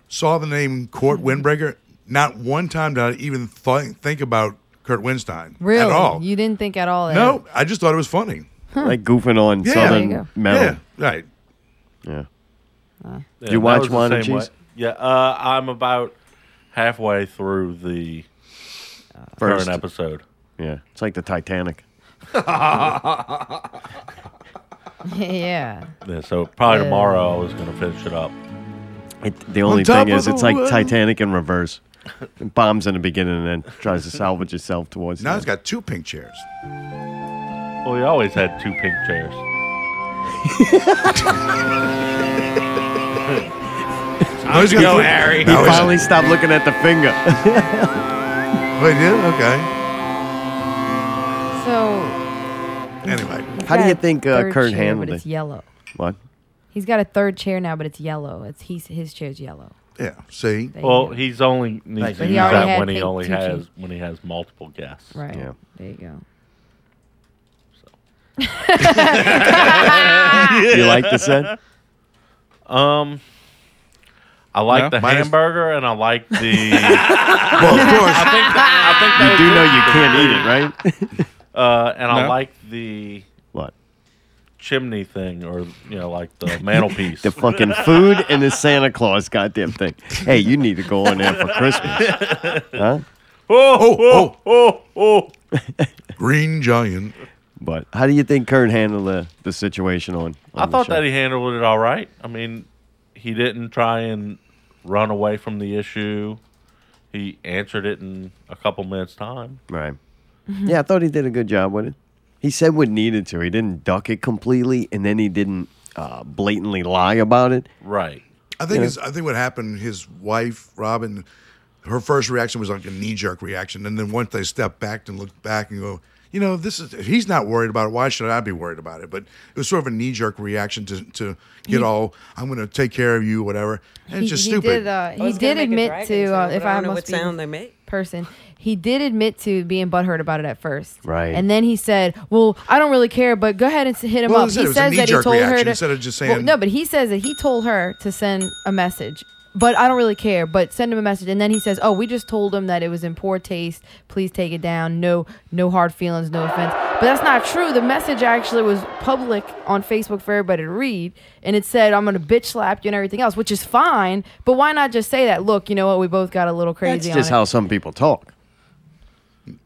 S2: saw the name
S1: Mm-hmm.
S2: Court Windbreaker, not one time did I even th- think about Kurt Winstein
S5: Really?
S2: at all.
S5: You didn't think at all? eh?
S2: No, I just thought it was funny.
S1: like goofing on
S2: Yeah.
S1: Southern
S2: There you go.
S1: metal.
S2: Yeah, right.
S1: Yeah.
S4: Yeah,
S1: Do you
S4: that
S1: watch
S4: was the
S1: Wine and
S4: same way.
S1: Cheese?
S4: Yeah, uh, I'm about halfway through the
S1: First.
S4: current episode.
S1: Yeah, it's like the Titanic.
S5: yeah.
S4: Yeah, so probably
S5: Yeah.
S4: tomorrow I was going to finish it up.
S1: It, the only
S4: top
S1: thing
S4: of
S1: is,
S4: the
S1: it's like
S4: world.
S1: Titanic in reverse. It bombs in the beginning and then tries to salvage itself towards.
S2: Now it's got two pink chairs.
S4: Well, he always had two pink chairs.
S1: Now he's got
S4: Go,
S1: three.
S4: Harry.
S1: He
S4: Now he's-
S1: finally stopped looking at the finger.
S2: Wait, yeah, okay.
S5: So
S2: Anyway,
S1: How do
S5: got
S1: you
S5: a
S1: think uh,
S5: third
S1: Kurt
S5: chair,
S1: handled
S5: but
S1: it?
S5: it's yellow.
S1: What?
S5: he's got a third chair now, but it's yellow. It's he's his chair's yellow.
S2: Yeah. See.
S5: There you
S4: Well,
S5: go.
S4: he's only
S5: Thank
S4: needs
S5: you.
S4: to
S5: He
S4: use
S5: already
S4: that
S5: had
S4: when he
S5: pink
S4: only
S5: two
S4: has
S5: cheeks.
S4: when he has multiple guests.
S5: Right. There you go.
S4: you
S1: like the set?
S4: Um, I like
S1: No?
S4: the
S1: Minus-
S4: hamburger and I like the.
S1: You do know you can't eat it, right?
S4: Uh, and I
S1: No?
S4: like the
S1: what
S4: chimney thing, or you know, like the mantelpiece.
S1: the fucking food and the Santa Claus goddamn thing. Hey, you need to go in there for Christmas, huh?
S4: Oh, oh, oh, oh.
S2: Green Giant.
S1: But how do you think Kurt handled the, the situation on?
S4: I thought that he handled it all right. I mean, he didn't try and run away from the issue. He answered it in a couple minutes' time.
S1: Right.
S5: Mm-hmm.
S1: Yeah, I thought he did a good job with it. He said what needed to. He didn't duck it completely, and then he didn't uh, blatantly lie about it.
S4: Right.
S2: I think
S1: Yeah.
S2: his, I think what happened, his wife Robin, her first reaction was like a knee jerk reaction, and then once they stepped back and looked back and go, you know, this is if he's not worried about it. Why should I be worried about it? But it was sort of a knee jerk reaction to to get
S5: He-
S2: all I'm going to take care of you, whatever. And it's just
S5: he,
S2: stupid.
S5: He did, uh,
S15: I
S5: he
S15: was gonna
S5: did
S15: make a
S5: admit
S15: dragon
S5: to, uh,
S15: sound,
S5: if
S15: but I
S5: I,
S15: don't know
S5: must
S15: what
S5: be
S15: sound they make.
S5: person, he did admit to being butthurt about it at first.
S1: Right.
S5: And then he said, "Well, I don't really care, but go ahead and s- hit him
S2: Well,
S5: up."
S2: as I said, it
S5: He
S2: was a
S5: says that he
S2: knee-jerk
S5: told her
S2: reaction
S5: to,
S2: instead of just
S5: Well,
S2: saying-
S5: no, but he says that he told her to send a message. But I don't really care. But send him a message, and then he says, "Oh, we just told him that it was in poor taste. Please take it down. No, no hard feelings, no offense." But that's not true. The message actually was public on Facebook for everybody to read, and it said, "I'm gonna bitch slap you" and everything else, which is fine. But why not just say that? Look, you know what? We both got a little
S1: That's
S5: crazy.
S1: just
S5: on
S1: how some people talk.
S5: it.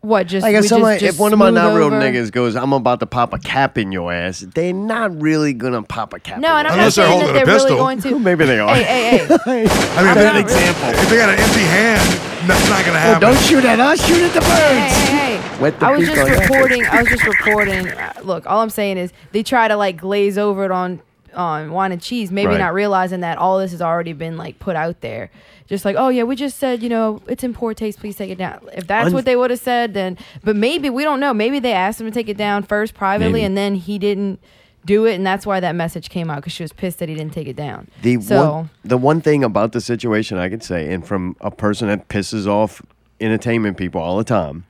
S5: what just
S1: like if,
S5: we
S1: somebody,
S5: just, just
S1: if one of my
S5: smooth
S1: not real
S5: over?
S1: niggas goes, I'm about to pop a cap in your ass, they're not really gonna pop a cap.
S5: No,
S1: in
S5: and
S1: your
S5: I'm
S1: ass.
S5: not saying that they're really going to.
S1: Maybe they are.
S5: Hey, hey, hey.
S2: I mean, an example. If they got an empty hand, that's not going to happen.
S1: don't shoot at us. Shoot at the birds.
S5: Hey, hey, hey.
S2: Wet the
S5: I was
S2: beak
S5: just
S2: on your-
S5: reporting. I was just reporting. uh, Look, all I'm saying is they try to like glaze over it on on wine and cheese, maybe
S16: Right.
S5: not realizing that all this has already been like put out there. Just like, oh yeah, we just said, you know, it's in poor taste. Please take it down. If that's
S16: Un-
S5: what they would have said, then. But maybe we don't know. Maybe they asked him to take it down first privately,
S1: Maybe.
S5: and then he didn't do it, and that's why that message came out because she was pissed that he didn't take it down.
S1: The
S5: so
S1: one, the one thing about the situation I could say, and from a person that pisses off entertainment people all the time,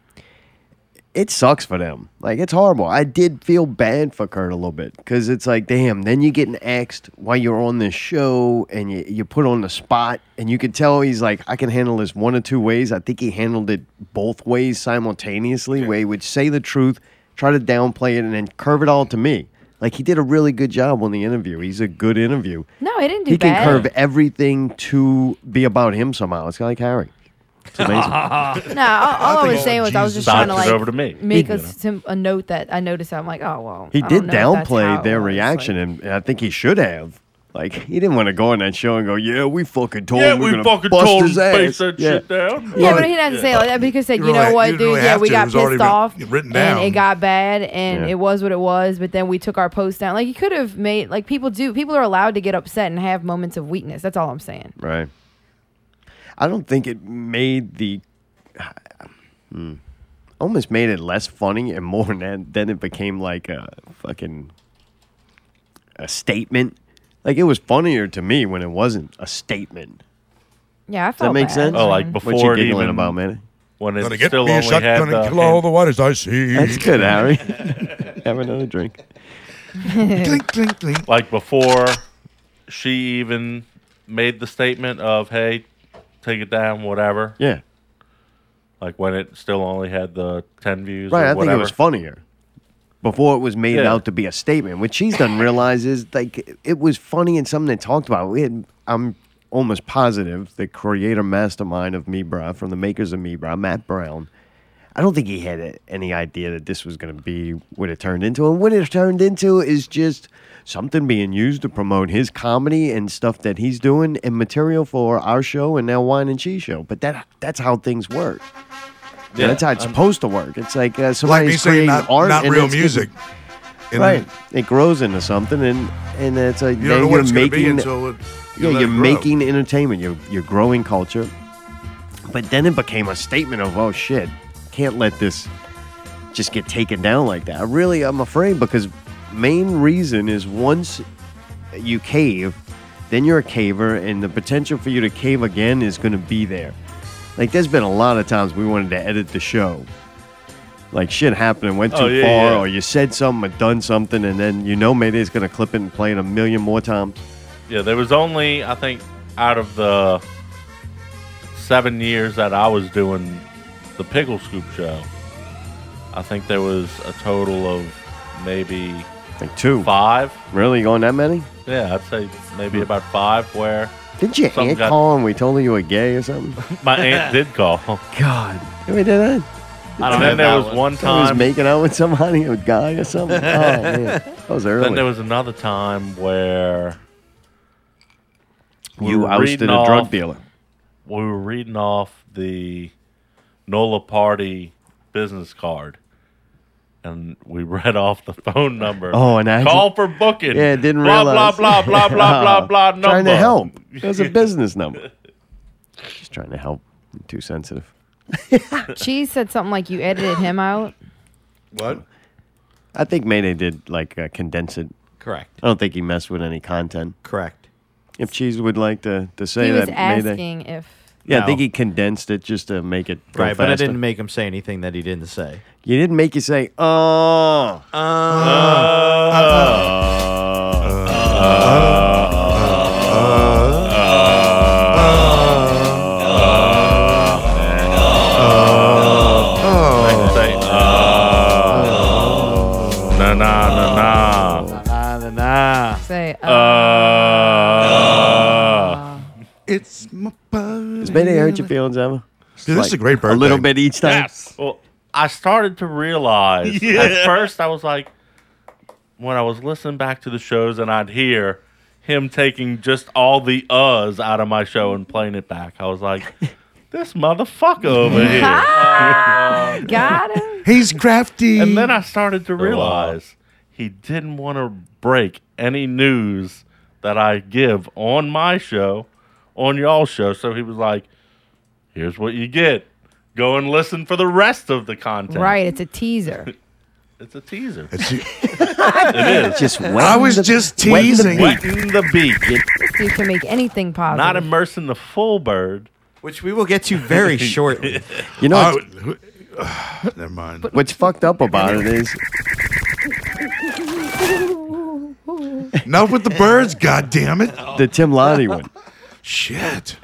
S1: it sucks for them. Like it's horrible. I did feel bad for Kurt a little bit because it's like, damn. Then you're getting axed while you're on this show, and you you put on the spot, and you could tell he's like, I can handle this one or two ways. I think he handled it both ways simultaneously, where he would say the truth, try to downplay it, and then curve it all to me. Like he did a really good job on the interview. He's a good interview
S5: no, it didn't do
S1: he can
S5: bad.
S1: curve everything to be about him somehow. It's like Harry. It's amazing.
S5: No, all, all I,
S1: think
S5: was saying was I was
S1: Jesus
S5: just trying to
S1: knocks
S5: like
S1: it over to me.
S5: make
S1: He
S5: a,
S1: did.
S5: sim- a note that I noticed. I'm like, oh well.
S1: he
S5: I
S1: did
S5: don't know if that's how
S1: downplay
S5: it
S1: their
S5: was.
S1: reaction, and and I think he should have. Like he didn't want to go on that show and go, "Yeah, we fucking told
S4: Yeah,
S1: him we're
S4: we
S1: gonna
S4: fucking
S1: bust
S4: told
S1: his
S4: him
S1: ass."
S4: to face that
S1: yeah.
S4: shit down.
S5: Yeah, but he didn't have to say it like that. But he could say,
S1: You
S5: you,
S1: really
S5: know
S1: had-
S5: what,
S1: you
S5: dude?
S1: didn't really
S5: yeah,
S1: have
S5: we
S1: to. It
S5: got
S1: was already
S5: pissed
S1: writ-
S5: off,
S1: written
S5: and
S1: down.
S5: it got bad, and
S1: Yeah.
S5: it was what it was. But then we took our post down. Like he could have made like people do. People are allowed to get upset and have moments of weakness. That's all I'm saying.
S1: Right. I don't think it made the. Hmm. Almost made it less funny and more than then it became like a fucking a statement. Like it was funnier to me when it wasn't a statement.
S5: Yeah, I
S1: Does that
S5: felt
S1: make
S5: bad.
S1: sense?
S4: Oh, like
S1: what you
S4: before it
S1: giggling
S4: even-
S1: about, man?
S4: When
S2: Gonna
S4: it's
S2: get
S4: still
S2: me a
S4: only
S2: shot,
S4: had
S2: gonna
S4: the
S2: kill all the waters I see.
S1: That's good, Harry. Have another drink.
S2: Clink, clink, clink.
S4: like before she even made the statement of hey take it down whatever
S1: yeah
S4: like when it still only had the 10 views
S1: Right,
S4: or
S1: I think
S4: whatever
S1: it was funnier before it was made
S4: Yeah.
S1: out to be a statement. What she's done realize is like it was funny and something they talked about. We had, I'm almost positive the creator mastermind of Me Bra from the makers of Me Bra, Matt Brown. I don't think he had a- any idea that this was going to be what it turned into. And what it turned into is just something being used to promote his comedy and stuff that he's doing and material for our show and now Wine and Cheese Show. But that that's how things work.
S2: Yeah,
S1: that's how it's
S2: I'm-
S1: supposed to work. It's like uh,
S2: Like me
S1: somebody's
S2: saying
S1: creating
S2: not,
S1: art,
S2: not
S1: and
S2: real
S1: it's getting-
S2: music. And
S1: right. It grows into something, and and it's like
S2: You don't know
S1: then
S2: what
S1: you're
S2: it's gonna be
S1: making
S2: until it- you
S1: yeah,
S2: let
S1: you're
S2: it grow.
S1: making entertainment. You're you're growing culture, but then it became a statement of oh shit, can't let this just get taken down like that. I really, I'm afraid because main reason is once you cave, then you're a caver, and the potential for you to cave again is going to be there. Like there's been a lot of times we wanted to edit the show. Like shit happened and went too
S4: Oh, yeah,
S1: far,
S4: yeah.
S1: or you said something or done something, and then you know maybe it's gonna clip it and play it a million more times.
S4: Yeah, there was only I think out of the seven years that I was doing the pickle scoop show, I think there was a total of maybe
S1: like two,
S4: five.
S1: Really, you going that many?
S4: Yeah, I'd say maybe about five. Where
S1: Didn't your
S4: something
S1: aunt
S4: got-
S1: call and we told her you were gay or something?
S4: My aunt did call.
S1: God, Did we do that?
S4: I don't And have then there that was one. one
S1: Somebody was
S4: time-
S1: making out with somebody, a guy or something. Oh man, that was early.
S4: Then there was another time where
S1: You
S4: were
S1: ousted
S4: reading
S1: a drug dealer.
S4: We were reading off the NOLA party business card, and we read off the phone number.
S1: Oh, and I
S4: call for booking.
S1: Yeah, didn't
S4: blah,
S1: realize.
S4: Blah blah blah blah
S1: Oh,
S4: blah blah. Number.
S1: Trying to help. It was a business number. Just trying to help. Too sensitive.
S5: Cheese said something like you edited him out.
S1: What? I think Mayday did like uh, condense it.
S6: Correct.
S1: I don't think he messed with any content.
S6: Correct.
S1: If Cheese would like to, to say
S5: He was
S1: that, Mayday.
S5: asking if
S1: Yeah, I
S6: No.
S1: think he condensed it just to make it go
S6: right, but I
S1: faster.
S6: didn't make him say anything that he didn't say.
S1: You didn't make you say, oh.
S6: Uh, Oh.
S4: I
S1: Oh.
S4: can Oh. say, uh, na na na na.
S6: Na, na, na.
S5: Say,
S4: Uh,
S2: It's my body.
S1: Does Mayday hurt your feelings, Emma?
S2: Dude, this is a great
S1: A little
S2: birthday.
S1: bit each time.
S4: Yes. Well, I started to realize
S11: Yeah.
S4: at first I was like, when I was listening back to the shows and I'd hear him taking just all the uhs out of my show and playing it back, I was like, this motherfucker over here.
S5: Got him.
S2: He's crafty.
S4: And then I started to realize he didn't want to break any news that I give on my show, on y'all show. So he was like, here's what you get. Go and listen for the rest of the content.
S5: Right, it's a teaser.
S4: It's a teaser.
S1: it is. Just wetting
S4: I was
S1: the-
S4: just
S1: wetting the
S4: teasing.
S1: beak.
S4: Wetting the beak.
S5: You can make anything possible.
S4: Not immersing the full bird. Oh,
S6: Which we will get to very shortly.
S1: You know,
S6: I
S1: what's-
S2: Never mind.
S1: what's fucked up about it is
S2: Not with the birds, god damn it.
S1: the Tim Lottie one.
S2: Shit.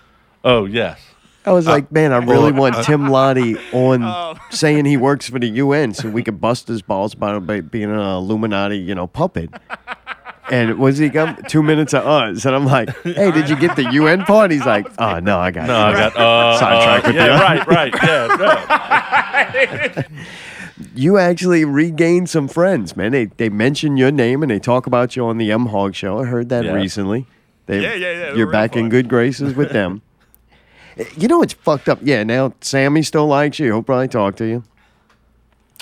S4: Oh, yes.
S1: I
S4: Uh,
S1: was like, man, I really want
S2: uh,
S1: Tim Lottie on
S4: Oh.
S1: saying he works for the UN so we could bust his balls by by being an Illuminati, you know, puppet. And was he got two minutes of us? And I'm like, hey, did you get the UN part? He's like, oh, no, I got
S4: No, I got. Uh,
S1: Sidetrack
S4: uh,
S1: with
S4: yeah,
S1: the-
S4: right, right. Yeah, no.
S1: you actually regained some friends, man. They they mention your name and they talk about you on the M Hog show. I heard that
S4: Yeah.
S1: recently. They,
S4: Yeah, yeah, yeah, we
S1: You're
S4: were
S1: back in good graces with them. you know it's fucked up. Yeah, now Sammy still likes you. He'll probably talk to you.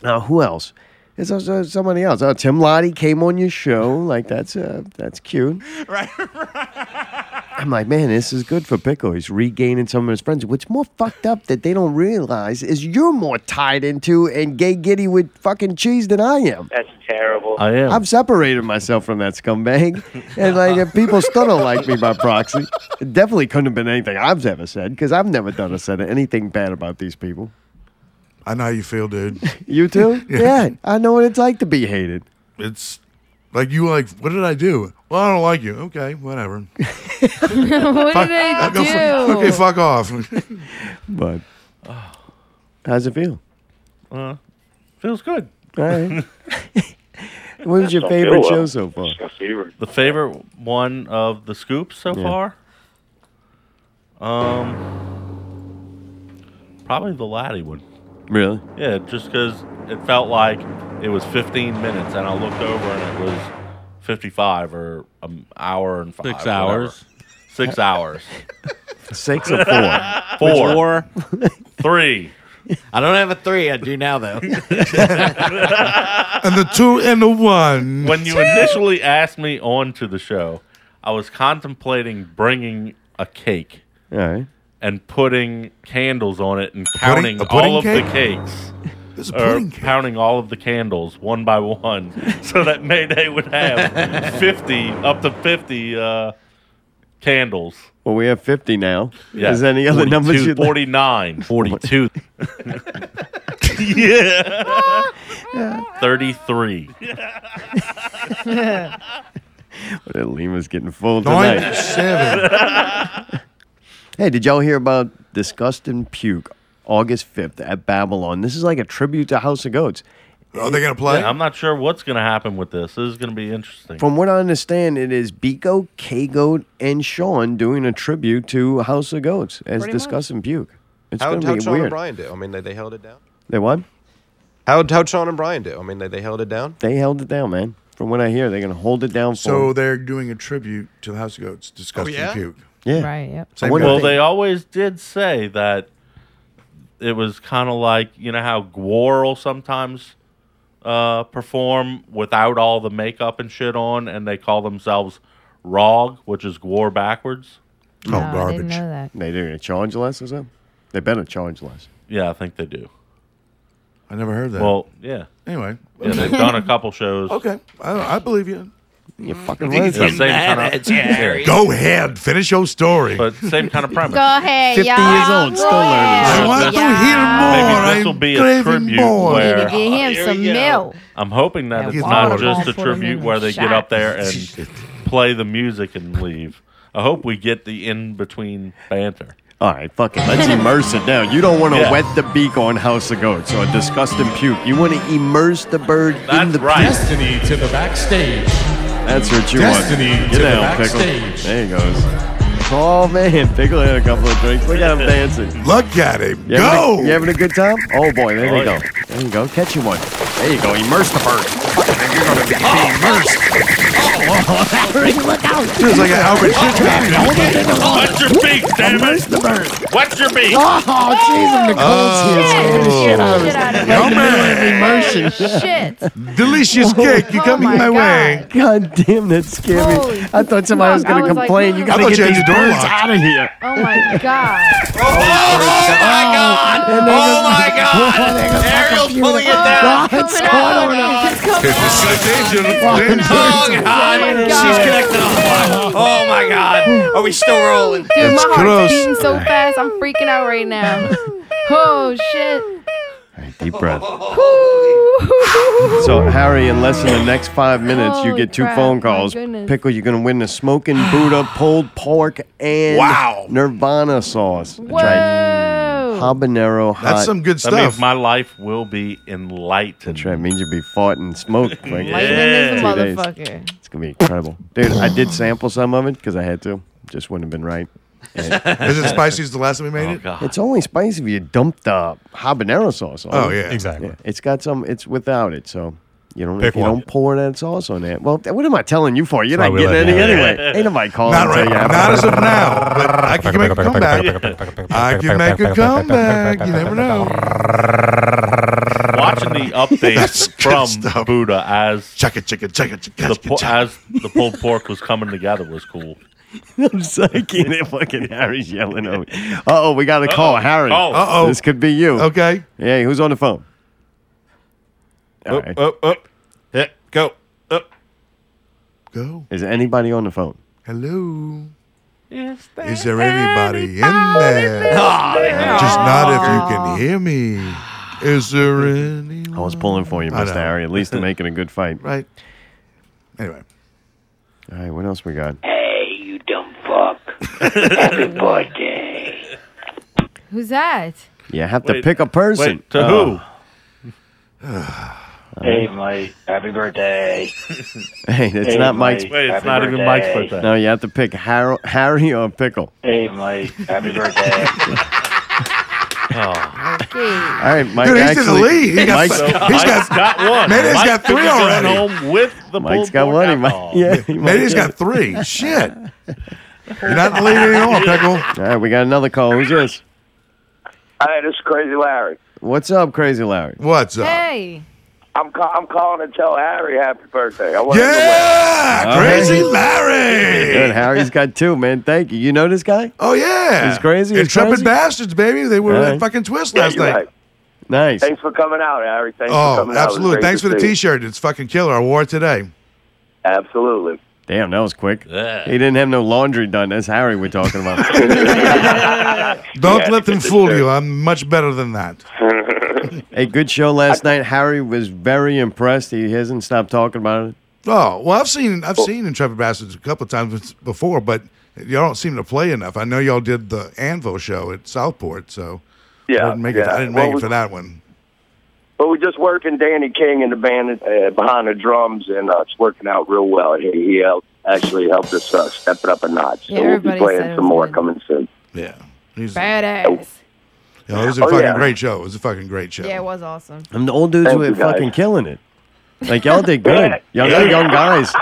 S1: Now who else? There's also somebody else. Oh, Tim Lottie came on your show. Like that's uh, that's cute. I'm like, man, this is good for Pickle. He's regaining some of his friends. What's more fucked up that they don't realize is you're more tied into and gay giddy with fucking cheese than I am.
S15: That's terrible.
S1: I've separated myself from that scumbag, and like if people still don't like me by proxy. It definitely couldn't have been anything I've ever said because I've never done a said anything bad about these people.
S2: I know how you feel, dude.
S1: You too?
S2: Yeah.
S1: yeah, I know what it's like to be hated.
S2: It's like you like, what did I do? Well, I don't like you. Okay, whatever.
S5: what
S2: Fuck-
S5: did they
S2: I'll go
S5: do?
S2: fu- okay, fuck off.
S1: But how's it feel?
S4: Uh, feels good.
S1: All right. what was your favorite show so far?
S4: The favorite one of the scoops so
S1: Yeah.
S4: far? Um, probably the Laddie one.
S1: Really?
S4: Yeah, just because it felt like it was 15 minutes, and I looked over and it was 55 or an hour and five.
S1: Six
S4: whatever.
S1: hours.
S4: Six hours.
S1: Six or four?
S4: Four.
S6: three. I don't have a three. I do now though.
S2: and the two and the one.
S4: When you initially asked me onto the show, I was contemplating bringing a cake
S1: All right.
S4: and putting candles on it and
S1: pudding-
S4: counting
S1: a pudding
S4: all of
S1: cake?
S4: the cakes.
S2: There's
S1: a pudding
S4: counting all of the candles one by one, so that Mayday would have fifty up to fifty uh, candles.
S1: Well, we have 50 now.
S4: Yeah.
S1: Is there any other numbers
S4: 42,
S1: you'd like?
S4: 49. 42. yeah. 33.
S1: But Lima's getting full tonight.
S2: Ninety-seven.
S1: Hey, did y'all hear about Disgusting Puke August 5th at Babylon? This is like a tribute to House of Goats.
S2: Are they going to
S4: Yeah, I'm not sure what's going to happen with this. This is going to be interesting.
S1: From what I understand, it is Biko, K Goat, and Sean doing a tribute to House of Goats as
S15: Pretty much.
S1: Disgusting Puke. It's
S15: How'd,
S1: going to
S15: how'd
S1: be
S15: Sean and
S1: weird.
S15: Brian do? I mean, they, they held it down.
S1: They what?
S15: How'd, how'd Sean and Brian do? I mean, they, they held it down.
S1: They held it down, man. From what I hear, they're going to hold it down
S2: So
S1: for
S2: they're doing a tribute to the House of Goats, disgusting
S15: Oh, yeah?
S2: puke.
S1: Yeah.
S5: Right, yep.
S2: Same guy.
S4: well, they always did say that it was kind of like, you know, how Gwar will sometimes uh, perform without all the makeup and shit on, and they call themselves Rog, which is Gwar backwards.
S1: Oh, garbage. They, they're going to charge less or something? They better charge less.
S4: Yeah, I think they do.
S2: I never heard that.
S4: Well, yeah.
S2: Anyway.
S4: Yeah, they've done a couple shows.
S2: Okay. I, I believe you.
S1: You fucking
S4: right. Mm. He's It's the same mad kinda- at you, Harry.
S2: Go ahead. Finish your story.
S4: But same kind of premise.
S9: Go ahead,
S2: 50
S9: y'all.
S2: years old, still learning. I
S4: So
S2: want
S4: this-
S2: to hear more.
S4: Maybe this will
S2: I'm
S4: be a
S2: craving
S4: tribute
S2: more.
S4: where Oh,
S5: Give him some milk.
S4: I'm hoping that
S5: Yeah,
S4: it's not
S5: water ball
S4: just a
S5: for them
S4: tribute
S5: in
S4: where
S5: the
S4: they get up there and play the music and leave. I hope we get the in between banter.
S1: All right, fuck it. Let's immerse it down. You don't want to
S4: Yeah.
S1: wet the beak on House of Goats or disgusting puke. You want to immerse the bird in the puke.
S7: Destiny to the backstage.
S1: That's what you
S7: Destiny
S1: want.
S7: to the
S1: Get down, Pickle.
S7: backstage.
S1: There he goes. Oh, man. Pickle had a couple of drinks. Look at him dancing.
S2: Look at him.
S1: You
S2: Go.
S1: Having a, you having a good time? Oh, boy. There
S2: Oh,
S1: you go.
S2: yeah.
S1: There you go. Catch you one. There you go. Immerse the bird. You're going to be immersed.
S20: Look out.
S2: Feels like an Albert Hitchcock.
S4: What's your beak, damn it?
S20: The bird.
S4: What's your beak?
S20: Oh, jeez, the cold
S2: Oh.
S20: shit out of it. Right in the middle of immersion.
S2: Delicious cake. You're coming my, way.
S1: Oh God damn, that scared
S5: Holy
S1: me. I thought somebody was going to
S5: I was like,
S1: complain.
S5: no,
S1: you
S5: no,
S1: got
S5: no.
S1: to get
S5: I thought you had
S1: these
S5: your door
S1: birds
S5: locked.
S1: out of here.
S5: Oh my god.
S1: Oh, my God. Ariel's pulling it down.
S20: What's going on?
S6: Oh God! She's connected on the block. Oh my God! Are we still rolling?
S5: Dude, my heart's beating so fast. I'm freaking out right now. Oh shit.
S1: Deep breath. So, Harry, unless in the next five minutes you
S5: Holy
S1: get two
S5: crap,
S1: phone
S5: my
S1: calls,
S5: goodness.
S1: Pickle, you're going to win the smoking Buddha pulled pork and
S4: Wow.
S1: Nirvana sauce. That's
S5: right.
S1: Habanero hot.
S4: that Means my life will be enlightened.
S1: That's right. It means you'll be farting and smoked. for like
S4: Lightning is
S5: a
S1: two days.
S5: motherfucker.
S1: It's going to be incredible. Dude, I did sample some of it because I had to. Just wouldn't have been right. And-
S2: Is it spicy? Is the last time we
S4: Oh,
S2: made it?
S1: It's only spicy if you dump the habanero sauce on
S2: Oh,
S1: it.
S2: yeah. Exactly.
S1: It's got some, it's without it. So you don't, if
S2: Pick
S1: you
S2: one.
S1: don't pour that sauce on it. Well, th- what am I telling you for? You're
S2: That's
S1: not
S2: why we
S1: getting
S2: let
S1: any
S2: you have it.
S1: anyway. Ain't nobody calling
S2: Not
S1: to
S2: right.
S1: tell you.
S2: Not as of now, but I can make a comeback. I can make a comeback. You never know.
S4: Watching the updates from Buddha as
S2: chicka chicka chicka chicka
S4: the po- as the pulled pork was coming together was cool.
S1: I'm psyching it. Fucking Harry's yelling at me. Uh oh, we got a call.
S4: Uh-oh.
S1: Harry.
S4: Oh. Uh-oh.
S1: This could be you.
S2: Okay.
S1: Hey, who's on the phone? All right.
S6: Up, up, hit, go.
S2: Go.
S1: Is anybody on the phone?
S2: Hello. Is there anybody Ah. in there?
S17: Ah,
S1: there?
S2: Just not if you can hear me. Is there any?
S1: I was pulling for you,
S2: I
S1: Mr.
S2: know.
S1: Harry, at least to make it a good fight.
S2: Right. Anyway.
S1: All right, what else we got?
S20: Hey, you dumb fuck. Happy birthday.
S5: Who's that?
S1: You have to
S16: Wait,
S1: pick a person.
S16: wait, to
S1: Oh.
S16: Hey, Mike. Happy birthday.
S1: Hey, it's not Mike's.
S16: Wait, it's Happy not even Mike's birthday. birthday.
S1: No, you have to pick Har- Harry or Pickle.
S16: hey, Mike. Happy birthday.
S1: All right, Mike.
S2: Dude, he's in the
S1: actually,
S2: lead. He got-
S1: Mike's-
S2: he's got- Mike's got one. Maybe he's Mike got three took his already. home
S4: with the
S1: Mike's got one. He might- yeah, he might
S2: Maybe he's
S1: get
S2: got
S1: it.
S2: three. Shit. You're not in the lead anymore, Pickle.
S1: All right, we got another call. Who's this?
S17: Hey, this is Crazy Larry.
S1: What's up, Crazy Larry?
S2: What's
S17: Hey. I'm ca- I'm calling to tell Harry happy birthday. I wanna-
S1: Crazy Larry. Good. Harry's got two, man. Thank you. You know this guy?
S2: Oh yeah,
S1: He's crazy. He's
S2: Intrepid
S1: crazy?
S2: bastards, baby. They were
S1: All
S2: at
S1: right.
S2: fucking twist
S1: Yeah,
S2: last
S1: you're
S2: night.
S1: right. Nice.
S17: Thanks for coming out, Harry. Thanks for
S2: Oh,
S17: coming
S2: absolutely.
S17: out. It was great
S2: Thanks
S17: to
S2: for the
S17: see you.
S2: T-shirt. It's fucking killer. I wore it today.
S17: Absolutely.
S1: Damn, that was quick.
S17: Yeah.
S1: He didn't have no laundry done. That's Harry we're talking about.
S2: Don't
S1: Yeah,
S2: let them
S1: it's a
S2: fool you. I'm much better than that.
S1: a good show last night. Harry was very impressed. He hasn't stopped talking about it.
S2: Oh well, I've seen I've seen Intrepid Bastards a couple of times before, but y'all don't seem to play enough. I know y'all did the Anvil show at Southport, so
S17: Yeah,
S2: I didn't make it.
S17: yeah.
S2: I didn't
S17: Well,
S2: make
S17: we-
S2: it for that one.
S17: But we're just working Danny King and the band uh, behind the drums, and uh, it's working out real well. He, he helped, actually helped us uh, step it up a notch. So
S5: Yeah,
S17: we'll be
S5: everybody said
S17: playing
S5: it
S17: some
S5: was
S17: more coming soon.
S2: Yeah. He's
S5: Badass.
S2: Yeah, it was a
S17: Oh,
S2: fucking
S17: yeah.
S2: great show. It was a fucking great show.
S5: Yeah, it was awesome.
S1: And the old dudes
S2: Thank
S1: were
S2: you, guys.
S1: fucking killing it. Like y'all did good. Y'all got young guys.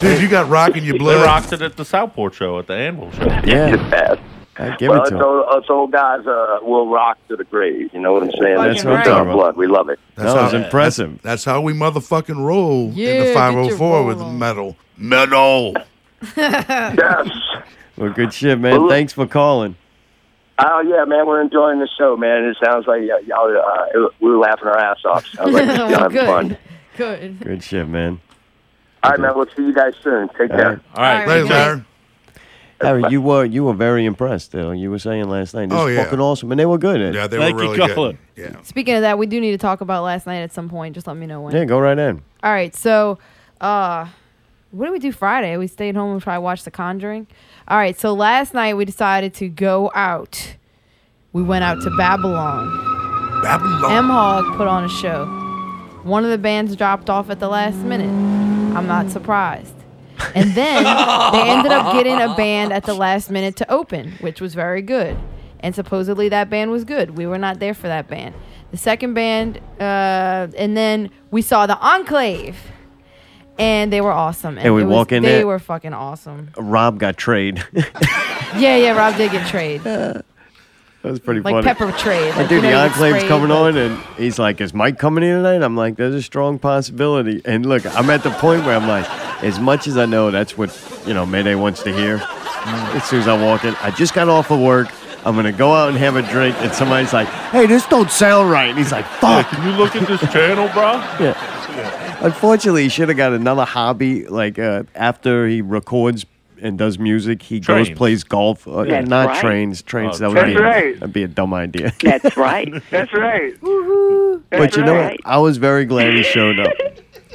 S2: Dude, you got rock in your
S4: They
S1: blood.
S4: rocked it at the Southport show, at the Anvil show.
S1: Yeah. I give
S17: well,
S1: it
S17: us
S1: to him.
S17: old, us old guys uh, will rock to the grave. You know what I'm saying?
S1: That's what I'm
S17: our
S1: talking about.
S17: blood. We love it.
S2: That's, that's how we motherfucking roll
S17: Yeah,
S2: in
S17: get
S2: the
S17: your
S2: 504 with metal. Metal.
S17: yes.
S1: Well, good shit, man. Thanks for calling.
S17: Oh yeah, man, we're enjoying the show, man. It sounds like y- y'all uh, we were laughing our ass off. Sounds like y'all having
S5: Good.
S17: fun.
S5: Good.
S1: Good shit, man.
S17: All right, man. We'll see you guys soon. Take
S1: All
S17: care.
S1: right.
S17: All right,
S1: Later, Larry. Harry, you were you were very impressed. Though you were saying last night, this
S17: Oh,
S1: is
S17: yeah.
S1: fucking awesome, and they were good. At it.
S2: Yeah, they
S4: Thank you, really good. Colin.
S5: Speaking of that, we do need to talk about last night at some point. Just let me know when.
S1: Yeah, go right in.
S5: All right, so uh what did we do Friday? We stayed home and probably watched The Conjuring. All right, so last night we decided to go out. We went out to Babylon.
S2: Babylon.
S5: M Hog put on a show. One of the bands dropped off at the last minute. I'm not surprised. And then they ended up getting a band at the last minute to open, which was very good. And supposedly that band was good. We were not there for that band. The second band, uh, and then we saw the Enclave, and they were awesome.
S1: And we
S5: it was-
S1: walk in
S5: They
S1: there-
S5: were fucking awesome.
S1: Rob got trade. that
S5: Yeah, yeah. Rob did get trade,
S1: was pretty
S5: like
S1: funny.
S5: pepper trade.
S1: I
S5: Like,
S1: do
S5: you know,
S1: the
S5: you get
S1: enclave's
S5: sprayed,
S1: coming
S5: but-
S1: on, and he's like, "Is Mike coming in tonight?" I'm like, "There's a strong possibility." And look, I'm at the point where I'm like, as much as I know, that's what you know Mayday wants to hear. As soon as I walk in, I just got off of work. I'm gonna go out and have a drink, and somebody's like, "Hey, this don't sound right." And he's like, "Fuck."
S4: Can you look at this channel, bro?
S1: Yeah. Unfortunately, he should have got another hobby. Like uh, after he records and does music, he goes
S4: Trains.
S1: plays golf. Uh,
S4: That's
S1: not
S4: right.
S1: trains. Trains. that
S4: Oh,
S1: would
S4: trains.
S1: be
S4: That's
S1: a,
S4: right.
S1: that'd be a dumb idea.
S26: That's right. That's right. Woohoo.
S1: but you know what? I was very glad he showed up.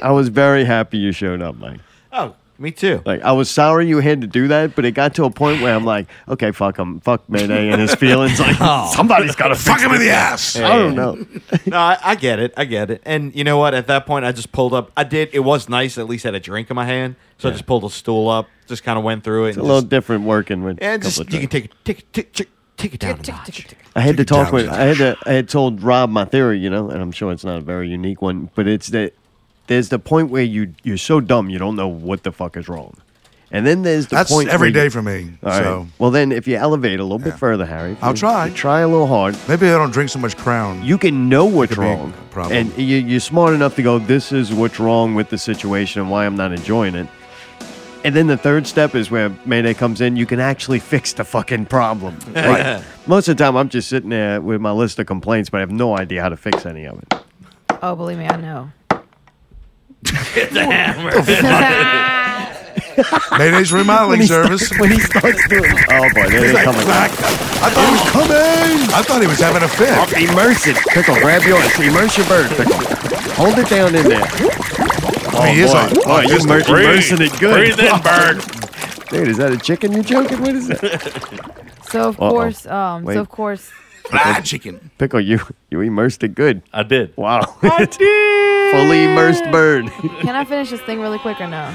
S1: I was very happy you showed up, Mike.
S6: Oh, me too.
S1: Like I was sorry you had to do that, but it got to a point where I'm like, okay, fuck him, fuck Mayday and his feelings. Like somebody's got to
S6: Oh. Fuck him in the
S1: ass. I don't know.
S6: no, I, I get it. I get it. And you know what? At that point, I just pulled up. I did. It was nice. At least I had a drink in my hand, so I just pulled a stool up. Just kind of went through it.
S1: It's a
S6: and
S1: little
S6: just-
S1: different working with.
S6: and
S1: couple
S6: just
S1: of
S6: you can take it, take it, take, take, take it down a notch.
S1: I had to talk with. I had to. I had told Rob my theory, you know, and I'm sure it's not a very unique one, but it's that there's the point where you you're so dumb you don't know what the fuck is wrong, and then there's the
S2: That's
S1: point
S2: every
S1: where you-
S2: day for me,
S1: All right.
S2: so.
S1: well, then if you elevate a little bit further, Harry, if
S2: I'll
S1: you-
S2: try.
S1: you try a little hard.
S2: Maybe I don't drink so much Crown.
S1: You can know what's
S2: could be a
S1: wrong,
S2: problem.
S1: and you, you're smart enough to go, "This is what's wrong with the situation and why I'm not enjoying it." And then the third step is where Mayday comes in. You can actually fix the fucking problem. Like, most of the time, I'm just sitting there with my list of complaints, but I have no idea how to fix any of it.
S5: Oh, believe me, I know.
S2: Mayday's remodeling service. when
S1: he starts doing, oh boy, there they come again.
S2: I thought he was coming. I thought he was having a fit.
S1: Immerse it, pickle. Grab yours. Immerse your bird. Pickle. Hold it down in there. Oh,
S2: he is
S1: boy.
S2: on-
S1: Boy,
S2: oh,
S1: you're
S2: just
S1: immersing,
S2: breathe.
S1: immersing it good.
S2: Breathe in, bird.
S1: Dude, is that a chicken you're joking? What is that?
S5: So of
S1: Uh-oh.
S5: course, um,
S1: Wait.
S5: so of course,
S1: Fried
S2: chicken.
S1: Pickle, you you immersed it good.
S4: I did.
S1: Wow. I did. Fully immersed bird.
S5: can I finish this thing really quick or no?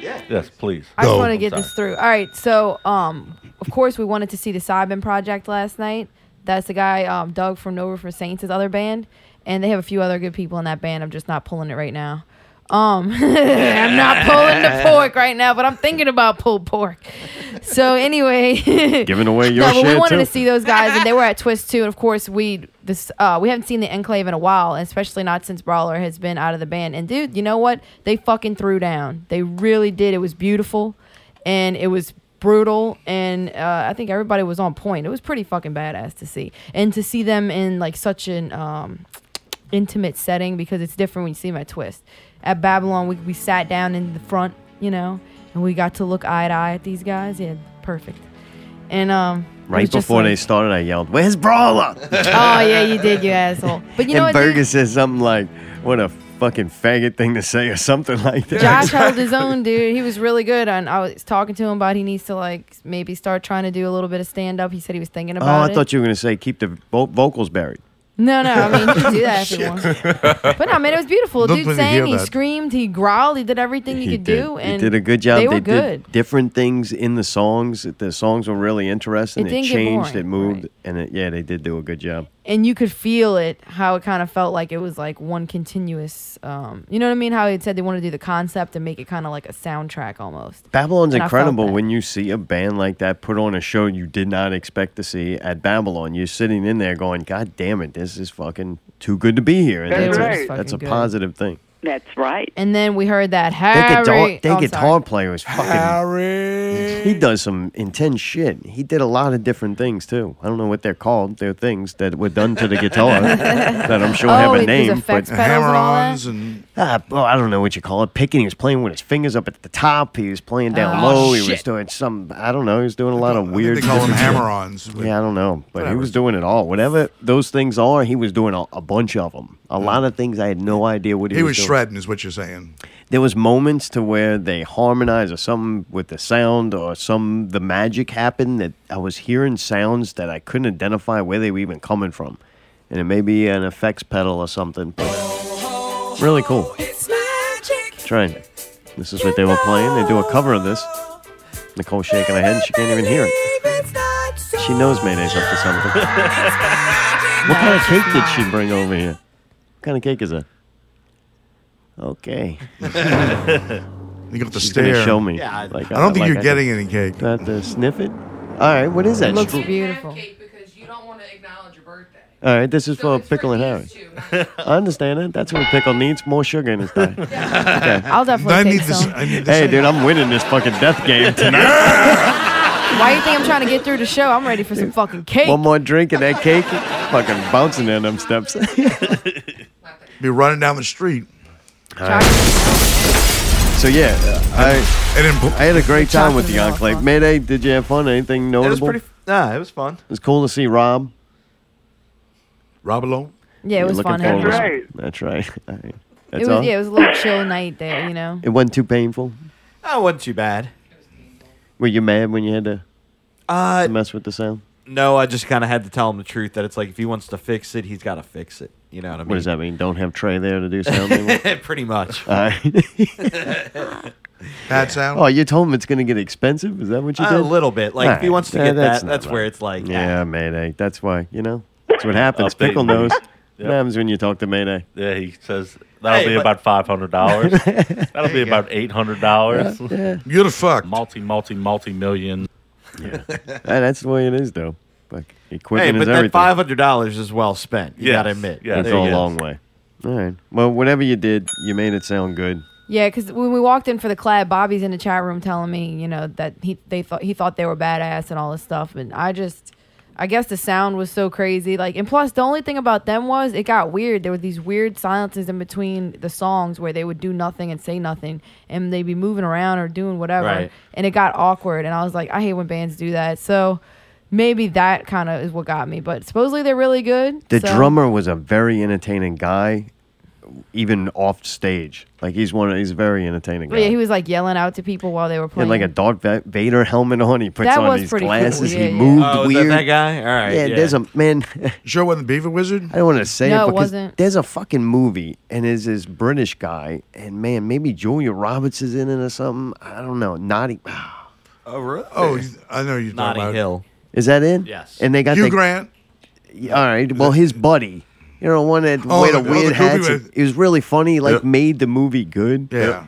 S4: Yes, please.
S5: I just want to get this through. All right, so um, of course we wanted to see the Sybin project last night. That's the guy um, Doug from Nova for Saints, his other band, and they have a few other good people in that band. I'm just not pulling it right now. Um, I'm not pulling the pork right now, but I'm thinking about pulled pork. So anyway,
S1: Giving away your
S5: no, but we
S1: shit,
S5: wanted
S1: too.
S5: to see those guys, and they were at Twist too. And of course, we this uh, we haven't seen the Enclave in a while, and especially not since Brawler has been out of the band. And dude, you know what? They fucking threw down. They really did. It was beautiful, and it was brutal, and uh, I think everybody was on point. It was pretty fucking badass to see, and to see them in like such an um, intimate setting because it's different when you see them at Twist. At Babylon, we we sat down in the front, you know, and we got to look eye to eye at these guys. Yeah, perfect. And um, it
S1: Right
S5: was just
S1: before
S5: like-
S1: they started, I yelled, "Where's Brawler?"
S5: oh yeah, you did, you asshole. But you know
S1: and
S5: what? dude?
S1: Burger says something like, "What a fucking faggot thing to say," or something like that.
S5: Josh held his own, dude. He was really good, and I was talking to him about he needs to like maybe start trying to do a little bit of stand up. He said he was thinking
S1: Oh,
S5: about
S1: I
S5: it.
S1: thought you were gonna say keep the vo- vocals buried.
S5: no, no, I mean you can do that if you want. But no, man, it was beautiful.
S1: Don't
S5: dude
S1: let me hear
S5: sang, he
S1: that.
S5: screamed, he growled, he did everything he, could
S1: did,
S5: do,
S1: he
S5: and
S1: did a good job.
S5: They were good.
S1: did different things in the songs. The songs were really interesting.
S5: It
S1: It,
S5: didn't get
S1: changed.
S5: boring,
S1: it moved, and it, yeah, they did do a good job.
S5: and you could feel it how it kind of felt like it was like one continuous um you know what i mean how it said they wanted to do the concept and make it kind of like a soundtrack almost
S1: Babylon's
S5: And I felt
S1: incredible when you see a band like that put on a show you did not expect to see at Babylon. You're sitting in there going, God damn it, this is fucking too good to be here. And
S5: That's
S1: that's,
S5: right.
S1: a, that's a
S5: Fucking good.
S1: positive thing.
S5: that's right and then we heard that
S1: That
S5: harry
S1: guitar, that
S5: Oh, I'm
S1: guitar
S5: sorry.
S1: player is fucking. He does some intense shit. He did a lot of different things too. I don't know what they're called. They're things that were done to the guitar that I'm sure
S5: Oh,
S1: have
S5: it-
S1: a
S5: these
S1: name.
S5: effects pedals and all Hammer-ons
S1: and ah, well, I don't know what you call it. Picking. He was playing with his fingers up at the top. He was playing down
S2: Oh,
S1: low. He was
S2: shit.
S1: doing some. I don't know. He was doing a lot of weird.
S2: they call 'em
S1: different shit.
S2: hammer-ons,
S1: Yeah, I don't know, but he was doing it all. Whatever those things are, he was doing a, a bunch of them. A lot of things I had no idea what he,
S2: He was
S1: doing
S2: shredding, is what you're saying.
S1: there was moments to where they harmonize or something with the sound or some the magic happened that I was hearing sounds that I couldn't identify where they were even coming from, and it may be an effects pedal or something. but really cool. Try. it. This is what they were playing. They do a cover of this. Nicole shaking her head. and She can't even hear it. She knows Mayday's up to something. what kind of cake did she bring over here? What kind of cake is that? Okay.
S2: You got the
S1: She's gonna
S2: stare.
S1: Show me.
S2: Yeah, I- I don't think you're getting any cake.
S1: Do I have to sniff it? All right. What is that?
S5: it looks
S1: Stro-
S5: beautiful
S1: All right. This is for pickle and Harry. I understand it. That's what pickle needs. More sugar in his diet. Okay.
S5: I'll definitely I take need this- some. I need this-
S1: Hey, dude, I'm winning this fucking death game tonight.
S5: why do you think i'm trying to get through the show i'm ready for some fucking cake
S1: One more drink and that cake, fucking bouncing in them steps.
S2: Be running down the street.
S1: So yeah, uh, I I had a great time with the Enclave. Mayday, did you have fun? Anything
S6: It was
S1: notable?
S6: pretty. Nah, it was fun.
S1: It's cool to see Rob.
S2: Rob alone.
S5: yeah it was fun Harry.
S1: That's right. All right. That's
S5: it was
S1: all.
S5: yeah it was a little chill night there you know
S1: It wasn't too painful.
S6: That Oh, wasn't too bad.
S1: Were you mad when you had to,
S6: Uh,
S1: to mess with the sound?
S6: No, I just kind of had to tell him the truth that it's like if he wants to fix it, he's got to fix it. You know what I mean?
S1: What does that mean? Don't have Trey there to do sound?
S6: Pretty much.
S1: All right.
S2: Bad sound.
S1: oh, you told him it's going to get expensive. Is that what you
S6: Uh,
S1: did?
S6: a little bit. Like, if
S1: All
S6: he wants to
S1: Yeah,
S6: get that,
S1: not
S6: that's
S1: right.
S6: where it's like,
S1: yeah, Mayday. That's why you know that's what happens.
S4: Update
S1: Pickle
S4: me.
S1: knows.
S4: Yep.
S1: What happens when you talk to Mayday?
S4: Yeah, he says that'll
S1: Hey,
S4: be
S1: but-
S4: about five hundred dollars. that'll be about eight hundred dollars.
S1: Yeah, yeah.
S2: You're the fuck.
S4: Multi, multi, multi million. Yeah.
S1: Yeah, that's the way it is, though. Like
S6: hey,
S1: equipment
S6: but
S1: is
S6: that
S1: everything.
S6: five hundred dollars is well spent. You gotta admit,
S1: yeah, it's a long way. All right. Well, whatever you did, you made it sound good.
S5: Yeah, because when we walked in for the collab, Bobby's in the chat room telling me, you know, that he they thought he thought they were badass and all this stuff, and I just, I guess the sound was so crazy. Like, and plus, the only thing about them was it got weird. There were these weird silences in between the songs where they would do nothing and say nothing, and they'd be moving around or doing whatever,
S14: Right.
S5: and it got awkward. And I was like, I hate when bands do that. So maybe that kind of is what got me. But supposedly they're really good.
S1: The
S5: so-
S1: drummer was a very entertaining guy, even off stage. Like he's one. He's a very entertaining guy.
S5: Yeah, he was like yelling out to people while they were
S1: He had
S5: playing.
S1: like a Darth Va- Vader helmet on. He puts
S5: That
S1: on
S5: was
S1: these
S5: pretty cool.
S1: glasses.
S5: Yeah,
S1: he
S5: yeah.
S1: moved
S6: Oh, was that
S1: weird.
S6: that guy? All right,
S1: Yeah,
S6: yeah.
S1: there's a man.
S2: sure wasn't Beaver Wizard?
S1: I don't want to say
S5: No,
S1: it
S5: it
S1: because
S5: wasn't.
S1: there's a fucking movie and there's this British guy and man, maybe Julia Roberts is in it or something. I don't know. Naughty.
S6: Oh, really?
S2: Oh, I know you're talking
S1: Notting
S2: about.
S6: Hill.
S1: Is that in?
S6: Yes.
S1: And they got
S2: Hugh
S1: the,
S2: Grant.
S1: all right. Well, his buddy, you know, one that
S2: Oh,
S1: wear the
S2: the- oh, the
S1: weird hats.
S2: goofy-
S1: He was really funny. He, Like
S2: Yeah.
S1: made the movie good.
S2: Yeah.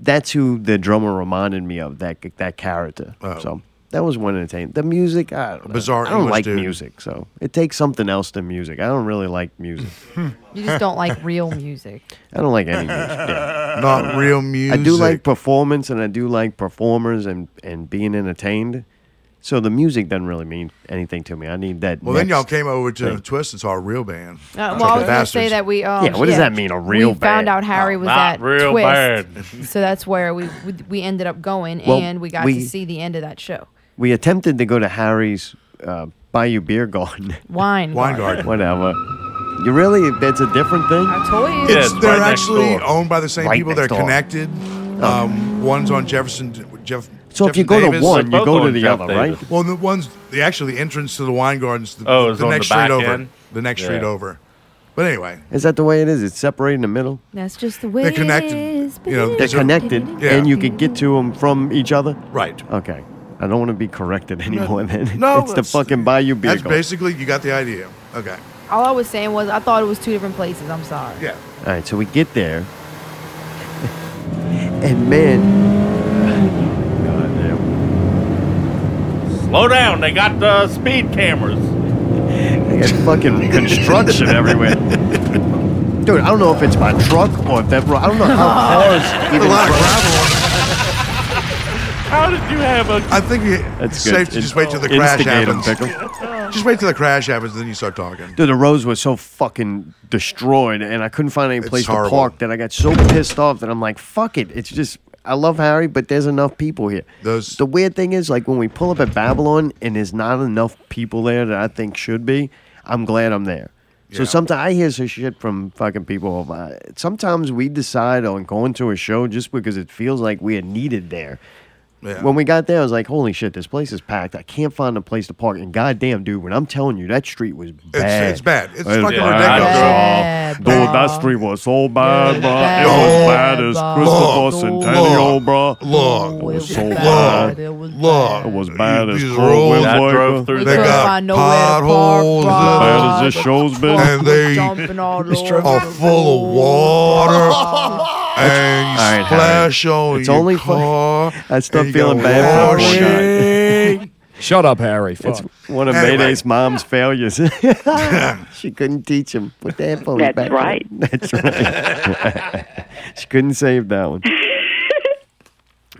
S1: That's who the drummer reminded me of. That that character. So that was one entertainment. The music, I don't know.
S2: Oh. Bizarre
S1: I don't
S2: English
S1: like
S2: dude.
S1: music, so it takes something else than music. I don't really like music.
S5: You just don't like real music.
S1: I don't like any music. yeah.
S2: Not real
S1: I do like
S2: music.
S1: performance, and I do like performers and and being entertained. So the music doesn't really mean anything to me. I need that.
S2: Well, then
S1: next
S2: y'all came over to
S1: thing.
S2: Twist and saw a real band.
S5: Uh, well, I was going to say that we. Um,
S1: Yeah, what does that mean, a real
S5: we found
S1: band?
S5: out Harry was
S1: Oh, Not
S5: at
S1: real
S5: Twist,
S1: band.
S5: so that's where we we- we ended up going,
S1: Well,
S5: and we got
S1: we-
S5: to see the end of that show.
S1: We attempted to go to Harry's uh, Bayou Beer Garden.
S5: Wine Wine garden. garden.
S1: Whatever. You really, that's a different thing?
S5: I told you.
S2: It's, they're actually owned by the same
S1: Right
S2: people.
S1: next
S2: They're
S1: door. Oh.
S2: connected. Um, one's on Jefferson. Jeff.
S1: So if you
S2: Jefferson
S1: go to
S2: Davis.
S1: one, They're you both go to on the Jeff other, Davis.
S2: Well, the ones the actually entrance to the wine gardens. The,
S1: Oh, it's
S2: the
S1: on
S2: next
S1: the back
S2: street
S1: end?
S2: over. The next street
S1: Yeah.
S2: over. But anyway,
S1: Is that the way it is? It's separated in the middle?
S5: That's just the way
S2: They're connected,
S5: it is,
S2: you know,
S5: baby.
S1: They're connected,
S2: Yeah.
S1: and you could get to them from each other?
S2: Right.
S1: Okay. I don't want to be corrected anymore then.
S2: No,
S1: It's the
S2: that's-
S1: fucking Bayou Beer
S2: that's
S1: Garden.
S2: basically you got the idea. Okay.
S5: All I was saying was I thought it was two different places. I'm sorry.
S2: Yeah.
S1: All right, so we get there, and man,
S4: Slow down. They got the speed cameras.
S1: they got fucking construction everywhere. Dude, I don't know if it's my truck or if that. I don't know how cars even.
S4: How did you have a?
S2: I think you-
S1: That's
S2: it's
S1: good.
S2: safe to just wait till the crash
S1: Instigate 'em,
S2: happens. Just wait till the crash happens, and then you start talking.
S1: Dude, the roads were so fucking destroyed, and I couldn't find any
S2: It's
S1: place to
S2: horrible.
S1: park that I got so pissed off that I'm like, fuck it. It's just, I love Harry, but there's enough people here. the weird thing is, like, when we pull up at Babylon and there's not enough people there that I think should be, I'm glad I'm there. So sometimes I hear some shit from fucking people. uh, Sometimes we decide on going to a show just because it feels like we are needed there.
S2: Yeah.
S1: When we got there, I was like, "Holy shit, this place is packed. I can't find a place to park." And goddamn, dude, when I'm telling you, that street was bad.
S2: it's bad. It's fucking
S1: ridiculous. Dude, that street was so bad, bro. It was bad as Christopher Centennial, bro. Look, it was so bad. Look, it was bad as Corwin
S2: roads- I drove through We there. couldn't find nowhere to
S1: potholes. Bad as this show's been.
S2: And they are full of water. and you splash on Oh,
S1: It's
S2: your
S1: only
S2: car.
S1: I start
S2: and you
S1: feeling
S2: go
S1: bad for
S2: washing.
S1: Corwin.
S14: Shut up, Harry.
S1: It's
S14: Fuck.
S1: one of
S14: Anyway.
S1: Mayday's mom's failures. she couldn't teach him. Put the headphones
S14: That's
S1: back. on.
S14: right.
S1: That's right. she couldn't save that one.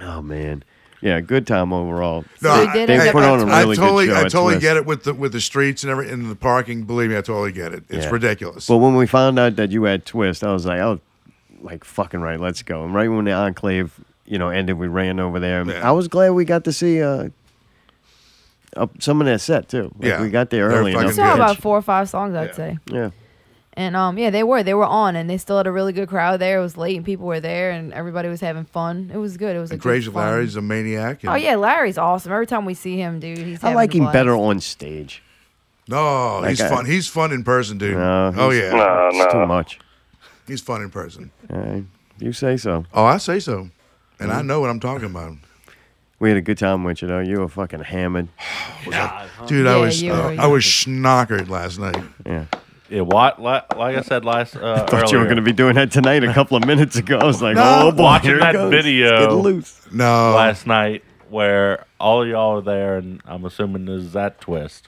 S1: oh man, yeah, good time overall.
S2: I-
S1: they, they
S2: hey,
S1: put on a
S2: I
S1: really
S2: totally,
S1: good show.
S2: I
S1: at
S2: totally
S1: Twist.
S2: get it with the with the streets and every and the parking. Believe me, I totally get it. It's
S1: Yeah.
S2: ridiculous.
S1: But when we found out that you had Twist, I was like, oh, like fucking right, let's go. And right when the Enclave, you know, ended, we ran over there. I was glad we got to see uh, uh some of that set too. Like,
S2: Yeah.
S1: we got there
S2: They're
S1: early.
S5: We
S1: enough to
S5: saw about
S1: catch-
S5: four or five songs, I'd say.
S1: yeah.
S5: And um, yeah, they were they were on, and they still had a really good crowd there. It was late, and people were there, and everybody was having fun. It was good. It was a
S2: and
S5: good
S2: Crazy
S5: fun-
S2: Larry's a maniac. and-
S5: Oh yeah, Larry's awesome. Every time we see him, dude, he's.
S1: I
S5: having
S1: like
S5: a
S1: him
S5: blast.
S1: better on stage.
S2: No,
S1: Like
S2: Oh, he's
S1: I-
S2: fun. He's fun in person, dude.
S1: No,
S2: oh
S1: he's-
S2: yeah.
S1: it's too much.
S2: He's fun in person.
S1: All right. You say so.
S2: Oh, I say so, and
S1: Mm-hmm.
S2: I know what I'm talking about.
S1: We had a good time with you, though. You were fucking hammered.
S2: Dude, I was
S4: you
S2: uh,
S4: were-
S2: I was schnockered last night.
S1: Yeah.
S4: Yeah, what? Like, like I said last. Uh,
S1: I thought you were going to be doing that tonight a couple of minutes ago. I was like, oh, boy.
S4: watching
S1: here it
S4: that
S1: goes. It's
S4: video
S1: getting loose.
S2: No.
S4: last night where all y'all are there, and I'm assuming there's that twist.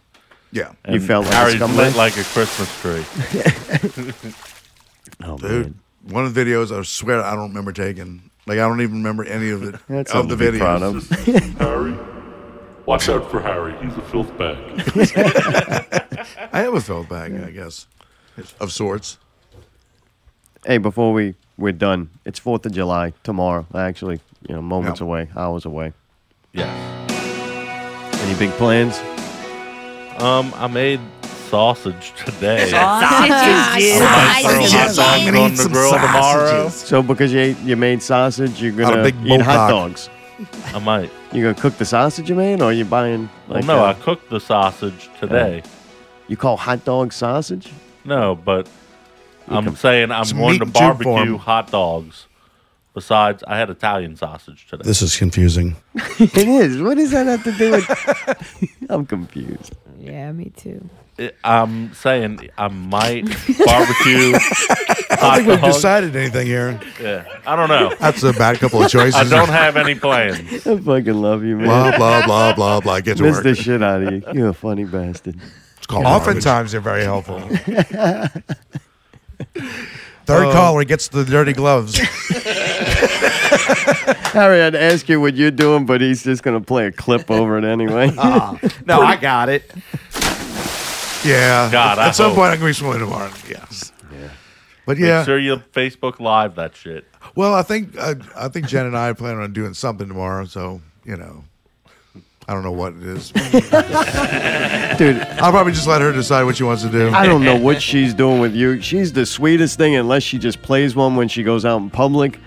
S2: Yeah.
S1: You felt like a
S4: Harry's
S1: scumbag?
S4: lit like a Christmas tree.
S1: Oh,
S2: Dude, one of the videos I swear I don't remember taking. Like I don't even remember any of it
S1: That's
S2: of the
S1: something to be proud
S2: videos.
S18: Harry? Watch out for Harry. He's a filth bag.
S2: I have a felt bag, I guess, of sorts.
S1: Hey, before we, we're done, it's 4th of July tomorrow. Actually, you know, moments away, hours away.
S4: Yes.
S1: Any big plans?
S4: Um, I made sausage today.
S1: Sausages.
S4: I might throw hot
S1: Sausages.
S4: dogs
S1: I'm gonna
S4: on
S1: eat
S4: the
S1: some
S4: grill tomorrow.
S1: So, because you, ate, you made sausage, you're
S4: Out
S1: going
S4: of
S1: to
S4: big
S1: eat hot
S4: Bulldog.
S1: dogs.
S4: I might.
S1: You going to cook the sausage you made, or you buying?
S4: Well,
S1: Like,
S4: no,
S1: uh,
S4: I cooked the sausage today.
S1: You call hot dog sausage?
S4: No, but I'm
S1: can-
S4: saying I'm
S1: It's meat
S4: going to
S1: and tube form.
S4: barbecue hot dogs. Besides, I had Italian sausage today.
S2: This is confusing.
S1: it is. What does that have to do with? I'm confused.
S9: Yeah, me too.
S4: I- I'm saying I might barbecue.
S2: I don't think we've decided anything here.
S4: Yeah, I don't know.
S2: That's a bad couple of choices.
S4: I don't have any plans.
S1: I fucking love you, man.
S2: Blah, blah, blah, blah, blah. Get to
S1: Miss
S2: work.
S1: the shit out of you. You're a funny bastard. It's
S2: called Oftentimes they're very helpful. Third
S1: Oh.
S2: caller gets the dirty gloves.
S1: Harry, I'd ask you what you're doing, but he's just going to play a clip over it anyway.
S6: Ah, no, I got it.
S2: Yeah.
S4: God, I
S2: At some
S4: hope.
S2: point, I'm going to be swimming tomorrow. Yes. But yeah.
S4: Make sure you Facebook Live that shit.
S2: Well, I think I, I think Jen and I plan on doing something tomorrow. So you know, I don't know what it is, dude. I'll probably just let her decide what she wants to do.
S1: I don't know what she's doing with you. She's the sweetest thing, unless she just plays one when she goes out in public.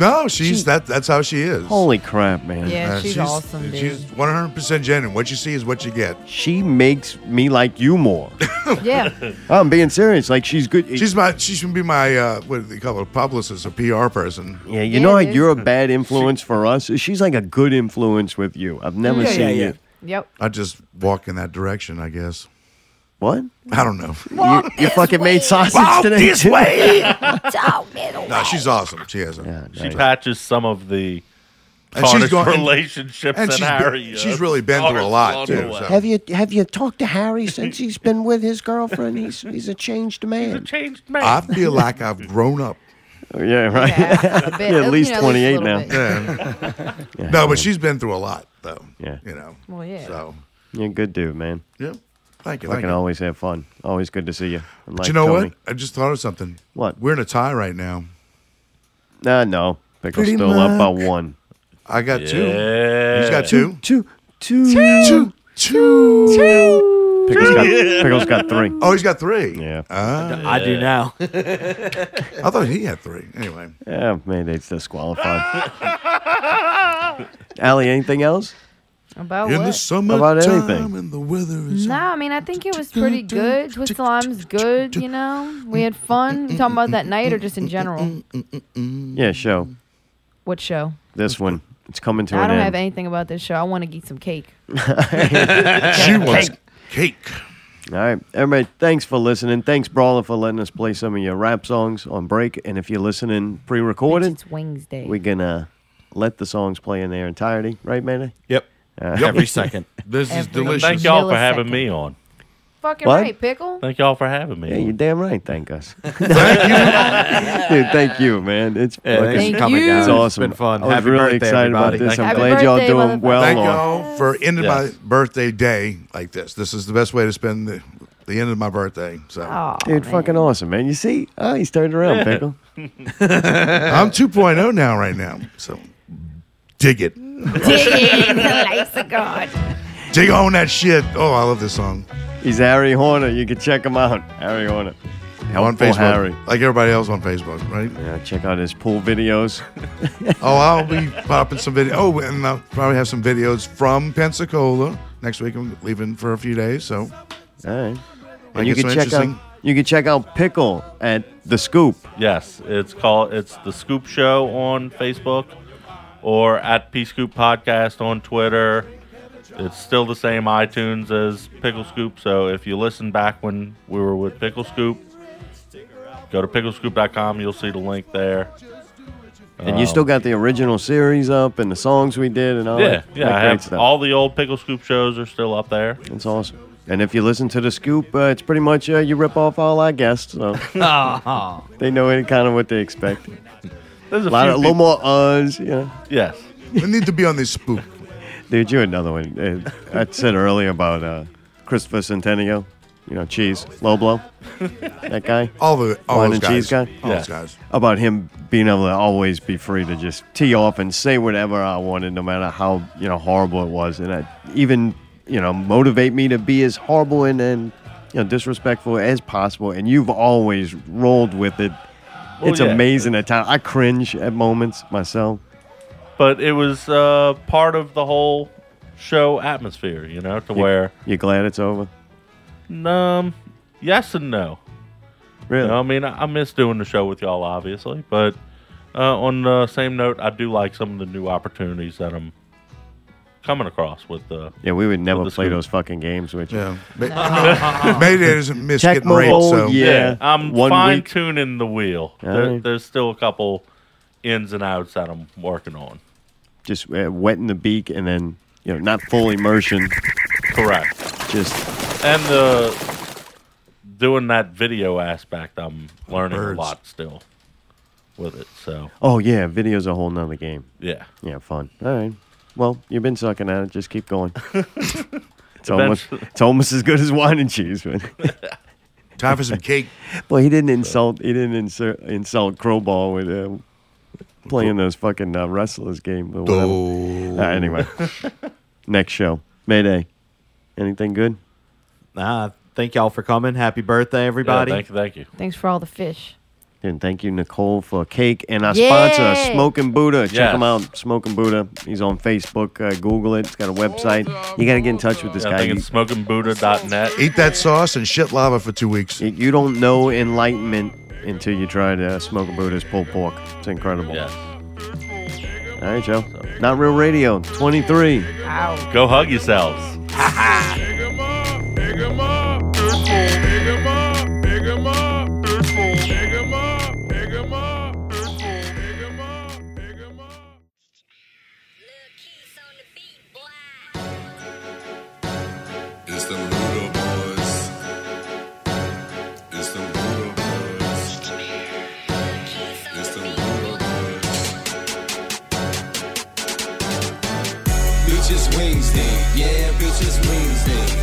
S2: No, she's that. That's how she is.
S1: Holy crap, man!
S2: Uh, She's 100 percent Jen, and what you see is what you get.
S1: She makes me like you more.
S5: Yeah.
S1: I'm being serious. Like she's good.
S2: She's my. She should be my. Uh, what do they call it? Publicist, a PR person.
S1: Yeah, you know how you're a bad influence for us. She's like a good influence with you. I've never
S2: Yeah,
S1: seen
S2: yeah, yeah.
S1: you.
S5: Yep.
S2: I just walk in that direction, I guess.
S1: What?
S2: I don't know.
S1: You, you fucking made sausage
S2: Walk
S1: today.
S2: this
S1: too?
S2: way.
S9: Down middle.
S2: No, she's awesome. She has a.
S4: She patches some of the
S2: And she's
S4: tarnished
S2: gone- and-
S4: relationships
S2: and
S4: and,
S2: she's been-
S4: Harry. uh,
S2: she's really been through a lot, too, so.
S1: Have you have you talked to Harry since he's been with his girlfriend? He's he's a changed man. He's a
S4: changed
S2: I feel like I've grown up.
S1: Yeah, right.
S2: Yeah,
S1: a bit. You're at You least know, at least a 28 little now. bit.
S2: Yeah.
S1: Yeah.
S2: no, but she's been through a lot, though.
S1: Yeah.
S2: You know.
S5: Well, yeah.
S2: So,
S1: You're a good dude, man.
S2: yeah. Thank you.
S1: Fucking
S2: Thank you.
S1: always have fun. Always good to see you. And
S2: But
S1: like
S2: you know
S1: Tony-
S2: what? I just thought of something.
S1: What?
S2: We're in a tie right now.
S1: Nah, no. Pickle's
S2: Pretty
S1: still up by
S2: much.
S1: one.
S2: I got two.
S1: Yeah.
S2: He's got
S1: Two,
S2: two.
S1: Two. Two.
S2: Two. Two.
S1: Pickle's got, Pickle's got three.
S2: Oh, he's got three.
S1: Yeah.
S2: Ah.
S6: I do now.
S2: I thought he had three. Anyway.
S1: Yeah, mandate's disqualified. Allie, anything else?
S5: About
S2: in
S5: what?
S2: the summer
S1: About anything.
S2: and the weather is
S5: No, I mean I think it was pretty good. Twist the lime's good, you know. We had fun. You talking about that night or just in general?
S1: Yeah, show.
S5: What show?
S1: This one. It's coming to
S5: I
S1: an
S5: don't
S1: end.
S5: have anything about this show. I want to eat some cake.
S1: she
S2: wants cake.
S1: All right, everybody, thanks for listening. Thanks, Brawler, for letting us play some of your rap songs on break. And if you're listening pre recorded,
S5: It's Wednesday.
S1: we're going to let the songs play in their entirety. Right, Mayday?
S6: Yep.
S1: Uh,
S6: Every second.
S1: This
S5: is Every delicious.
S4: Thank y'all for having me on.
S5: Fucking
S1: What?
S5: right, pickle.
S4: Thank y'all for having me.
S1: Yeah, you're damn right. Thank us. thank you. Dude, thank you, man. It's
S6: Yeah,
S1: fucking-
S6: thanks for coming, Thank guys. you.
S1: It's
S6: It's
S1: awesome.
S6: been fun.
S1: I was
S6: Happy
S1: really
S6: birthday,
S1: excited
S6: everybody.
S1: about this.
S6: Thank
S1: I'm
S6: you.
S1: glad
S6: Happy
S1: y'all
S6: birthday,
S1: doing well.
S2: Thank
S1: on-
S2: y'all for ending
S1: Yes.
S2: my birthday day like this. This is the best way to spend the, the end of my birthday. So,
S1: Dude, fucking awesome, man. You see? Oh, he's turned around,
S2: Yeah.
S1: Pickle.
S2: I'm 2.0 now, right now. So, dig it.
S9: Dig in the lights of God.
S2: Dig on that shit. Oh, I love this song.
S1: He's Harry Horner. You can check him out. Harry Horner.
S2: on
S1: Helpful
S2: Facebook.
S1: Harry.
S2: Like everybody else on Facebook, right?
S1: Yeah, check out his pool videos.
S2: oh, I'll be popping some video. Oh, and I'll probably have some videos from Pensacola next week. I'm leaving for a few days.
S1: all
S2: So,
S1: right.
S2: I
S1: And you
S2: get
S1: can
S2: some
S1: check out
S2: interesting.
S1: you can check out Pickle at the Scoop.
S4: Yes, it's called it's the Scoop Show on Facebook or at P Scoop Podcast on Twitter. It's still the same iTunes as Pickle Scoop. So if you listen back when we were with Pickle Scoop, go to picklescoop.com. You'll see the link there.
S1: And you still got the original series up and the songs we did and all
S4: yeah,
S1: Oh, that.
S4: yeah.
S1: that
S4: I
S1: great
S4: have
S1: stuff.
S4: all the old Pickle Scoop shows are still up there.
S1: It's awesome. And if you listen to the scoop, uh, it's pretty much uh, you rip off all our guests. So
S4: Aw.
S1: they know any kind of what they expect.
S4: There's a
S1: lot,
S4: few
S1: of- a little
S4: peop-
S1: more uh, uhs, you know.
S4: Yes.
S2: we need to be on this spook.
S1: Dude, you another one. Uh, I said earlier about uh, Christopher Centennial, you know, cheese, low blow, that guy.
S2: All the all
S1: wine
S2: those
S1: and cheese guy.
S2: guys. All those Yeah. guys.
S1: About him being able to always be free to just tee off and say whatever I wanted, no matter how you know horrible it was, and I, even you know motivate me to be as horrible and, and you know disrespectful as possible. And you've always rolled with it.
S4: Well,
S1: it's
S4: Oh, yeah.
S1: amazing at times. I cringe at moments myself.
S4: But it was uh, part of the whole show atmosphere, you know, to
S1: You-
S4: where
S1: You glad it's over?
S4: Um, yes and no.
S1: Really?
S4: You know, I mean, I I miss doing the show with y'all, obviously, but uh, on the same note, I do like some of the new opportunities that I'm coming across with the
S1: Yeah, we would never play those fucking games. Which
S2: yeah, Mayday doesn't miss getting raped, so-
S1: Yeah,
S4: I'm
S1: One
S4: fine
S1: week.
S4: tuning the wheel.
S1: All
S4: There,
S1: right.
S4: There's still a couple ins and outs that I'm working on.
S1: just uh, wetting the beak and then you know not full immersion.
S4: Correct.
S1: Just
S4: And the doing that video aspect, I'm learning
S1: Birds.
S4: a lot still with it. So
S1: oh yeah, video's a whole nother game.
S4: Yeah.
S1: yeah, fun. All right. Well, you've been sucking at it. Just keep going. it's almost
S2: Eventually-
S1: it's almost as good as wine and cheese. Man.
S2: Time for some cake.
S1: Well, he didn't insult he didn't insert, insult Crowball with uh, playing those fucking uh, wrestlers game. But whatever.
S2: Oh.
S1: All right, anyway, next show Mayday. Anything good?
S6: Nah, thank y'all for coming. Happy birthday, everybody.
S1: thank you,
S4: thank you.
S5: Thanks for all the fish.
S1: And thank you, Nicole, for cake and our
S5: Yay!
S1: sponsor, Smoking Buddha. Check
S4: Yes.
S1: him out, Smoking Buddha. He's on Facebook. Uh, Google it. He's got a website. You got to get in touch with this
S4: I
S1: guy.
S4: think it's smokingbuddha.net.
S1: Eat that sauce and shit lava for two weeks. You don't know enlightenment until you try to smoke a Buddha's pulled pork. It's incredible. All right, Joe. Not Real Radio 23.
S4: Go hug yourselves.
S13: It's the Buddha Boys. It's the Buddha Boys. It's the Buddha Boys. Bitches Wednesday, yeah, bitches Wednesday.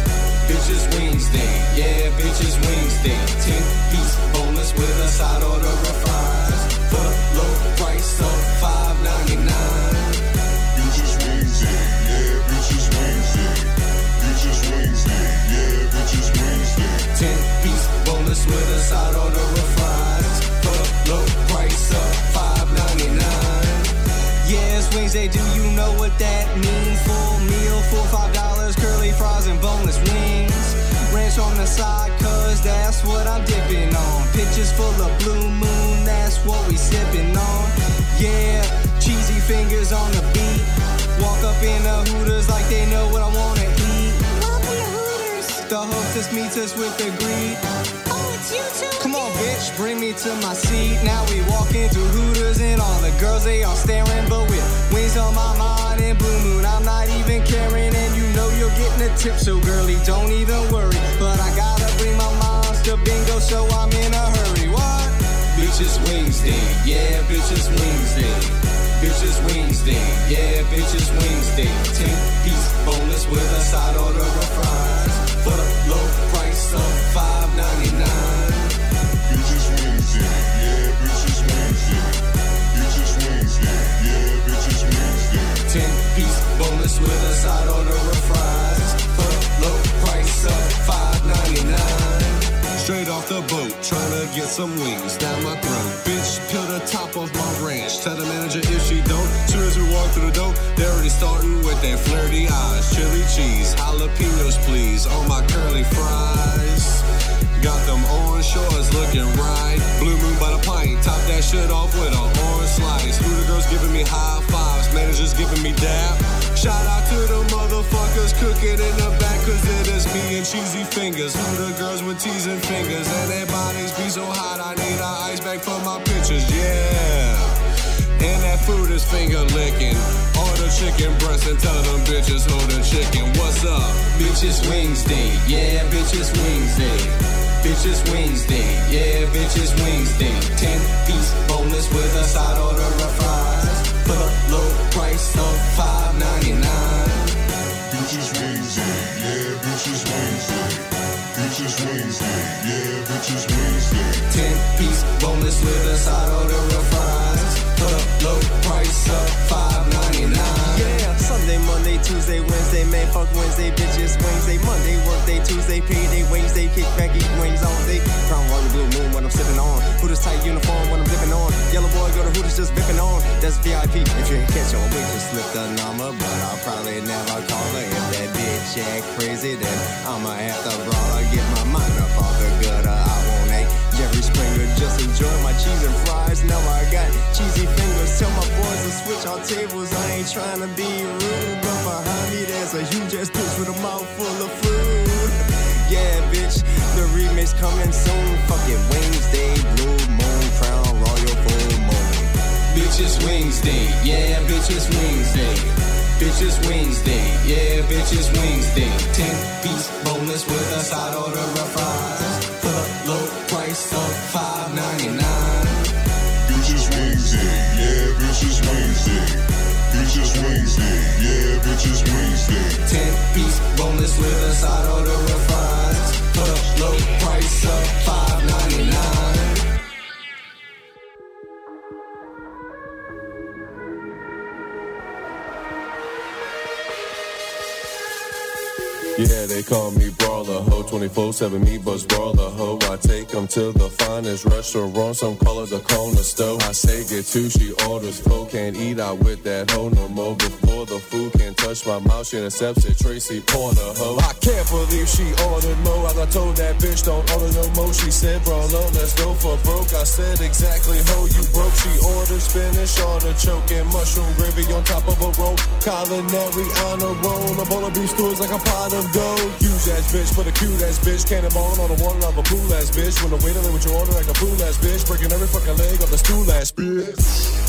S13: Bitches Wednesday, yeah, bitches Wednesday. Ten piece bonus with a side order of fries. For the low price of five ninety nine. Bitches Wednesday, yeah, bitches Wednesday. Bitches Wednesday, yeah, bitches Wednesday. Ten piece boneless with a side order of fries. For the low price of five ninety nine. Yeah, it's Wednesday. Do you know what that means? Full meal, full five dollars, curly fries and boneless wings. Ranch on the side, cause that's what I'm dipping on. Pictures full of blue moon, that's what we sipping on. Yeah, cheesy fingers on the beat. Walk up in the Hooters like they know what I wanna eat. Welcome to Hooters. The hostess meets us with the greet. Oh, it's you too. Come on, bitch, bring me to my seat. Now we walk into Hooters and all the girls they all staring, but with wings on my mind and blue moon, I'm not even caring. And you know you're getting a tip, so girly, don't even worry. But I gotta bring my monster bingo, so I'm in a hurry. What? Bitches Wednesday, yeah, bitches Wednesday. Bitches Wednesday, yeah, bitches Wednesday. Ten piece boneless with a side order of fries for the low price of five ninety nine. Bitches Wednesday, yeah, bitches Wednesday. Bitches Wednesday, yeah, bitches Wednesday. Ten piece boneless with a side order of fries for the low price of five ninety nine. Straight off the boat, tryna get some wings down my throat. Bitch, peel the top off my ranch. Tell the manager if she don't. Soon as we walk through the door, they're already starting with their flirty eyes. Chili cheese, jalapenos, please, on my curly fries. Got them orange shores looking right. Blue moon by the pint, top that shit off with an orange slice. Hooter girls giving me high fives, managers giving me dap. Shout out to the motherfuckers cooking in the back, cause it is me and cheesy fingers. Hooter girls with teasing fingers, and their bodies be so hot, I need an ice bag for my pictures, yeah. And that food is finger licking. Order chicken breast and tell them bitches hold the chicken. What's up? Bitches Wednesday, yeah, bitches Wednesday. Bitches Wednesday, yeah, bitches Wednesday. Ten piece boneless with a side order of fries for the low price of five ninety nine. Bitches Wednesday, yeah, bitches Wednesday. Bitches Wednesday, yeah, bitches Wednesday. Ten piece boneless with a side order of fries. For the low price of five ninety nine. Yeah, Sunday, Monday, Tuesday, Wednesday, man, fuck Wednesday, bitches Wednesday, Monday, workday, Tuesday, payday, Wednesday, kick back, eat wings all day. Crown one blue moon when I'm sipping on. Hooters tight uniform when I'm dipping on. Yellow boy go to Hooters just vipping on. That's VIP. If you ain't catch on, we just slip the number, but I'll probably never call her. If that bitch act crazy, then I'ma have to brawl her, get my mind up off the gutter. I won't act Jerry Springer, just enjoy my cheese and fries. Now I got cheesy fingers. Tell my boys to switch our tables. I ain't trying to be rude, but behind me there's a huge ass bitch with a mouthful of food. Yeah, bitch, the remix coming soon. Fucking Wednesday, blue moon, crown, royal full moon. Bitches Wednesday, yeah, bitches Wednesday. Bitches Wednesday, yeah, bitches Wednesday. Ten piece boneless with a side order of fries for the low price of five ninety nine. Bitches Wednesday, yeah, bitches Wednesday. Bitches Wednesday, yeah, bitches Wednesday. Ten piece boneless with a side order of fries for the low price of five ninety nine.
S14: Yeah, they call me Brawler Ho, 24 7 me Buzz Brawler Ho. I take 'em to the finest restaurant, some call it the corner store. I say get two, she orders four, can't eat out with that hoe no more. Before the food can touch my mouth, she intercepts it, Tracy Porter Ho. I can't believe she ordered more, I got told that bitch don't order no more. She said, Brawler, let's go for broke. I said exactly ho, you broke. She ordered spinach, artichoke, and mushroom gravy on top of a roll. Culinary honor roll, a bowl of beef stew is like a pot of gold. Use ass bitch, put a cute ass bitch. Cannonball on the water of a pool ass bitch. When the waiter with your order like a fool ass bitch. Breaking every fucking leg of the stool ass bitch.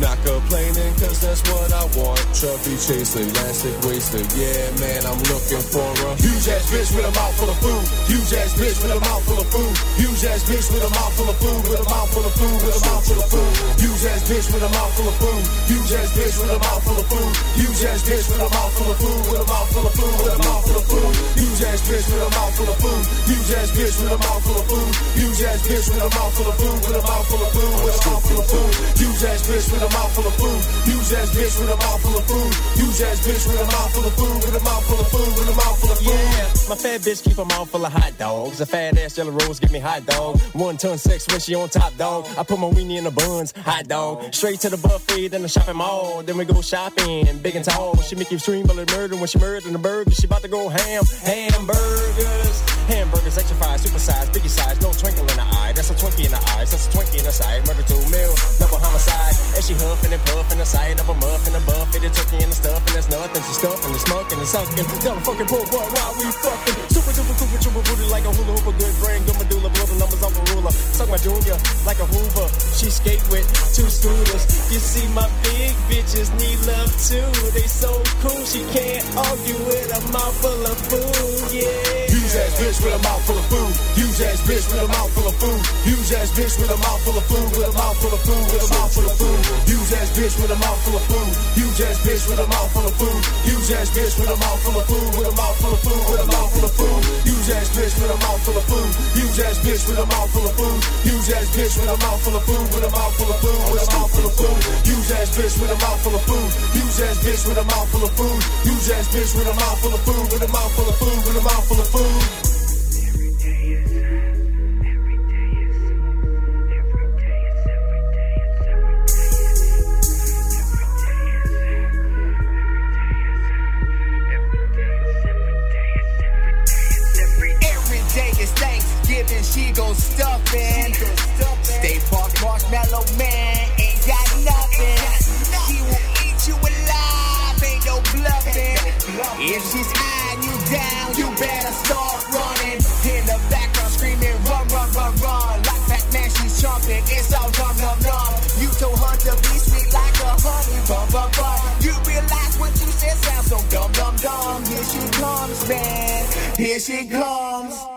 S14: Not complaining, cause that's what I want. Chubby chaser, elastic waster. Yeah, man, I'm looking for a huge ass bitch with a mouth full of food. Huge ass bitch with a mouth full of food. Huge ass bitch with a mouth full of food. With a mouth full of food. With a mouth full of food. Huge ass bitch with a mouth full of food. Huge ass bitch with a mouth full of food. Huge ass bitch with a mouth full of food. With a mouth full of food. With a mouth full of food. Huge ass bitch with a mouth full of food. Huge ass bitch with a mouth full of food. Huge ass bitch with a mouth full of food. With a mouth full of food. With a mouth full of food. Huge ass bitch with a mouth full of food. Huge ass bitch with a mouth full of food. Huge ass bitch with a mouth full of food. With a mouth full of food. With a mouth full of food. Yeah, my fat bitch keep a mouth full of hot dogs. A fat ass yellow rose give me hot dog. One ton sex when she on top dog. I put my weenie in the buns, hot dog. Straight to the buffet, then the shopping mall. Then we go shopping, big and tall. She make you scream but murder when she murdering the burger. She about to go ham, hamburgers, hamburgers, extra fries, super size, biggie size, no twinkle in the eye. That's a twinkie in the eyes, that's a twinkie in the side. Murder two mil, double homicide. And she huffing and puffing the side of a muffin, a buff, and a turkey and the stuff, and there's nothing. She stuffing and smoking and sucking. Tell the fucking poor boy why we fucking. Super duper duper duper booty like a hula hoop, a good brain, good medulla, blow the numbers off a ruler. Suck my junior like a Hoover. She skate with two scooters. You see my big bitches need love too. They so cool, she can't argue with a mouth full of food. Yeah. Huge ass bitch with a mouth full of food. Huge ass bitch with a mouth full of food. Huge ass bitch with a mouth full of food. With a mouth full of food. With a mouth full of food. Huge ass bitch with a mouth full of food. Huge ass bitch with a mouth full of food. Huge ass bitch with a mouth full of food. With a mouth full of food. With a mouth full of food. Huge ass bitch with a mouth full of food. Huge ass bitch with a mouth full of food. Huge ass bitch with a mouth full of food. With a mouth full of food. With a mouth full of food. Huge ass bitch with a mouth full of food. Huge ass bitch with a mouth full of food. Huge ass bitch with a mouth full of food. With a mouth full of food. With a mouth full of food.
S21: Every day is Thanksgiving, she gon' stuff in. Stay park, marshmallow man, ain't got nothing. She will eat you alive, ain't no bluffing. If she's eyeing you down, you better start running. In the background screaming, run, run, run, run. Like Pac-Man, she's jumping, it's all nom, nom, nom. You told her to be sweet like a honey bun, bun, bun. You realize what you said sounds so dumb, dumb, dumb. Here she comes, man. Here she comes.